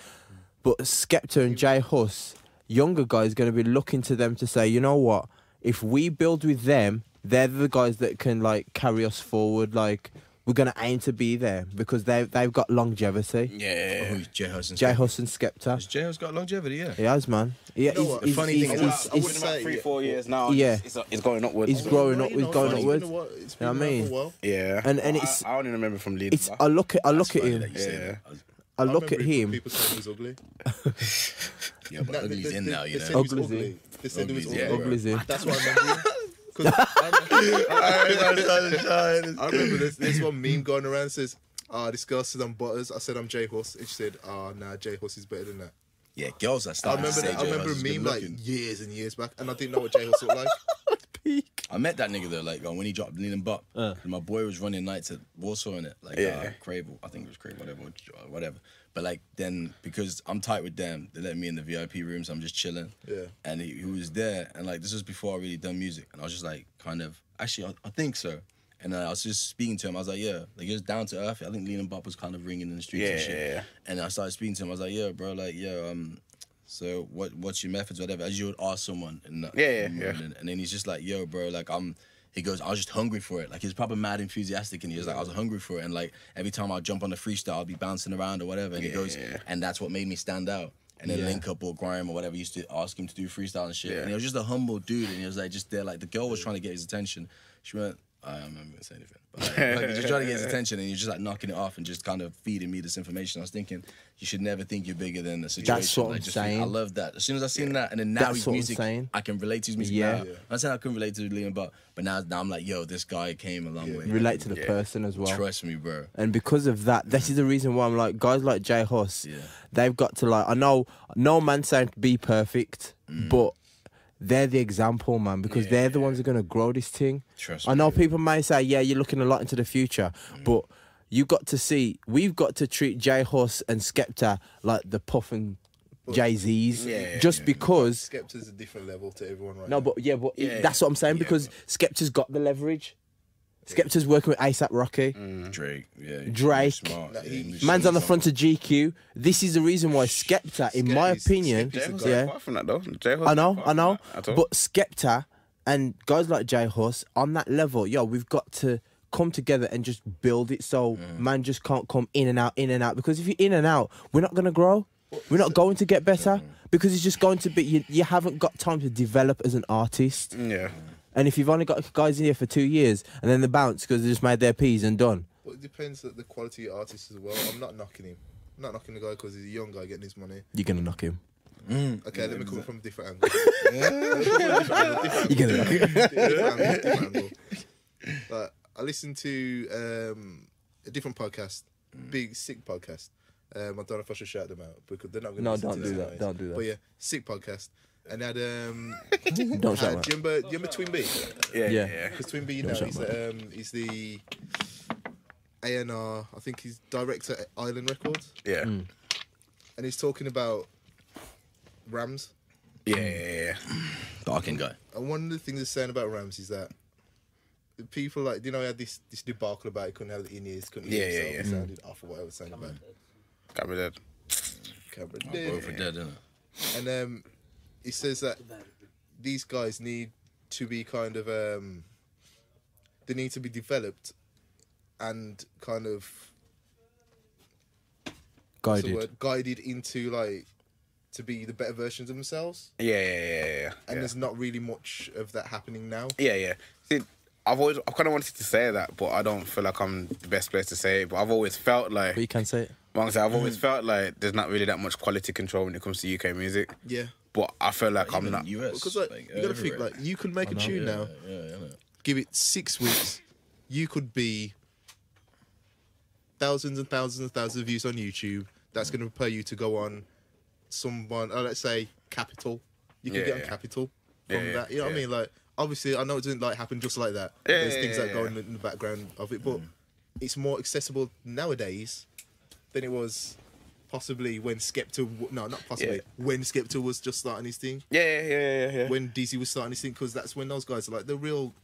B: but Skepta and J Hus, younger guys, going to be looking to them to say, you know what? If we build with them, they're the guys that can like carry us forward. Like we're going to aim to be there because they they've got longevity.
A: Yeah.
D: Oh, J Huston.
B: J Hus and Skepta,
D: J Hus got longevity, yeah.
B: he has man. Yeah,
C: know what? The
B: he's,
D: funny
B: he's,
D: thing is-
B: he's,
C: I wouldn't
B: he's-
C: say-
A: Oh. About three, four years now.
B: Yeah.
A: It's, it's, it's going upwards.
B: He's growing
C: No,
B: up,
C: you
B: he's
C: know,
B: going
C: it's been
B: upwards.
C: a while- it's
B: You know what I
C: been around for a
B: mean?
C: while.
A: Yeah.
B: And- and
A: I-
B: it's-
A: I, only remember from Leeds.
B: It's I look at I look at
D: Funny
B: him.
D: that you say
A: Yeah.
D: that. I was-
B: I look
C: remember
B: at him.
C: People said he was ugly.
D: Yeah, but
C: That-
D: ugly's
C: they-
D: in
C: they-
D: now, you
C: they
D: know.
C: said he was
B: Ugly's in.
C: ugly. They said he was
D: Ugly's, yeah,
C: ugly.
D: bro.
B: Ugly's in.
C: That's why I remember. him. 'Cause I remember- I remember this, this one meme going around says, "Ah, this girl said I'm butters." I said I'm J Horse, and she said, "Ah, nah, J Horse is better than that."
D: Yeah, girls are
C: I
D: starting
C: remember
D: to say
C: that, I
D: J
C: remember
D: Hus
C: a
D: is
C: meme
D: good
C: like
D: looking.
C: years and years back, and I didn't know what J Horse looked like.
D: I met that nigga though, like uh, when he dropped Lean and Bop. and my boy was running nights at Warsaw in it, like uh,
A: Yeah.
D: Crable. I think it was Crable, whatever, uh, whatever. But like then because I'm tight with them, they let me in the VIP room, so I'm just chilling.
C: Yeah.
D: And he, he was there, and like this was before I really done music, and I was just like kind of actually I, I think so. And uh, I was just speaking to him. I was like, yeah, like just down to earth. I think Lean and Bop was kind of ringing in the streets and
A: Yeah,
D: shit.
A: yeah, yeah.
D: And I started speaking to him. I was like, yeah, bro, like yeah, um. So what? What's your methods, whatever? As you would ask someone, and
A: Yeah, yeah, yeah.
D: and, and then he's just like, "Yo, bro, like I'm." He goes, "I was just hungry for it." Like he was probably mad enthusiastic, and he was like, "I was hungry for it." And like every time I jump on the freestyle, I'll be bouncing around or whatever. And he goes, "And that's what made me stand out." And then Link Up or Grime or whatever used to ask him to do freestyle and shit. And he was just a humble dude, and he was like, just there, like the girl was trying to get his attention. She went, I am not gonna say anything. But like, like, you're just trying to get his attention, and you're just like knocking it off, and just kind of feeding me this information. I was thinking you should never think you're bigger than the situation.
B: what
D: Like,
B: I'm
D: just think-
B: saying.
D: I love that. As soon as I seen that, and then now
B: That's
D: his
B: what I'm
D: music,
B: saying.
D: I can relate to his music.
B: Yeah.
D: now. I'm not saying I couldn't relate to Liam, but but now now I'm like, yo, this guy came a long way.
B: Relate to the person as well.
D: Trust me, bro.
B: And because of that, this is the reason why I'm like guys like Jay Hoss.
D: Yeah.
B: They've got to like. I know no man saying to be perfect,
A: Mm.
B: but they're the example, man, because they're the ones who are gonna grow this thing.
D: Trust
B: I
D: me,
B: know
D: yeah.
B: people may say, yeah, you're looking a lot into the future,
A: Mm.
B: but you got to see. We've got to treat Jay Hoss and Skepta like the puff and Jay Z's,
A: Yeah,
B: just because.
C: Skepta's a different level to everyone right
B: No,
C: now.
B: but yeah, but
A: Yeah,
B: that's what I'm saying
A: yeah,
B: because Skepta's got the leverage. Skepta's working with ASAP Rocky.
D: Drake, yeah, he's
B: Mm. Drake.
D: smart,
C: Like,
D: yeah,
C: he-
D: he's
B: Man's on the
D: smart.
B: front of GQ. This is the reason why Skepta, in my
C: Skepta's-
B: opinion,
C: Skepta's a
A: J-Ho's yeah.
B: yeah,
A: far from that though. J-Ho's
B: I know,
A: not far
B: I
A: from
B: know,
A: that at all.
B: but Skepta and guys like Jay Huss on that level, yo, we've got to come together and just build it so man just can't come in and out, in and out. Because if you're in and out, we're not gonna grow. We're not going to get better
A: Mm-hmm.
B: because it's just going to be you, you haven't got time to develop as an artist.
A: yeah,
B: And if you've only got guys in here for two years and then they bounce because they just made their peas and done.
C: But it depends on the quality of artist as well. I'm not knocking him. I'm not knocking the guy because he's a young guy getting his money.
B: You're gonna knock him.
C: Okay, let me come from a different angle. Let me come from a different
B: You're gonna knock him.
C: angle, different angle, different angle. Like, I listened to um, a different podcast,
B: Mm.
C: big sick podcast. Um, I don't know if I should shout them out because they're not going to.
B: No,
C: listen
B: don't
C: to
B: do
C: this
B: that,
C: anyways.
B: don't do that.
C: But yeah, sick podcast. And had um,
B: Don't shout
C: had,
B: out.
C: do you remember, do you remember Twin B?
A: yeah,
B: Yeah.
A: yeah.
C: Because Twin B now
B: shout
C: he's, um, he's the ANR. I think he's director at Island Records,
A: Yeah.
C: and he's talking about Rams.
A: yeah, yeah, yeah,
D: Darkin guy.
C: And one of the things he's saying about Rams is that the people like you know he had this this debacle about he couldn't have the in ears, couldn't hear
A: Yeah, yeah,
C: himself,
A: yeah.
C: he sounded off or whatever, saying about
A: Can't be dead.
C: Cameron.
D: Bro for dead, innit?
C: and um, he says that these guys need to be kind of um, they need to be developed and kind of what's the
B: Guided.
C: word? guided into like to be the better versions of themselves.
A: Yeah, yeah, yeah, yeah, yeah.
C: And
A: yeah.
C: there's not really much of that happening now.
A: Yeah, yeah. See, I've always, I kind of wanted to say that, but I don't feel like I'm the best place to say it. But I've always felt like,
B: But you can say it.
A: like I said, I've always felt like there's not really that much quality control when it comes to UK music.
C: Yeah.
A: But I feel like I'm
D: Even
A: not.
D: US,
C: Because like, you gotta think
D: everywhere.
C: like you could make a tune now,
D: yeah, innit?
C: give it six weeks, you could be thousands and thousands and thousands of views on YouTube. That's gonna prepare you to go on someone uh, let's say Capital. You could
A: Yeah,
C: get on
A: yeah.
C: Capital
A: Yeah,
C: from
A: yeah,
C: that. You know what
A: yeah.
C: I mean? Like obviously I know it didn't like happen just like that.
A: Yeah,
C: There's
A: yeah,
C: things
A: yeah,
C: that go
A: yeah. Mm.
C: in the, in the background of it, but it's more accessible nowadays than it was possibly when Skepta w- no not possibly when Skepta was just starting his thing
A: Yeah, yeah, yeah, yeah, yeah.
C: when DZ was starting his thing because that's when those guys are like the real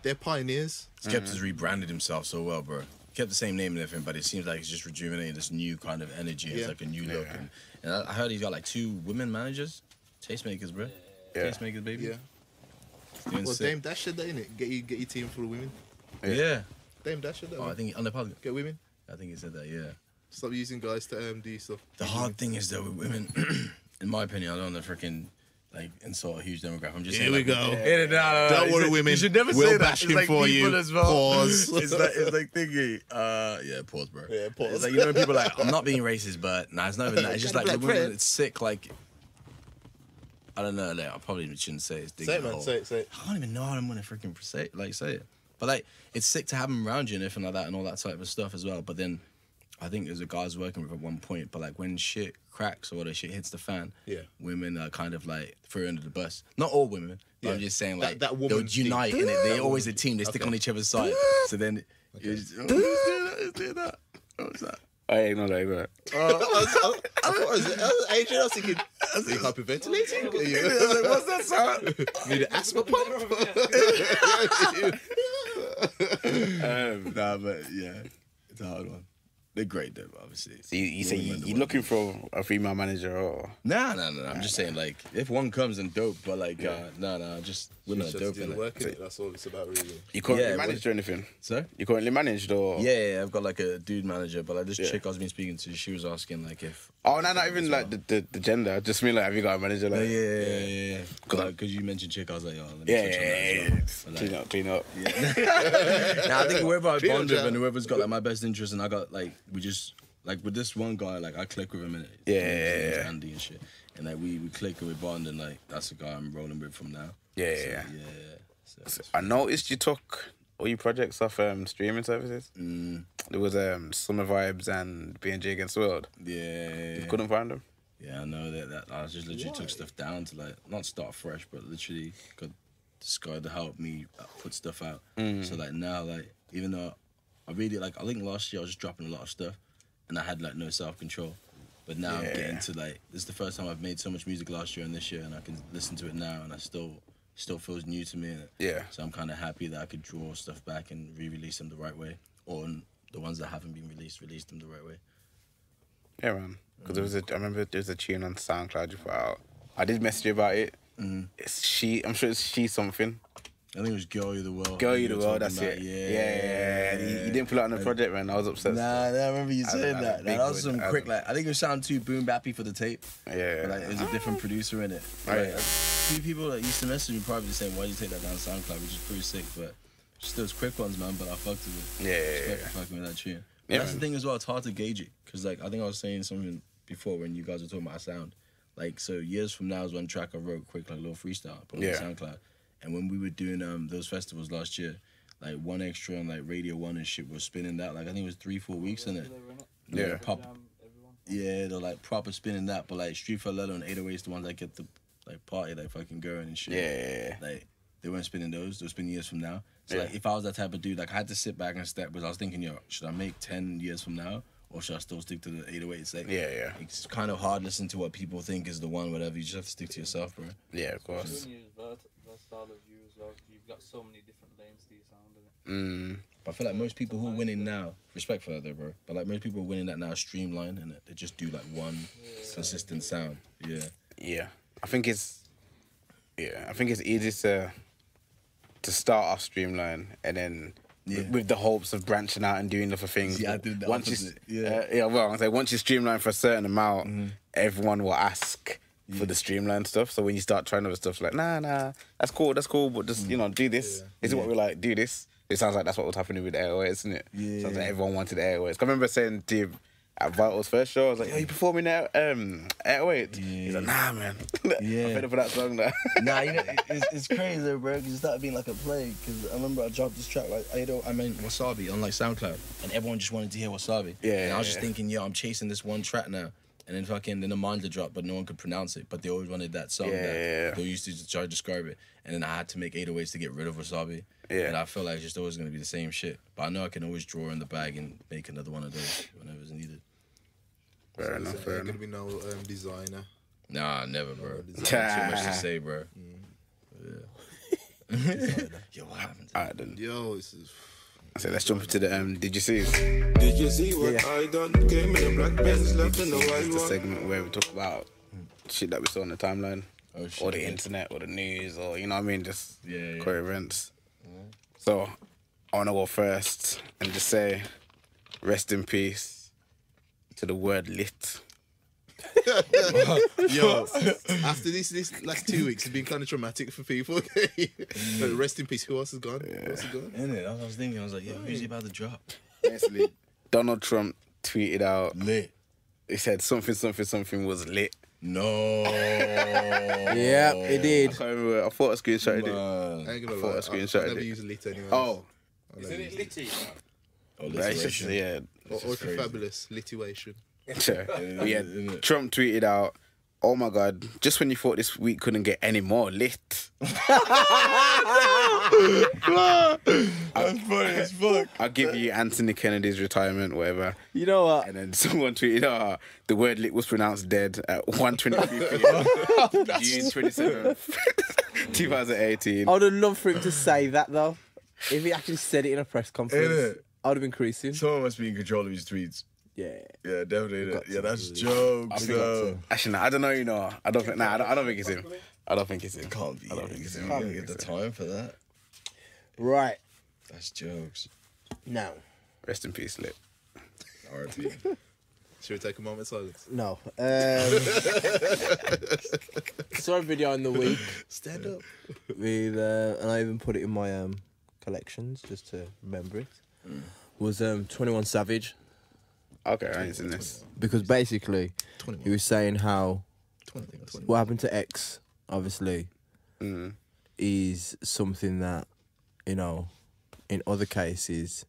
C: they're pioneers
B: Mm.
D: Skepta's rebranded himself so well, bro. Kept the same name and everything, but it seems like he's just rejuvenated this new kind of energy. It's
C: Yeah.
D: like a new look. And, and I I heard he's got like two women managers, tastemakers, bro.
A: Yeah.
D: Tastemakers, baby.
C: yeah
D: Doing
C: well
D: sick.
C: Dame Dash said that in it get you get your team full of women
D: yeah.
C: Dame Dash said that
D: Oh, I
C: man.
D: think on the public.
C: get women
D: I think he said that. Yeah.
C: stop using guys to um, do stuff
D: The hard thing is though with women, in my opinion, I don't want to freaking like insult a huge demographic. I'm just
C: Here
D: saying,
C: we
D: like,
C: go.
D: Yeah, no, no, no,
C: Don't
D: it's
C: worry,
D: like-
C: women.
D: You should never
C: We'll
D: say that.
C: bash
D: It's
C: him
D: like
C: for
D: people
C: you.
D: As well.
C: Pause.
D: it's like it's like thinking. Uh, yeah, pause, bro.
C: Yeah, pause.
D: It's like you know when people are like I'm not being racist, but nah, it's not even that. It's just like
C: Black
D: with women,
C: friend.
D: it's sick. Like I don't know. Like I probably shouldn't say it's digging
C: say it
D: a
C: man
D: hole.
C: say it say it
D: I don't even know how I'm gonna freaking say like say it. But like it's sick to have them around you and everything like that and all that type of stuff as well. But then I think there's a guy's working with at one point, but like when shit cracks or the shit hits the fan,
C: Yeah.
D: women are kind of like thrown under the bus. Not all women, but I'm
C: Yeah.
D: just saying
C: That-
D: like
C: that
D: they'll
C: woman thing.
D: unite and they're always a team, they stick
C: Okay.
D: on each other's side. so then it's just, oh, let's do that, let's do that. What's that?
A: I ain't know that. Ignore that.
C: I was- I was- I thought I was I was Adrian I was thinking are you hyperventilating Are you-
D: What's that sound?
C: need an asthma pump
A: Um,
D: nah, but yeah, it's a hard one. They're great though, obviously.
A: So you, you say you,
D: Women are the
A: you're looking for a female manager, or
D: Nah, nah, nah. I'm just saying, like, if one comes and dope, but like, uh, nah, nah. Just We're not
C: It's just
D: dope
C: do the
D: like.
C: work in it. That's all it's about, really.
A: You currently
D: Yeah,
A: managed or anything?
D: So?
A: You currently managed or?
D: Yeah, yeah, I've got like a dude manager, but like this
A: Yeah.
D: chick I was been speaking to, she was asking like if.
A: Oh, no, not even like the, the, the gender. I just mean like, have you got a manager? Like,
D: Oh, yeah, yeah, yeah, yeah. Because
A: Cool.
D: you mentioned chick, I was like, oh, let me
A: yeah,
D: touch on
A: yeah,
D: that
A: yeah,
D: as well.
A: yeah.
D: But, like,
A: Clean up, clean up.
D: Nah, I think whoever I
C: Chill,
D: bond with
C: Jack.
D: and whoever's got like my best interest, and I got like we just like with this one guy, like I click with him and
A: Yeah,
D: his
A: yeah,
D: name's
A: yeah.
D: Andy and shit, and like we we click and we bond, and like that's the guy I'm rolling with from now.
A: Yeah,
D: So,
A: yeah, yeah.
D: yeah, yeah. So,
A: I noticed you took all your projects off um, streaming services.
D: mm,
A: There was um, Summer Vibes and BNG Against the World.
D: yeah,
A: You couldn't find them.
D: yeah. I know that, that I just literally took stuff down to like not start fresh, but literally got this guy to help me uh, put stuff out. So like now, like even though I really like, I think last year I was just dropping a lot of stuff, and I had like no self control. But now I'm getting to like this is the first time I've made so much music last year and this year, and I can listen to it now, and I still still feels new to me. and-
A: Yeah.
D: So I'm kind of happy that I could draw stuff back and re-release them the right way, or n- the ones that haven't been released, release them the right way.
A: Yeah, man. Because there was a,
D: Mm.
A: I remember there was a tune on SoundCloud you put out. I did message you about it.
D: Mm.
A: It's she. I'm sure it's she something.
D: I think it was Girl Oh, You the World.
A: Girl,
D: that
A: you
D: were
A: the world.
D: talking
A: That's
D: about.
A: it. Yeah, yeah, yeah. You, you didn't put it on the project, man. I was upset.
D: Nah, nah, I remember you
A: I
D: saying
A: don't- I
D: that.
A: don't
D: Nah,
A: think
D: that was
A: would-
D: some
A: I
D: quick,
A: don't-
D: like, I think it sounded too boom bappy for the tape.
A: Yeah.
D: But, like, it was a different producer in it.
A: Right.
D: Like, a few people that used to message me privately saying, why do you take that down SoundCloud, which is pretty sick, but just those quick ones, man, but I fucked with it.
A: Yeah, yeah,
D: Just
A: yeah.
D: fucking- fucking with that tune. But
A: Yeah,
D: that's the
A: man.
D: thing as well, it's hard to gauge it, because, like, I think I was saying something before when you guys were talking about sound. Like, so years from now is one track I wrote quick, like, little freestyle, I put
A: Yeah.
D: on SoundCloud. And when we were doing um those festivals last year, like one extra on like Radio One and shit was spinning that. Like I think it was three, four weeks in it.
A: Yeah.
D: Pop-
F: Um, everyone.
D: Yeah, they're like proper spinning that. But like Street Fidello and 808 is the ones that get the like party like fucking going and shit.
A: yeah, yeah, yeah.
D: Like they weren't spinning those. They'll spin years from now. So like
A: Yeah.
D: if I was that type of dude, like I had to sit back and step because I was thinking, yo, should I make ten years from now or should I still stick to the 808s? Like
A: Yeah, yeah.
D: It's kind of hard listening to what people think is the one, whatever. You just have to stick to yourself, bro.
A: Yeah, of course.
F: Junior is vert- versatile as you as well. You've got so many different lanes to your sound. innit?
A: Mm.
D: But I feel like most people who are winning now, respect for that though, bro. But like most people who are winning that now, streamline and they just do like one consistent sound. Yeah.
A: Yeah, I think it's yeah, I think it's easy to to start off streamline and then
D: Yeah.
A: with, with the hopes of branching out and doing other things.
D: Yeah, I did the
A: once
D: opposite,
A: You,
D: yeah. Mm-hmm.
A: yeah, uh, yeah. Well, I say once you streamline for a certain amount, everyone will ask. For the streamline stuff, so when you start trying other stuff, like nah, nah, that's cool, that's cool, but
D: Mm.
A: just you know, do this. This is what we like. Do this. It sounds like that's what was happening with airways, isn't it?
D: Yeah.
A: Sounds like everyone wanted airways. I remember saying to you at Vital's first show, I was like, "Are you performing at um airways?" He's like, "Nah, man,
D: Yeah.
A: I'm fed up with that song now.
D: nah, you know, it- it's, it's crazy though, bro, because it started being like a plague. Because I remember I dropped this track, like, I, don't, I mean, Wasabi on like SoundCloud, and everyone just wanted to hear Wasabi.
A: Yeah,
D: And I
A: yeah,
D: was just
A: yeah.
D: thinking, yo, I'm chasing this one track now. And then fucking, then the Mindler dropped, but no one could pronounce it. But they always wanted that song
A: Yeah,
D: that
A: yeah, yeah.
D: they used to just try to describe it. And then I had to make 808s to get rid of Wasabi.
A: Yeah.
D: And I feel like it's just always going to be the same shit. But I know I can always draw in the bag and make another one of those whenever's needed.
A: fair
C: There's
A: enough, fair
C: going to
A: enough.
C: be no um, designer.
D: Nah, never, bro.
C: design.
D: Too much to say, bro. Yeah. yo, what happened? to-
A: All right, then.
C: Yo, this is.
A: So let's jump into the um. Did you see?
I: Did you see what I done? Came in a black pants, left in the
A: It's
I: wild
A: the
I: one.
A: segment where we talk about shit that we saw on the timeline,
D: Oh,
A: or the
D: shit.
A: internet, or the news, or you know what I mean, just
D: Yeah, yeah.
A: current events. So I want to go first and just say, rest in peace to the word lit.
C: Yo, after this, this last two weeks has been kind of traumatic for people. Like,
A: Mm.
C: rest in peace. Who else is gone? Who else is gone?
D: In it, I was thinking, I was like, yeah, who's he about to drop?
A: Basically, Donald Trump tweeted out.
D: Lit.
A: He said something, something, something was lit.
D: No.
B: Yep, it
A: I
B: did.
A: can't remember. I thought I screenshotted it.
C: I
D: Man.
C: ain't gonna
A: I thought
C: lie.
A: I
C: I,
A: screenshotted
C: I never
A: it.
C: use lit anyway.
A: Oh,
E: Isn't it litty?
D: Oh,
A: right, it's just, yeah.
C: or, or if you're
D: crazy.
C: fabulous, lituation.
A: Sure. But yeah,
D: Innit?
A: Trump tweeted out, "Oh my God! Just when you thought this week couldn't get any more lit,
D: That's funny as fuck.
A: I'll give you Anthony Kennedy's retirement, whatever."
B: You know what?
A: And then someone tweeted, "Ah, the word lit was pronounced dead at 1:23 p.m. June 27th, 2018."
B: I would have loved for him to say that though. If he actually said it in a press conference,
D: Innit?
B: I would have been creasing.
D: Someone must be in control of his tweets.
B: Yeah.
D: Yeah, definitely. Yeah, that's jokes.
A: Actually, no, I don't know. You know, I don't think. Nah, I don't, I don't think it's him. I don't think it's him.
D: Can't be.
A: I don't think it's him.
D: Can't be at the time for that.
B: Right
D: That's jokes.
B: now,
A: Rest in peace, Lip.
D: R.I.P.
C: Should we take a moment of silence?
B: no. Um, saw a video in the week
C: Stand up.
B: with, uh, and I even put it in my um, collections just to remember it.
C: Mm.
B: Was um, Twenty One Savage
A: Okay, I ain't seen this.
B: because basically he
C: 21.
B: was saying how
C: 21. 21.
B: what happened to X, obviously,
A: Mm.
B: is something that, you know, in other cases,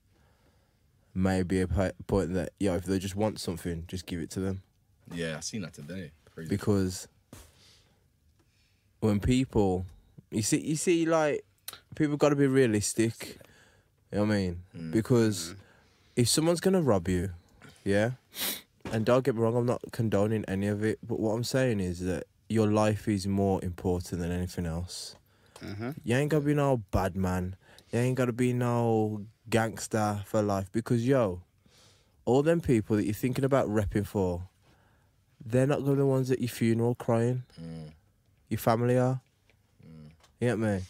B: may be a po- point that, yo, if they just want something, just give it to them.
D: Yeah, I seen that today. Crazy.
B: Because when people, you see, you see, like, people got to be realistic. You know what I mean? Because if someone's going to rob you, yeah, and don't get me wrong, I'm not condoning any of it, but what I'm saying is that your life is more important than anything else. You ain't got to be no bad man. You ain't got to be no gangster for life because, yo, all them people that you're thinking about repping for, they're not gonna be the ones at your funeral crying. Your family are. You get me?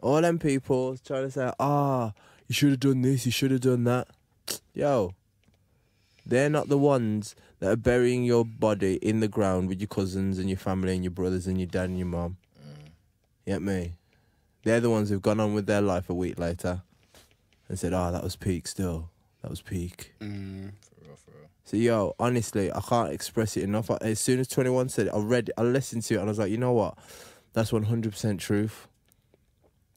B: All them people trying to say, ah, you should have done this, you should have done that. Yo, they're not the ones that are burying your body in the ground with your cousins and your family and your brothers and your dad and your mom. You get me? They're the ones who've gone on with their life a week later and said, ah, that was peak still. That was peak.
D: For real, for real.
B: So yo, honestly, I can't express it enough. I, as soon as Twenty One said it, I read, it, I listened to it, and I was like, you know what? That's one hundred percent truth.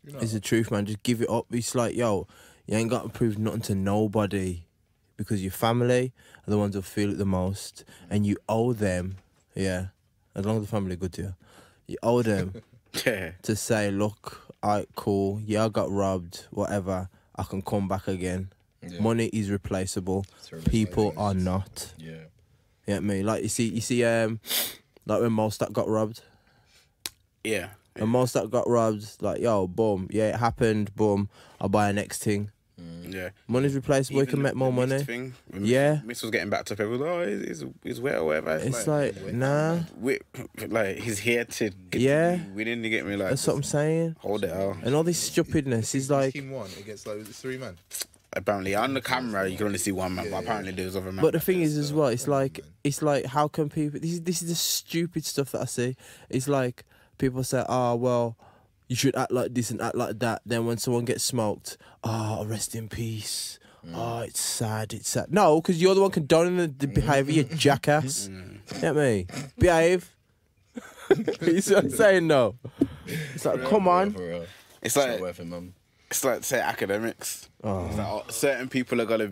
B: It's the truth, man. Just give it up. It's like, yo, you ain't got to prove nothing to nobody, because your family are the ones who feel it the most, and you owe them. Yeah, as long as the family are good to you, you owe them
A: Yeah.
B: to say, look, all right, cool. Yeah, I got robbed. Whatever. I can come back again.
D: Yeah.
B: Money is replaceable.
D: Service
B: People
D: like
B: are
D: this.
B: not.
D: Yeah.
B: Yeah, me. Like you see, you see, um, like when Molstat got robbed.
A: Yeah.
B: When Molstat got robbed, like yo, boom, yeah, it happened. Boom, I'll buy a next thing.
A: Yeah.
B: Money's replaceable. We
A: Even
B: can
A: the-
B: make more
A: the Mist
B: money.
A: Thing, when
B: Yeah.
A: Miss was getting back to people. Oh, he's, he's, he's wet or whatever.
B: It's like nah,
A: we, like he's here to get
B: Yeah.
A: to you. we didn't get me like
B: that's what I'm saying.
A: hold it out.
B: And all this stupidness is like,
C: team one against like it's three man.
A: Apparently on the camera you can only see one man, but apparently there's other man.
B: but the thing is as well, it's like, it's like how can people? This is this is the stupid stuff that I see. It's like people say, ah, well. You should act like this and act like that. Then when someone gets smoked, oh, rest in peace.
D: Mm.
B: Oh, it's sad. It's sad. No, because you're the one condoning the, the behaviour,
D: Mm.
B: you jackass. Get me? Behave. you see what I'm saying? No. It's like, come on.
D: For real.
A: it's
D: Not
A: like
D: worth it, mum.
A: it's like say academics. It's like, oh, certain people are gonna.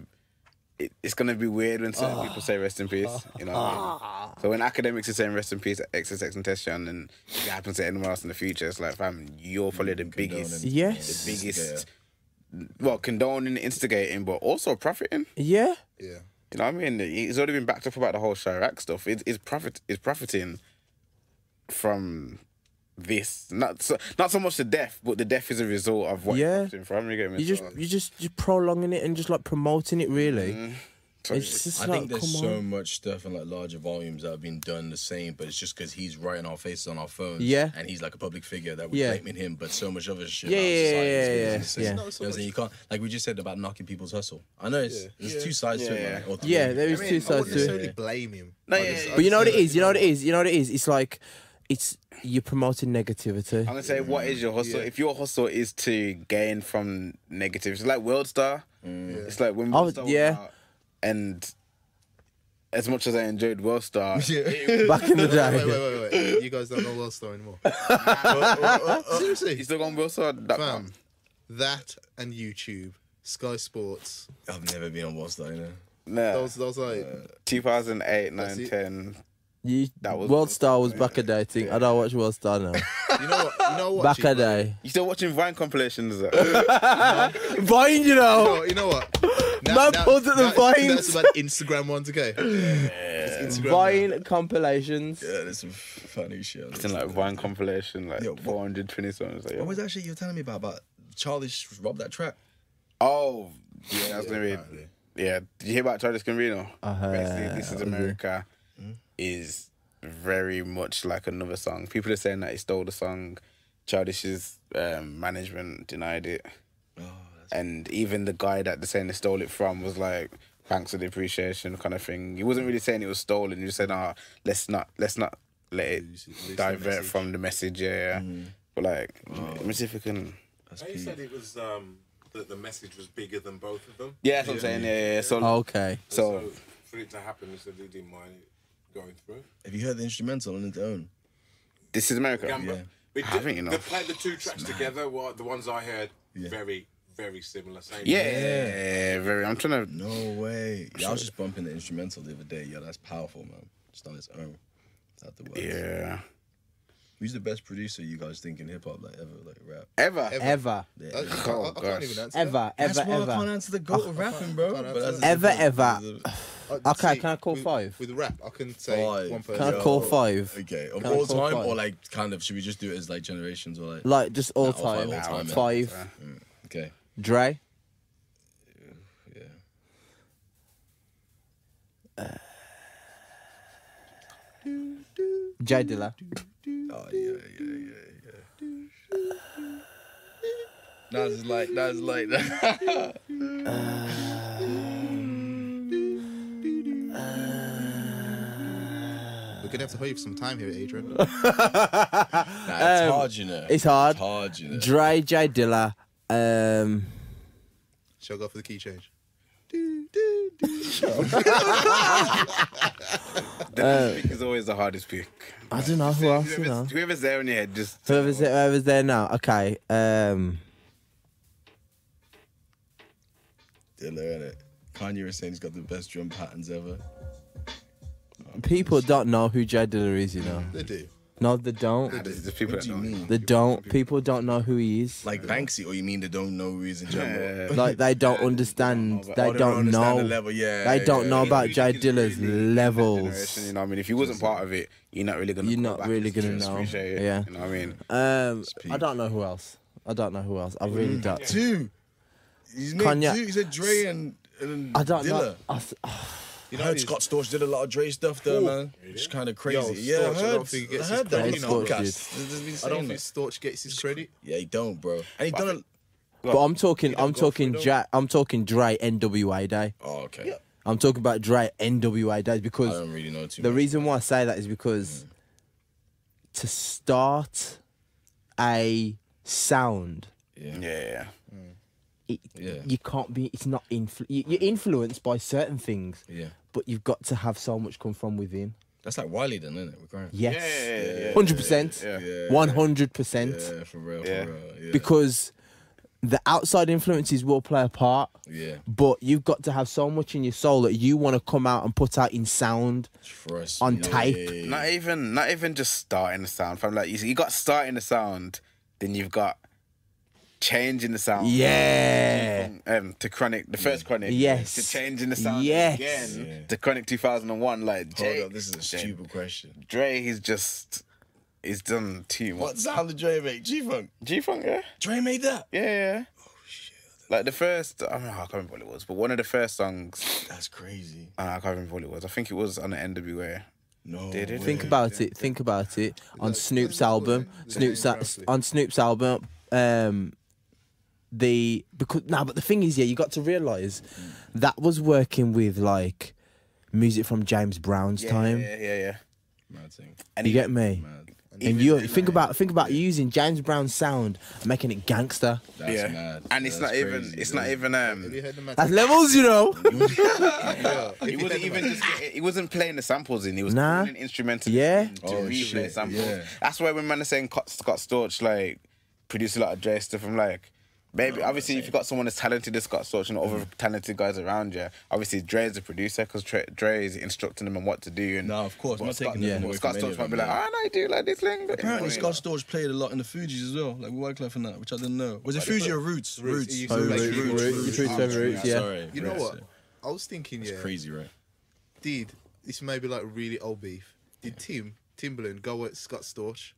A: It, it's gonna be weird when certain people say rest in peace. You know. What I mean? So when academics are saying rest in peace at XS Tentation and it happens to anyone else in the future, it's like fam, you're probably the biggest,
D: Condoning.
B: Yes.
A: the biggest. Well, condoning, instigating, but also profiting.
B: Yeah.
C: Yeah.
A: You know what I mean? He's already been backed up about the whole Chirac stuff. It, it's profit is profiting from this. Not so not so much the death, but the death is a result of what
B: Yeah.
A: yeah. he's profiting from. You get me?
B: You just
A: So,
B: you just you're prolonging it and just like promoting it really.
A: so
B: It's just
D: Mm-hmm. I
B: like
D: think there's
B: come
D: so
B: on.
D: much stuff in like larger volumes that have been done the same, but it's just because he's right in our faces on our phones.
B: Yeah.
D: And he's like a public figure that we're
B: Yeah.
D: blaming him, but so much other shit.
B: Yeah,
D: about
B: yeah,
D: society
B: yeah,
D: is doing
B: yeah,
D: the same.
B: yeah.
D: You know what I'm saying? You can't, like we just said about knocking people's hustle. I know it's, there's two sides to
A: Yeah.
D: it. Like, or three.
B: Yeah, there is
C: I
B: two
C: mean, I
B: sides
C: wouldn't
B: to it.
C: necessarily blame him.
A: No,
C: I
A: yeah,
C: just-
A: yeah,
C: I
B: But you
C: just
B: know what it
C: feel like
B: is. You know what it is. You know what it is. It's like, it's you're promoting negativity.
A: I'm gonna say, what is your hustle?
C: Yeah.
A: If your hustle is to gain from negative, it's like Worldstar. It's like when
B: Oh,
A: Worldstar
B: yeah.
A: was out, and as much as I enjoyed Worldstar,
B: Back in the day.
C: Wait, wait, wait, wait. You guys don't know World Star anymore. Oh, Seriously.
A: you still going Worldstar.com.
C: Fam, oh. that and YouTube, Sky Sports,
D: I've never been on Worldstar, you know?
A: No,
C: those, those like
A: 2008, 9,
C: it.
A: 10.
B: You,
A: That was-
B: World Star was back a day thing. I don't watch World Star now.
C: you know what you know what
B: back
C: Chico?
B: a day.
A: You still watching Vine compilations? though?
B: Vine, you know.
C: Oh, you know what? Now,
B: Man pulled at the vines.
C: That's about Instagram ones, okay? It's Instagram now.
B: Vine compilations.
D: Yeah, there's some funny shit. on
A: Something
D: this.
A: like Vine compilation, like
D: Yo, what-
A: 420 songs. Like,
D: What was that shit you were telling me about? About Charlie sh- robbed that trap?
A: Oh, yeah, that's gonna be. Yeah, did you hear about Charles Gambino?
D: Uh-huh.
B: I heard,
D: Mm-hmm.
A: Basically, this is
B: that was it.
A: America. Is very much like another song. People are saying that he stole the song. Childish's um, management denied it.
D: Oh,
A: and even the guy that they're saying they stole it from was like, thanks for the appreciation kind of thing. He wasn't really saying it was stolen. He was saying, ah, let's not, let's not let it divert from the message. Yeah, yeah. But like, let me see if we can.
E: You said it was um, that the message was bigger than both of them.
A: Yeah, that's what I'm saying. Yeah, yeah. yeah. So,
J: Okay.
E: So,
A: so
E: for it to happen, you said you didn't mind it going through.
D: Have you heard the instrumental on its own?
A: this is America.
E: Gamba. We
A: I
E: did,
A: think, you know,
E: they played the two tracks together. What the ones I heard? Very, very similar. Same.
A: Yeah, very. I'm trying to.
D: No way. Yeah, I was just bumping the instrumental the other day. Yo, that's powerful, man. Just on its own. Without the words.
A: Yeah.
D: Who's the best producer you guys think in hip hop like ever, like rap?
A: Ever.
B: Ever,
D: Yeah.
C: I, I, can't-
D: Oh,
C: I can't even answer. that. Uh,
B: ever, ever,
D: that's why I can't
B: ever,
D: answer the goat of rapping, bro. But
C: can't answer
D: that's
C: that.
B: ever, ever.
C: I-
B: Okay,
C: see,
B: can I call
C: with-
B: five?
C: With rap, I can say
D: Five.
C: one
D: Can
C: person.
B: Can I
D: Yo.
B: call five?
D: Okay, of
B: Can I
D: all
B: call
D: time,
B: five?
D: or like kind of, should we just do it as like generations or like?
B: Like just all
D: Nah, all
B: time.
D: time, all time, yeah.
B: Five.
D: Okay,
B: Dre.
D: yeah.
B: J Dilla.
D: Oh yeah, yeah, yeah, yeah. Nas is like, Nas is like that.
C: We're gonna have to hold you for some time here, Adrian.
D: Nah, it's
B: Um,
D: hard, you know.
B: It's hard.
D: It's hard, you know.
B: Dre, J Dilla. Um,
C: Shall I go for the key change?
A: That pick is always the hardest pick.
B: I don't know who else. You know.
A: Whoever's, whoever's there in your head, just
B: Whoever's there, whoever's there now. Okay. Um,
D: Dilla, innit? Kanye was saying he's got the best drum patterns ever.
B: people don't know who J Dilla is. You know.
C: They do.
B: No, they don't.
A: there's just people
D: What
A: that
D: do you
A: don't.
D: mean?
B: They don't. People don't know who he is.
D: Like Banksy, or you mean they don't know who he's in general?
A: Yeah.
B: Like they don't understand.
A: but
B: They
D: Or
B: don't
D: understand the
B: know.
D: level, yeah.
B: They don't
D: yeah,
B: know
D: yeah.
B: about Jay
A: Music is
B: Dilla's
A: really
B: levels.
A: Generation, you know what I mean? If you wasn't part of it, you're not really gonna.
B: You're
A: go
B: not
A: back
B: really
A: and just
B: gonna know.
A: appreciate it,
B: Yeah.
A: You know what I mean?
B: Um, I
D: Speak.
B: don't know who else. I don't know who else. I really don't.
D: Two. He's made
B: Kanye-
D: two. He said Dre and, and
B: I don't know.
D: Dilla.
B: I s- I
D: You know, I heard Scott Storch did a lot of Dre stuff though, man. It's kind of crazy.
C: Yo,
D: yeah, I
C: Storch, I
D: heard,
C: don't think he gets
D: I
C: his
D: heard that on
B: credit.
D: his
B: Storch
D: podcast.
B: did.
D: There's- there's been
C: I don't
D: saying
C: think
D: that.
C: Storch gets his credit.
D: Yeah, he don't, bro. And he done.
B: But I'm talking, I'm talking, Jack, I'm talking Dre NWA day.
D: A, oh, okay.
B: I'm talking about Dre NWA days
D: I
B: because
D: don't really know too.
B: the
D: much.
B: reason why I say that is because
D: Mm.
B: to start a sound,
A: Yeah.
B: it,
D: Yeah.
B: you can't be. It's not influ- you- You're influenced by certain things,
D: Yeah,
B: but you've got to have so much come from within.
D: that's like Wiley, then, isn't it? We're growing.
B: Yes, hundred percent,
A: Yeah.
B: one hundred percent.
D: Yeah, for real,
A: Yeah.
D: for real. Yeah.
B: Because the outside influences will play a part.
D: yeah,
B: but you've got to have so much in your soul that you want to come out and put out in sound.
D: trust
B: On
D: me.
B: tape.
D: Yeah, yeah,
A: Not even, not even just starting the sound. From like you, see, you got starting the sound, then you've got changing the sound.
B: Yeah.
A: Um, to chronic, the first chronic.
B: Yes.
A: To changing the sound
B: Yes.
A: again. To chronic 2001, like
D: yeah.
A: Jay,
D: Hold up, this is a stupid question.
A: Dre, he's just, he's done too much.
D: What sound did Dre make? G Funk.
A: G Funk, yeah.
D: Dre made that.
A: Yeah, yeah. Oh shit! Like the first, I, don't know, I can't remember what it was, but one of the first songs,
D: That's crazy.
A: uh, I can't remember what it was. I think it was on the NWA.
D: No.
A: Did it?
D: way.
B: Think about it. Think about it. On
C: Like,
B: Snoop's
C: Denzel
B: album,
C: Washington,
B: Snoop's
C: Denzel Washington.
B: on Snoop's album, um, the because now, but the thing is, yeah, you got to realize that was working with like music from James Brown's
A: Yeah,
B: time.
A: yeah, yeah, yeah.
D: Mad thing.
A: And
B: You
A: he,
B: get me?
D: Mad.
B: And you think about think about using James Brown's sound, and making it gangster.
D: That's
A: yeah.
D: mad.
A: and it's
D: That's
A: not even,
D: crazy,
A: it's
D: dude.
A: not even
C: Have
A: um.
C: you heard the
B: That's
C: magic?
B: levels, you know.
A: He wasn't even just, he wasn't playing the samples in. He was
B: Nah.
A: putting instrumental
B: Yeah.
A: in to
D: Oh,
A: replay
D: shit,
A: samples.
D: yeah.
A: That's why when man is saying Scott Scott Storch like produced a lot of Dre stuff, I'm like. Maybe obviously if you got someone as talented as Scott Storch and other talented guys around you, obviously Dre is the producer because Dre, Dre is instructing them on what to do and
D: No, of course.
A: Well,
D: I'm not
A: Scott,
D: taking nothing
A: yeah.
D: away
A: Scott
D: from any
A: Storch
D: of
A: might be
D: them,
A: like,
D: man.
A: I know you do like this thing. but-"
D: Apparently,
A: You know
D: Scott Storch played a lot in the Fugees as well, like we worked life and that, which I didn't know. Was it Fugees or Roots? Roots.
C: he used to Oh, play Roots, Roots, Roots, Roots,
B: Roots, Roots, Roots, yeah.
D: Sorry,
C: You know
D: Roots,
C: what?
D: yeah.
C: I was thinking,
D: It's
C: yeah,
D: crazy, right?
C: did this may be like really old beef? Did Tim Timberland go at Scott Storch?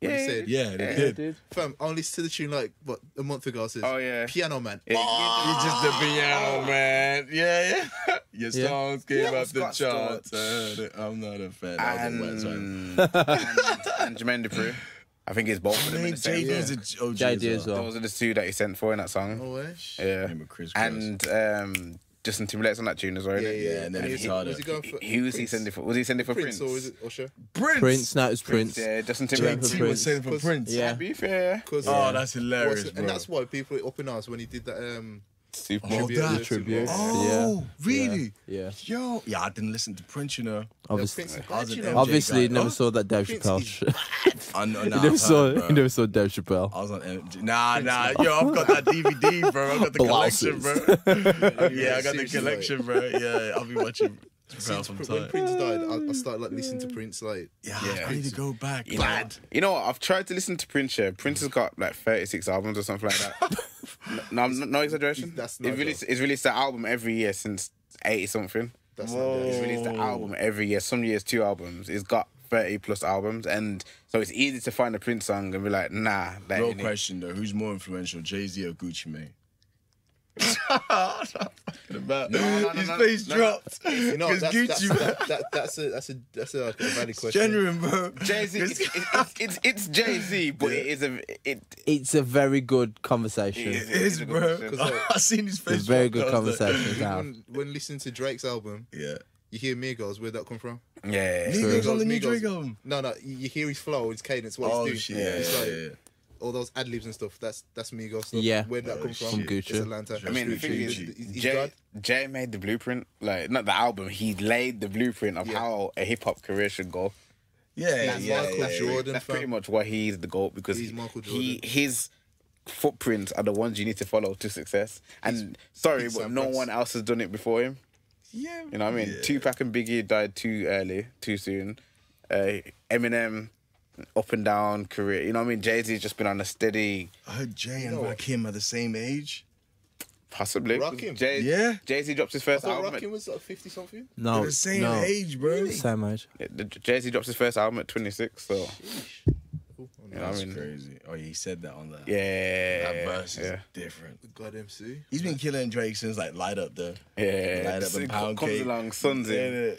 C: when he
A: Yeah,
C: said,
D: yeah, they Yeah, did. they did.
C: Fam, I listened to the tune like what a month ago. I says,
A: Oh, yeah.
C: Piano Man.
A: It-
C: Oh!
D: It's just the piano, man. Yeah, yeah. Ah. Your
K: Yeah.
D: songs came
A: Yeah,
D: up the
A: Scott
D: charts.
A: Storch.
D: Uh, I'm not a fan.
A: and,
D: I was a wet
A: and, and Jermaine Dupri. I think it's both of them. in the same
D: JD's
A: song.
D: a OG
K: JD as well.
A: Those are the two that he sent for in that song.
C: Oh, eh?
A: Yeah.
D: Remember Chris Cross.
A: And um, Justin Timberlake's on that tune as well.
C: Yeah,
A: isn't it?
C: yeah.
D: and then
A: And
D: it's
A: he-
D: harder.
C: was he going for
A: Who was he
C: Prince?
A: sending for? Was he sending for
C: Prince,
A: Prince?
C: or is it Usher?
D: Prince.
K: Prince, no, it was Prince.
A: Yeah, Justin
K: Remember
A: Timberlake.
D: JT was saying for
C: Prince.
D: Prince.
K: Yeah.
A: To be fair,
C: Because
D: Oh, that's hilarious, bro.
C: and that's why people were up in arms when he did that. Um,
A: Super
D: Oh,
C: tribute
D: that
C: to-
K: tribute.
C: Yeah,
D: Oh, really?
K: Yeah. Oh.
D: Yo, yeah, I didn't listen to Prince, you know.
K: Obviously,
C: Prince,
D: I was
C: Glad you
D: an
C: know.
D: MJ
K: obviously, you
D: guy.
K: never
D: Huh?
K: saw that Dave
C: Prince
K: Chappelle.
C: is-
K: shit.
D: I know,
K: you
D: nah,
K: never
D: I've
K: saw,
D: heard,
K: you
D: bro.
K: never saw Dave Chappelle.
D: I was on MG. Nah, nah. Yo, I've got that DVD, bro. I've got the collection, bro. yeah, I got the
C: Seriously,
D: collection, bro. Yeah, I'll be watching Chappelle from
C: Pr- When
D: time.
C: Prince died, I, I started like listening to Prince. Like,
D: Yeah,
A: Yeah.
D: I need to go back.
A: You know, you know what? I've tried to listen to Prince. Yeah. Prince has got like 36 albums or something like that. no, I'm- no, exaggeration.
C: That's
A: he's
C: not
A: released,
C: though.
A: he's released an album every year since 80 something.
C: that's not
A: He's
C: good.
A: released an album every year. Some years two albums. He's got 30 plus albums, and so it's easy to find a Prince song and be like, nah. That
D: Real
A: ain't it.
D: question though, who's more influential, Jay Z or Gucci Mane? Talking about
A: no, no,
D: his
A: no,
D: face
A: no, no.
D: dropped.
C: You know,
D: 'Cause
C: that's,
D: Gucci,
C: that's, that, that, that's a that's a that's a, like, a valid
D: it's
C: question.
D: genuine, bro.
A: Jay Z. It's, it's, it's, it's, it's Jay Z, but it is a it.
K: It's a very good
A: It is,
K: conversation.
A: it is a good
D: bro.
A: question.
D: I seen his face.
K: It's a very good
D: dropped, I was like-
K: conversation. Now.
C: When, when listening to Drake's album,
D: Yeah.
C: you hear Migos. Where'd that come from?
A: Yeah.
D: Migos on the new
C: Migos-
D: Drake album.
C: No, no. You, you hear his flow, his cadence, what
D: Oh
C: he's doing.
D: shit!
C: It's
D: Yeah,
C: like
D: yeah, yeah.
C: all those ad libs and stuff. That's that's Migos stuff.
K: Yeah.
C: Where'd that
D: Oh,
C: come from?
D: From
K: Gucci.
C: It's Atlanta.
A: I mean, the thing
D: Gucci,
A: is,
D: Gucci.
C: He's
A: Jay,
C: God.
A: Jay made the blueprint, like not the album. He laid the blueprint of
C: Yeah.
A: how a hip hop career should go.
D: Yeah,
C: That's
D: yeah,
C: Michael
D: yeah, yeah.
C: Jordan,
A: That's
C: fam.
A: pretty much why he's the goat because
C: He's
A: he-
C: Michael
A: he
C: Jordan.
A: his footprints are the ones you need to follow to success. And sorry,
C: he's
A: but
C: Sam
A: no
C: Brooks.
A: one else has done it before him.
D: Yeah,
A: You know what I mean?
D: Yeah.
A: Tupac and Biggie died too early, too soon. Uh, Eminem, up and down career. You know what I mean? Jay Z's just been on a steady,
D: I heard Jay
C: know
D: and
C: what?
D: Rakim are the same age.
A: possibly.
C: Rakim.
A: Jay,
D: Yeah.
A: Jay Z dropped his
C: I
A: first
C: thought
A: album.
C: Rockin' was like fifty something.
K: No,
D: They're the same
K: Oh, no.
D: age, bro.
K: Same age.
A: Jay Z drops his first album at 26, so
C: Oh, no.
A: you know what
D: That's
A: I mean,
D: crazy. Oh, he said that on that.
A: yeah,
D: that verse is
A: yeah,
D: different.
C: God MC.
D: He's been killing Drake since like Light Up though.
A: yeah.
D: Light up
A: So
D: and
A: it
D: pound
A: comes
D: cake.
A: along, sons in.
D: Innit?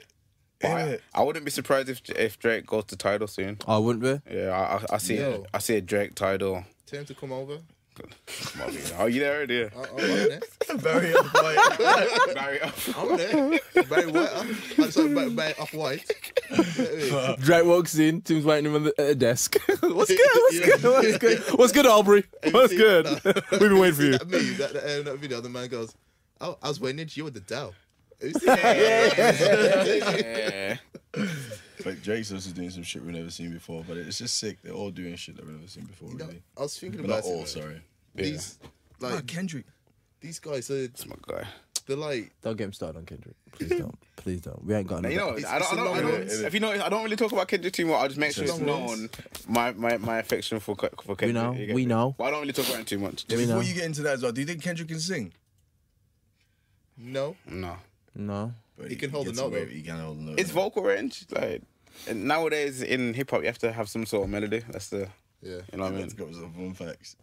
A: But I,
D: Innit?
A: I wouldn't be surprised if if Drake goes to title soon.
K: I wouldn't be.
A: Yeah, I, I, I see
C: Yo.
A: I see a Drake title.
C: Tell him to come over.
A: Might be- Are you there, dear?
C: I, I'm there.
D: Very on point.
A: Barry,
C: I'm there. Barry White. I'm, I'm sorry, Barry, Barry off White.
D: Uh.
K: Drake walks in. Tim's waiting him on the, at the desk. what's good? What's good? What's good? What's good, Aubrey? What's
C: seen
K: good?
C: that?
K: We've been waiting for you.
C: that meme, that, that, uh, that video, the man goes, oh, I was waiting, you were the Dow. Who's this?
A: yeah.
D: like Drake's also doing some shit we've never seen before, but it's just sick. They're all doing shit that we've never seen before,
C: You know,
D: really.
C: I was thinking
D: But not
C: about it. Uh,
D: all,
C: like,
D: sorry.
C: These,
D: Ah,
C: like,
D: Kendrick.
C: these guys, are,
A: That's my guy.
C: they're like,
K: Don't get him started on Kendrick. Please don't. Please don't. We ain't got
A: Now,
K: another.
A: you know,
C: It's-
A: I don't, I
C: it's a
A: don't, I
C: long
A: don't,
C: list.
A: if you notice, I don't really talk about Kendrick too much. I just make sure
D: It's
A: it's
C: a long
A: known my, my, my affection for Ke- for Kendrick.
K: know,
A: you get
K: we
A: me?
K: know.
A: But I don't really talk about him too much.
D: Yeah,
K: We
D: before
K: know.
D: you get into that as well, do you think Kendrick can sing?
C: no.
A: No,
K: no.
D: But
C: He can hold
D: gets
C: a note,
D: away-
C: though.
D: He can hold a note.
A: it's vocal range. Like and nowadays in hip hop, you have to have some sort of melody. That's the
C: Yeah.
A: you know what I mean.
D: Let's go with some fun facts.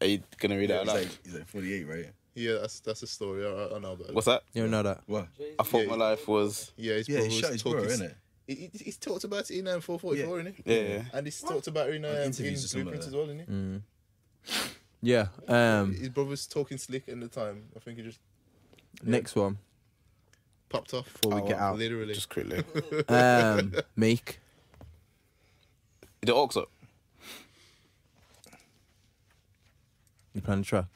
A: Are you gonna read it out
D: he's,
A: loud?
D: like, he's like 48, right?
C: Yeah, that's that's a story. I, I I know about it.
A: What's that?
K: You don't know that.
D: What?
A: I thought my life was.
C: Yeah, his
D: Yeah,
C: brother
D: he
C: was
D: shot his
C: talking.
D: brother, innit?
C: He, he, he's talked about it in um, 444, isn't he?
A: Yeah, yeah.
C: And he's talked about it in, um, in
D: interviews or
C: Blueprint
D: something like
C: as
D: that.
C: well, isn't he?
K: Yeah. Um.
C: His brother's talking slick at the time. I think he just
K: Next one.
C: popped off.
K: Before we get out.
C: Literally.
A: Just quickly.
K: Um. Meek.
A: the Hawks up.
K: You playing the track?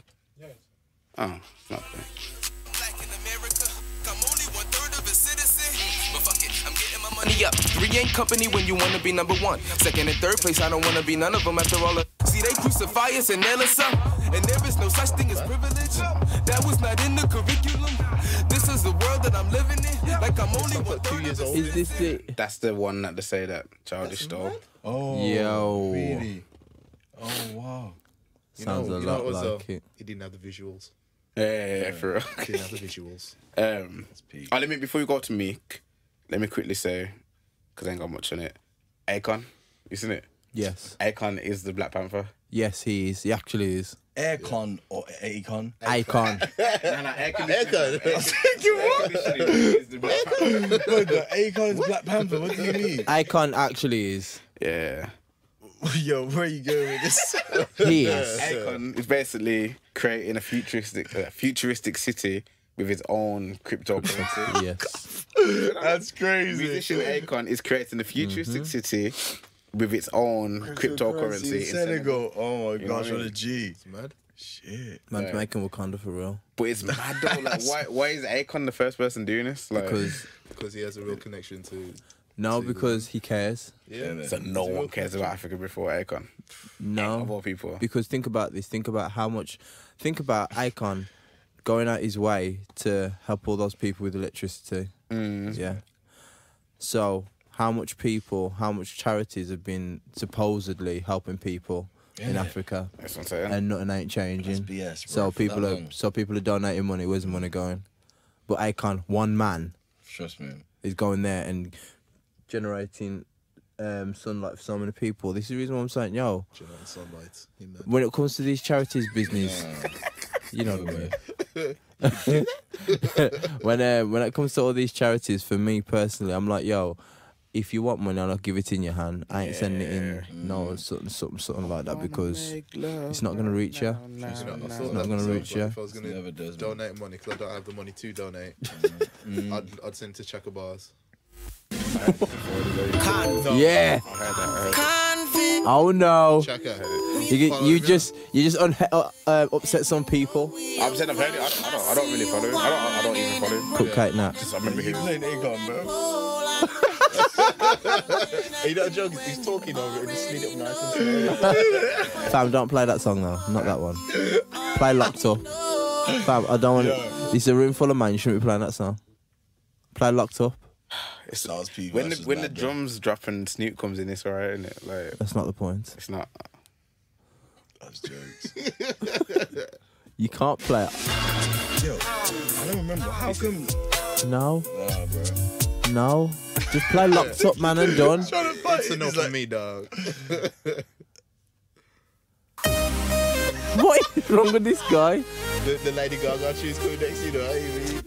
A: Oh, not fair.
L: black in America. I'm only one third of a citizen. But fuck it, I'm getting my money up. Three ain't company when you wanna be number one. Second and third place, I don't wanna be none of them after all. Of- See, they crucify us and nail us up. And there is no such thing as privilege. That was not in the curriculum. This is the world that I'm living in. Like I'm only
C: Sounds
L: one
C: like two
L: third
C: years
L: of a
C: old.
K: Is this it?
A: That's the one that they say that childish stole.
D: Oh,
K: Yo.
D: Really? Oh, wow.
C: You
K: Sounds
C: know,
K: a
C: you know
K: lot
C: what was,
K: like
C: uh,
K: it.
C: He didn't have the visuals.
A: Yeah, yeah, yeah, for
C: He didn't have the visuals.
A: real. Um,
D: That's peak.
A: oh, let me before we go to Meek, let me quickly say, because I ain't got much on it. Akon, you seen it?
B: Yes.
A: Akon is the Black Panther.
B: Yes, he is. He actually is.
D: Aircon or Acon?
B: Icon.
A: no, no, air conditioning.
D: Acon's Black Panther. What do you mean?
B: Icon actually is.
A: Yeah. Oh,
D: Yo, where are you going with this?
B: He is.
A: Akon is basically creating a futuristic, a futuristic city with his own cryptocurrency.
B: Yes.
D: That's crazy.
A: Musician Akon is creating a futuristic
B: Mm-hmm.
A: city with its own cryptocurrency. in Senegal.
D: Oh my
A: You know what
D: gosh,
A: I
D: what
A: mean?
D: a G.
C: It's mad.
D: Shit.
B: Man,
A: Yeah.
B: making Wakanda for real.
A: But it's mad though. Like, why, why is Akon the first person doing this? Like,
B: Because
C: Because he has a real connection to.
B: no,
C: See,
B: because he cares.
C: Yeah.
A: so no one cares about Africa before Akon. Of
B: No,
A: all people.
B: because think about this. Think about how much. Think about Icon going out his way to help all those people with electricity.
D: Mm.
B: Yeah. So how much people, how much charities have been supposedly helping people in
D: Yeah.
B: Africa,
A: That's what I'm saying.
B: and nothing ain't changing.
D: BS, bro,
B: so
D: for that
B: people are
D: long.
B: so people are donating money. Where's the money going? But Icon, one man
D: Trust me.
B: is going there and generating um, sunlight for so many people. This is the reason why I'm saying, yo,
C: Generating sunlight. He mad.
B: when it comes to these charities business, you know, what I mean. when uh, when it comes to all these charities, for me personally, I'm like, yo, if you want money, I'll give it in your hand. I ain't sending it in,
C: Mm.
B: no, something, something, something like that because it's not gonna reach you.
C: You know, I thought
B: not
C: that
B: gonna
C: myself,
B: reach
C: like,
B: ya.
C: If I was gonna
D: Never does, man.
C: donate money because I don't have the money to donate, I'd, I'd send it to Chaka Bars.
B: Yeah. Oh no!
C: Chaka,
B: You, get- you just you just unha- uh, uh, upset some people.
A: I'm saying I've heard it. I, I, don't, I don't really follow him. I don't, I don't even follow him.
B: Cook cake now.
A: Just I remember him.
D: Playing Acon, bro.
C: you know, joke. He's talking over it and just lead up nice and
B: Fam, don't play that song though. Not that one. Play Locked Up. Fam, I don't want it. It's a room full of men. You shouldn't be playing that song. Play Locked Up.
D: It's Styles P.
A: When the,
D: versus
A: when the
D: Bad Boy.
A: drums drop and Snoop comes in, it's alright, isn't it? Like,
B: That's not the point.
A: it's not.
D: That's jokes.
B: You can't play it.
D: Yo, I don't remember. How come?
B: No,
D: Nah, bro.
B: no. Just play Locked Up, man, and done.
C: That's enough for me, dog.
B: What is wrong with this guy?
C: The, the Lady Gaga choose cool next, you know what I mean?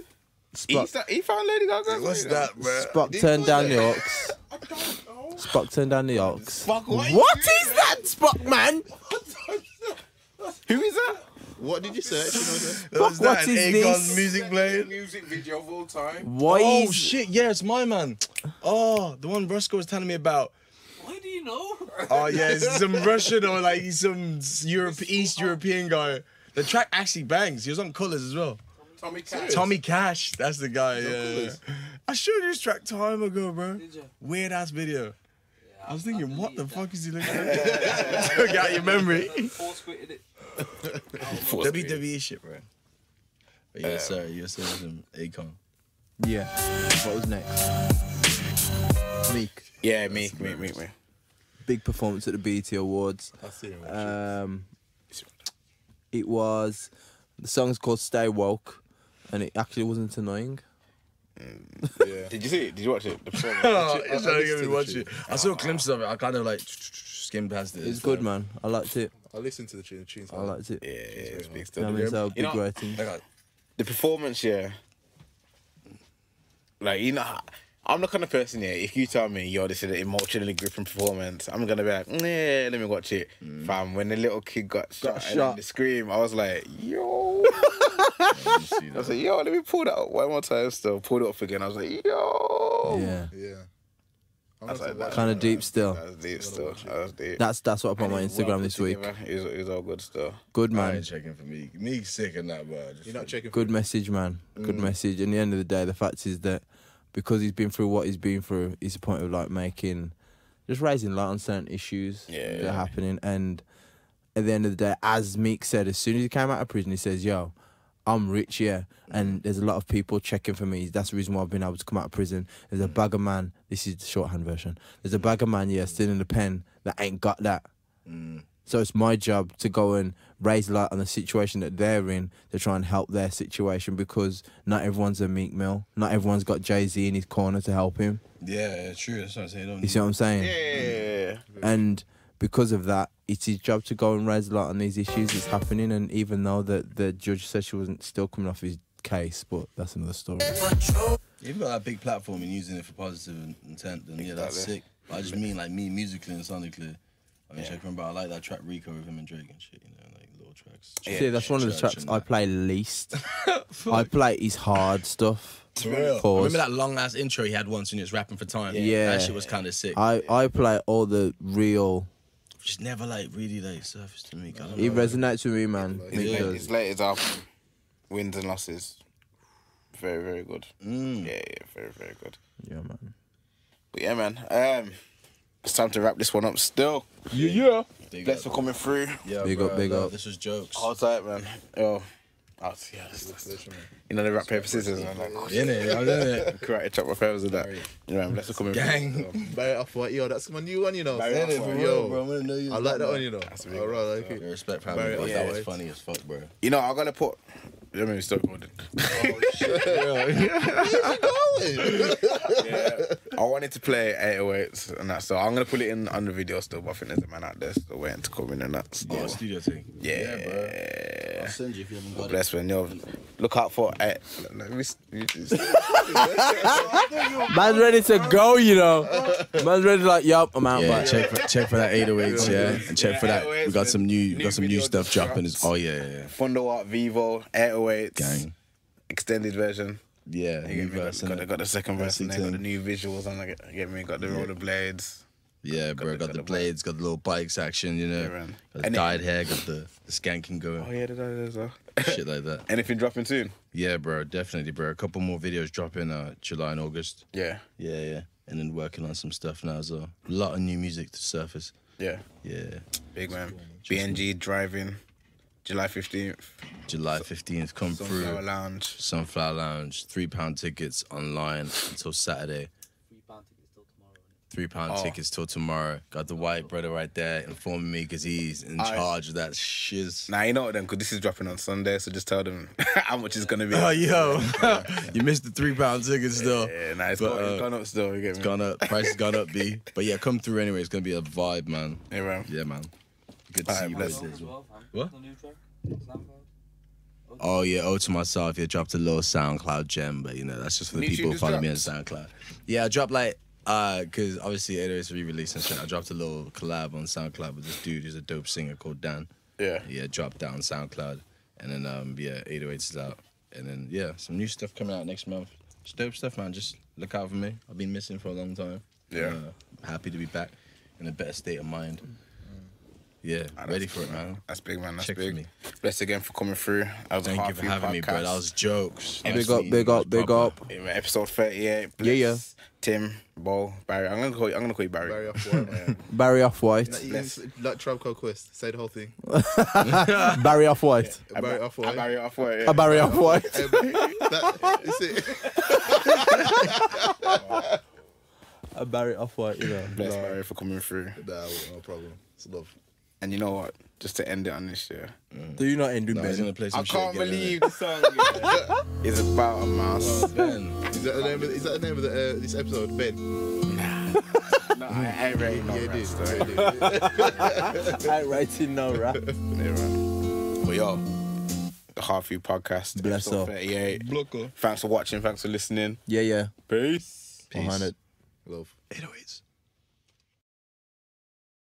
A: He,
B: Spock,
A: sta- he found Lady Gaga.
D: What's that, bro?
B: Spock turned down the ox. Spock turned down the ox.
A: what?
B: What is that, Spock, man?
A: Who is that?
C: What did you search? You know what I'm saying?
D: What's
B: what
D: that?
B: is
D: Akon's
B: this?
D: music playing.
M: Music video of all time.
B: Why
D: Oh
B: is
D: shit! Yeah, it's my man. Oh, the one Roscoe was telling me about.
F: Why do you know?
D: Oh yeah, it's some Russian or like some Europe, East European guy. The track actually bangs. He was on Colors as well.
M: Tommy Cash.
D: Tommy Cash, that's the guy. Yeah.
C: Colours.
D: I showed you this track time ago, bro.
F: Did ya?
D: Weird ass video. I was
F: I
D: thinking, what the
F: deleted
D: fuck is he looking at? Took out your memory.
F: Force quitted it.
D: WWE E shit, bro. But yeah, sorry, you're saying some Akon.
B: yeah? What was next? Meek.
A: Yeah, me, me, me, me.
B: Big performance at the BET Awards.
C: I see
A: Oh,
C: him.
B: Um, it was the song's called "Stay Woke," and it actually wasn't annoying.
C: yeah.
A: Did you see it? Did you watch it? The performance?
D: Oh, it's
C: I
D: not
C: listened
D: even
C: to the
D: watch it. I saw glimpses of it. I kind of like skimmed past it.
B: It's good, man. I liked it.
C: I listened to the tune. The tune's
B: I
C: hard.
B: liked it.
A: Oh, yeah, yeah, it's big
B: You
A: stuff.
B: know what I mean? So
A: You
B: big
A: know-
B: ratings.
D: Like,
A: the performance, yeah. Like you know, I'm the kind of person here. If you tell me, yo, this is an emotionally gripping performance, I'm gonna be like, "Mm, yeah, let me watch it. Fam, when the little kid Mm. got, shot, and then
B: shot.
A: the scream, I was like, yo.
D: I didn't see
A: I was
D: that.
A: like, yo, let me pull that up one more time. Still pulled it up again. I was like, yo.
B: Yeah,
C: Yeah. I'm
A: That's
C: gonna
A: like
C: watch
B: kind of
C: that.
B: deep still.
A: That was deep. Still, that was deep.
B: That's that's what I put Oh. on my
A: Well
B: Instagram
A: put
B: this week.
A: together. It was, it was all good stuff.
B: Good
D: I
B: man.
D: ain't checking for me. Me sick and that, bro. I just
C: You're not checking.
B: Good message, man. Good message. And the end of the day, the fact is that because he's been through what he's been through, it's a point of like making, just raising light on certain issues
A: Yeah.
B: that are happening. And at the end of the day, as Meek said, as soon as he came out of prison, he says, "Yo, I'm rich, yeah, and there's a lot of people checking for me. That's the reason why I've been able to come out of prison. There's a bag of man. This is the shorthand version. There's a bag of man, yeah, still in the pen that ain't got that." So it's my job to go and raise light on the situation that they're in to try and help their situation because not everyone's a Meek Mill. Not everyone's got Jay Z in his corner to help him.
D: Yeah, yeah, true. That's what I'm saying. Don't
B: You see what I'm saying?
A: Yeah.
B: And because of that, it's his job to go and raise a lot on these issues that's happening. And even though the, the judge said she wasn't still coming off his case, but that's another story.
D: If you've got that big platform and using it for positive intent, then yeah, that's
B: Exactly.
D: sick. But I just mean like me musically and sonically. I mean, check remember I like that track Rico with him and Drake and shit. You know, like little tracks.
B: See, that's one of the
D: Church
B: tracks
D: and
B: I play least. I play his hard stuff. Pause.
D: Remember that long ass intro he had once when he was rapping for time?
B: Yeah.
D: That shit was kind of sick.
B: I, I play all the real.
D: Just never like really like surfaced to me. I don't
B: It
D: know.
B: resonates with me, man. It
A: His, late,
B: does.
A: his latest album, Wins and Losses, very very good.
D: Mm.
A: Yeah, yeah, very very good.
B: Yeah, man.
A: But yeah, man. Um, it's time to wrap this one up. Still. Yeah, yeah. Thanks for coming through.
D: Yeah,
B: Big up, bro, big no, up.
D: This was jokes.
A: All tight, man. Yo. Oh, yeah, that's, that's, you know the rock paper scissors, man. Like,
D: In it, I'm in it.
A: Karate chop my feathers with that. You know, bless for coming.
D: Gang.
C: Barry off white, yo, that's my new one, you know.
A: Barry
C: Isn't it,
A: Off-White,
C: bro?
A: yo,
D: bro, I'm gonna know you
C: I
D: as
C: like that
D: well,
C: one, you know.
A: That's a big
C: Alright, I like
D: Yeah,
C: it.
D: Respect for
C: Barry
D: having me.
C: Off
D: That was
C: White.
D: funny as fuck, bro.
A: You know, I gotta put. Let me stop recording. I wanted to play 808s and that, so I'm gonna put it in on the video still. But I think there's a man out there still waiting to come in and that.
D: Oh,
A: Still.
D: studio thing.
A: Yeah,
D: bro. I'll send you if you haven't got
A: Bless man, yo. Look out for. Eight. Let me.
B: Man's ready to go, you know. Man's ready to like, yup, I'm out.
D: Yeah,
B: bye.
D: check for, check for that 808s, yeah, and check for that.
A: oh
D: We got some new, we got some new stuff dropping. It's, oh yeah, yeah, yeah.
A: Thunderwart Vivo 808s.
D: Gang.
A: Extended version.
D: yeah.
A: You get me?
D: reverse,
A: Got,
D: innit?
A: the- got the second
D: That's
A: verse and
D: the
A: they got
D: thing.
A: the new visuals and like, you get me? Got the rollerblades.
D: Yeah, bro. Got, the blades, got the little bikes action, you know.
A: man.
D: got the
A: And it-
D: dyed hair, got the, the skanking going,
A: Oh yeah, that is. uh,
D: shit like that.
A: Anything dropping soon?
D: Yeah, bro. Definitely, bro. A couple more videos dropping uh, July and August.
A: Yeah,
D: Yeah, yeah. And then working on some stuff now as well. A lot of new music to surface.
A: yeah.
D: Yeah.
A: Big man. BNG driving. July fifteenth.
D: July 15th, come
A: Sunflower
D: through.
A: Lounge.
D: Sunflower Lounge, three pound tickets online until Saturday. Three pound
A: Oh.
D: tickets till tomorrow. Got the white brother right there informing me because he's in
A: Alright.
D: charge of that shiz.
A: Now you know what then, because this is dropping on Sunday, so just tell them how much it's gonna be.
D: Oh, yo, you missed the three pound tickets though.
A: Yeah, nah, it's,
D: But,
A: gone, it's
D: uh,
A: gone up still. You get
D: It's
A: me?
D: gone up. Price has gone up, B. But yeah, come through anyway. It's gonna be a vibe, man.
A: Yeah, man.
D: Yeah, man. Good to
A: Alright,
D: see you
A: bless.
D: guys as well.
F: What?
D: What? Oh yeah, oh to myself, yeah, dropped a little SoundCloud gem, but you know that's just for the
A: New
D: people
A: tune
D: who
A: just
D: follow me on SoundCloud. Yeah, I dropped like uh, cause obviously 808's re-release and shit. I dropped a little collab on SoundCloud with this dude who's a dope singer called Dan.
A: Yeah.
D: Yeah, dropped that on SoundCloud, and then um, yeah, 808's is out, and then yeah, some new stuff coming out next month. Just dope stuff, man. Just look out for me. I've been missing for a long time.
A: Yeah.
D: Uh, happy to be back in a better state of mind. Yeah, ready for it, man.
A: Ah, That's big, man. That's
D: Check for
A: big.
D: me.
A: Bless again for coming through. That was a
D: Thank you
A: Heart
D: for
A: Food
D: having me, bro.
A: podcast.
D: That was jokes.
B: Big up, big up, big up.
A: Yeah, man, episode thirty-eight. Bless,
B: Yeah, yeah.
A: Tim, Bo, Barry. I'm gonna call you. I'm gonna call you Barry.
C: Barry off white.
B: Barry Off White.
C: Like, you can s- Like Tribe Called Quest, say the whole thing.
B: Barry Off White.
A: I
C: Barry
A: ba-
C: off
A: I Barry
C: white.
A: off white.
B: A Barry Off White.
C: That is it.
B: A Barry Off White, you know.
A: Bless Barry for coming through.
C: Nah, no problem. It's love.
A: And you know what? Just to end it on this year.
B: Do you not end
D: No, he's gonna play some
A: I
D: shit
A: can't
D: again,
A: believe the song yeah. is about a mouse.
D: innit? Ben,
C: Is that the name of, is that the name of the, uh, this episode, Ben?
A: No, I I ain't ready. No,
C: Yeah, it
A: rats,
C: is.
A: though.
C: Yeah, it is.
B: I writing no rap.
A: Yeah, man. But yo, the Hard Food Podcast.
B: Bless
A: episode
B: up.
A: 38.
D: Blocker.
A: Thanks for watching. Thanks for listening.
B: Yeah, yeah.
A: Peace.
B: Behind it.
C: Love.
D: 808s.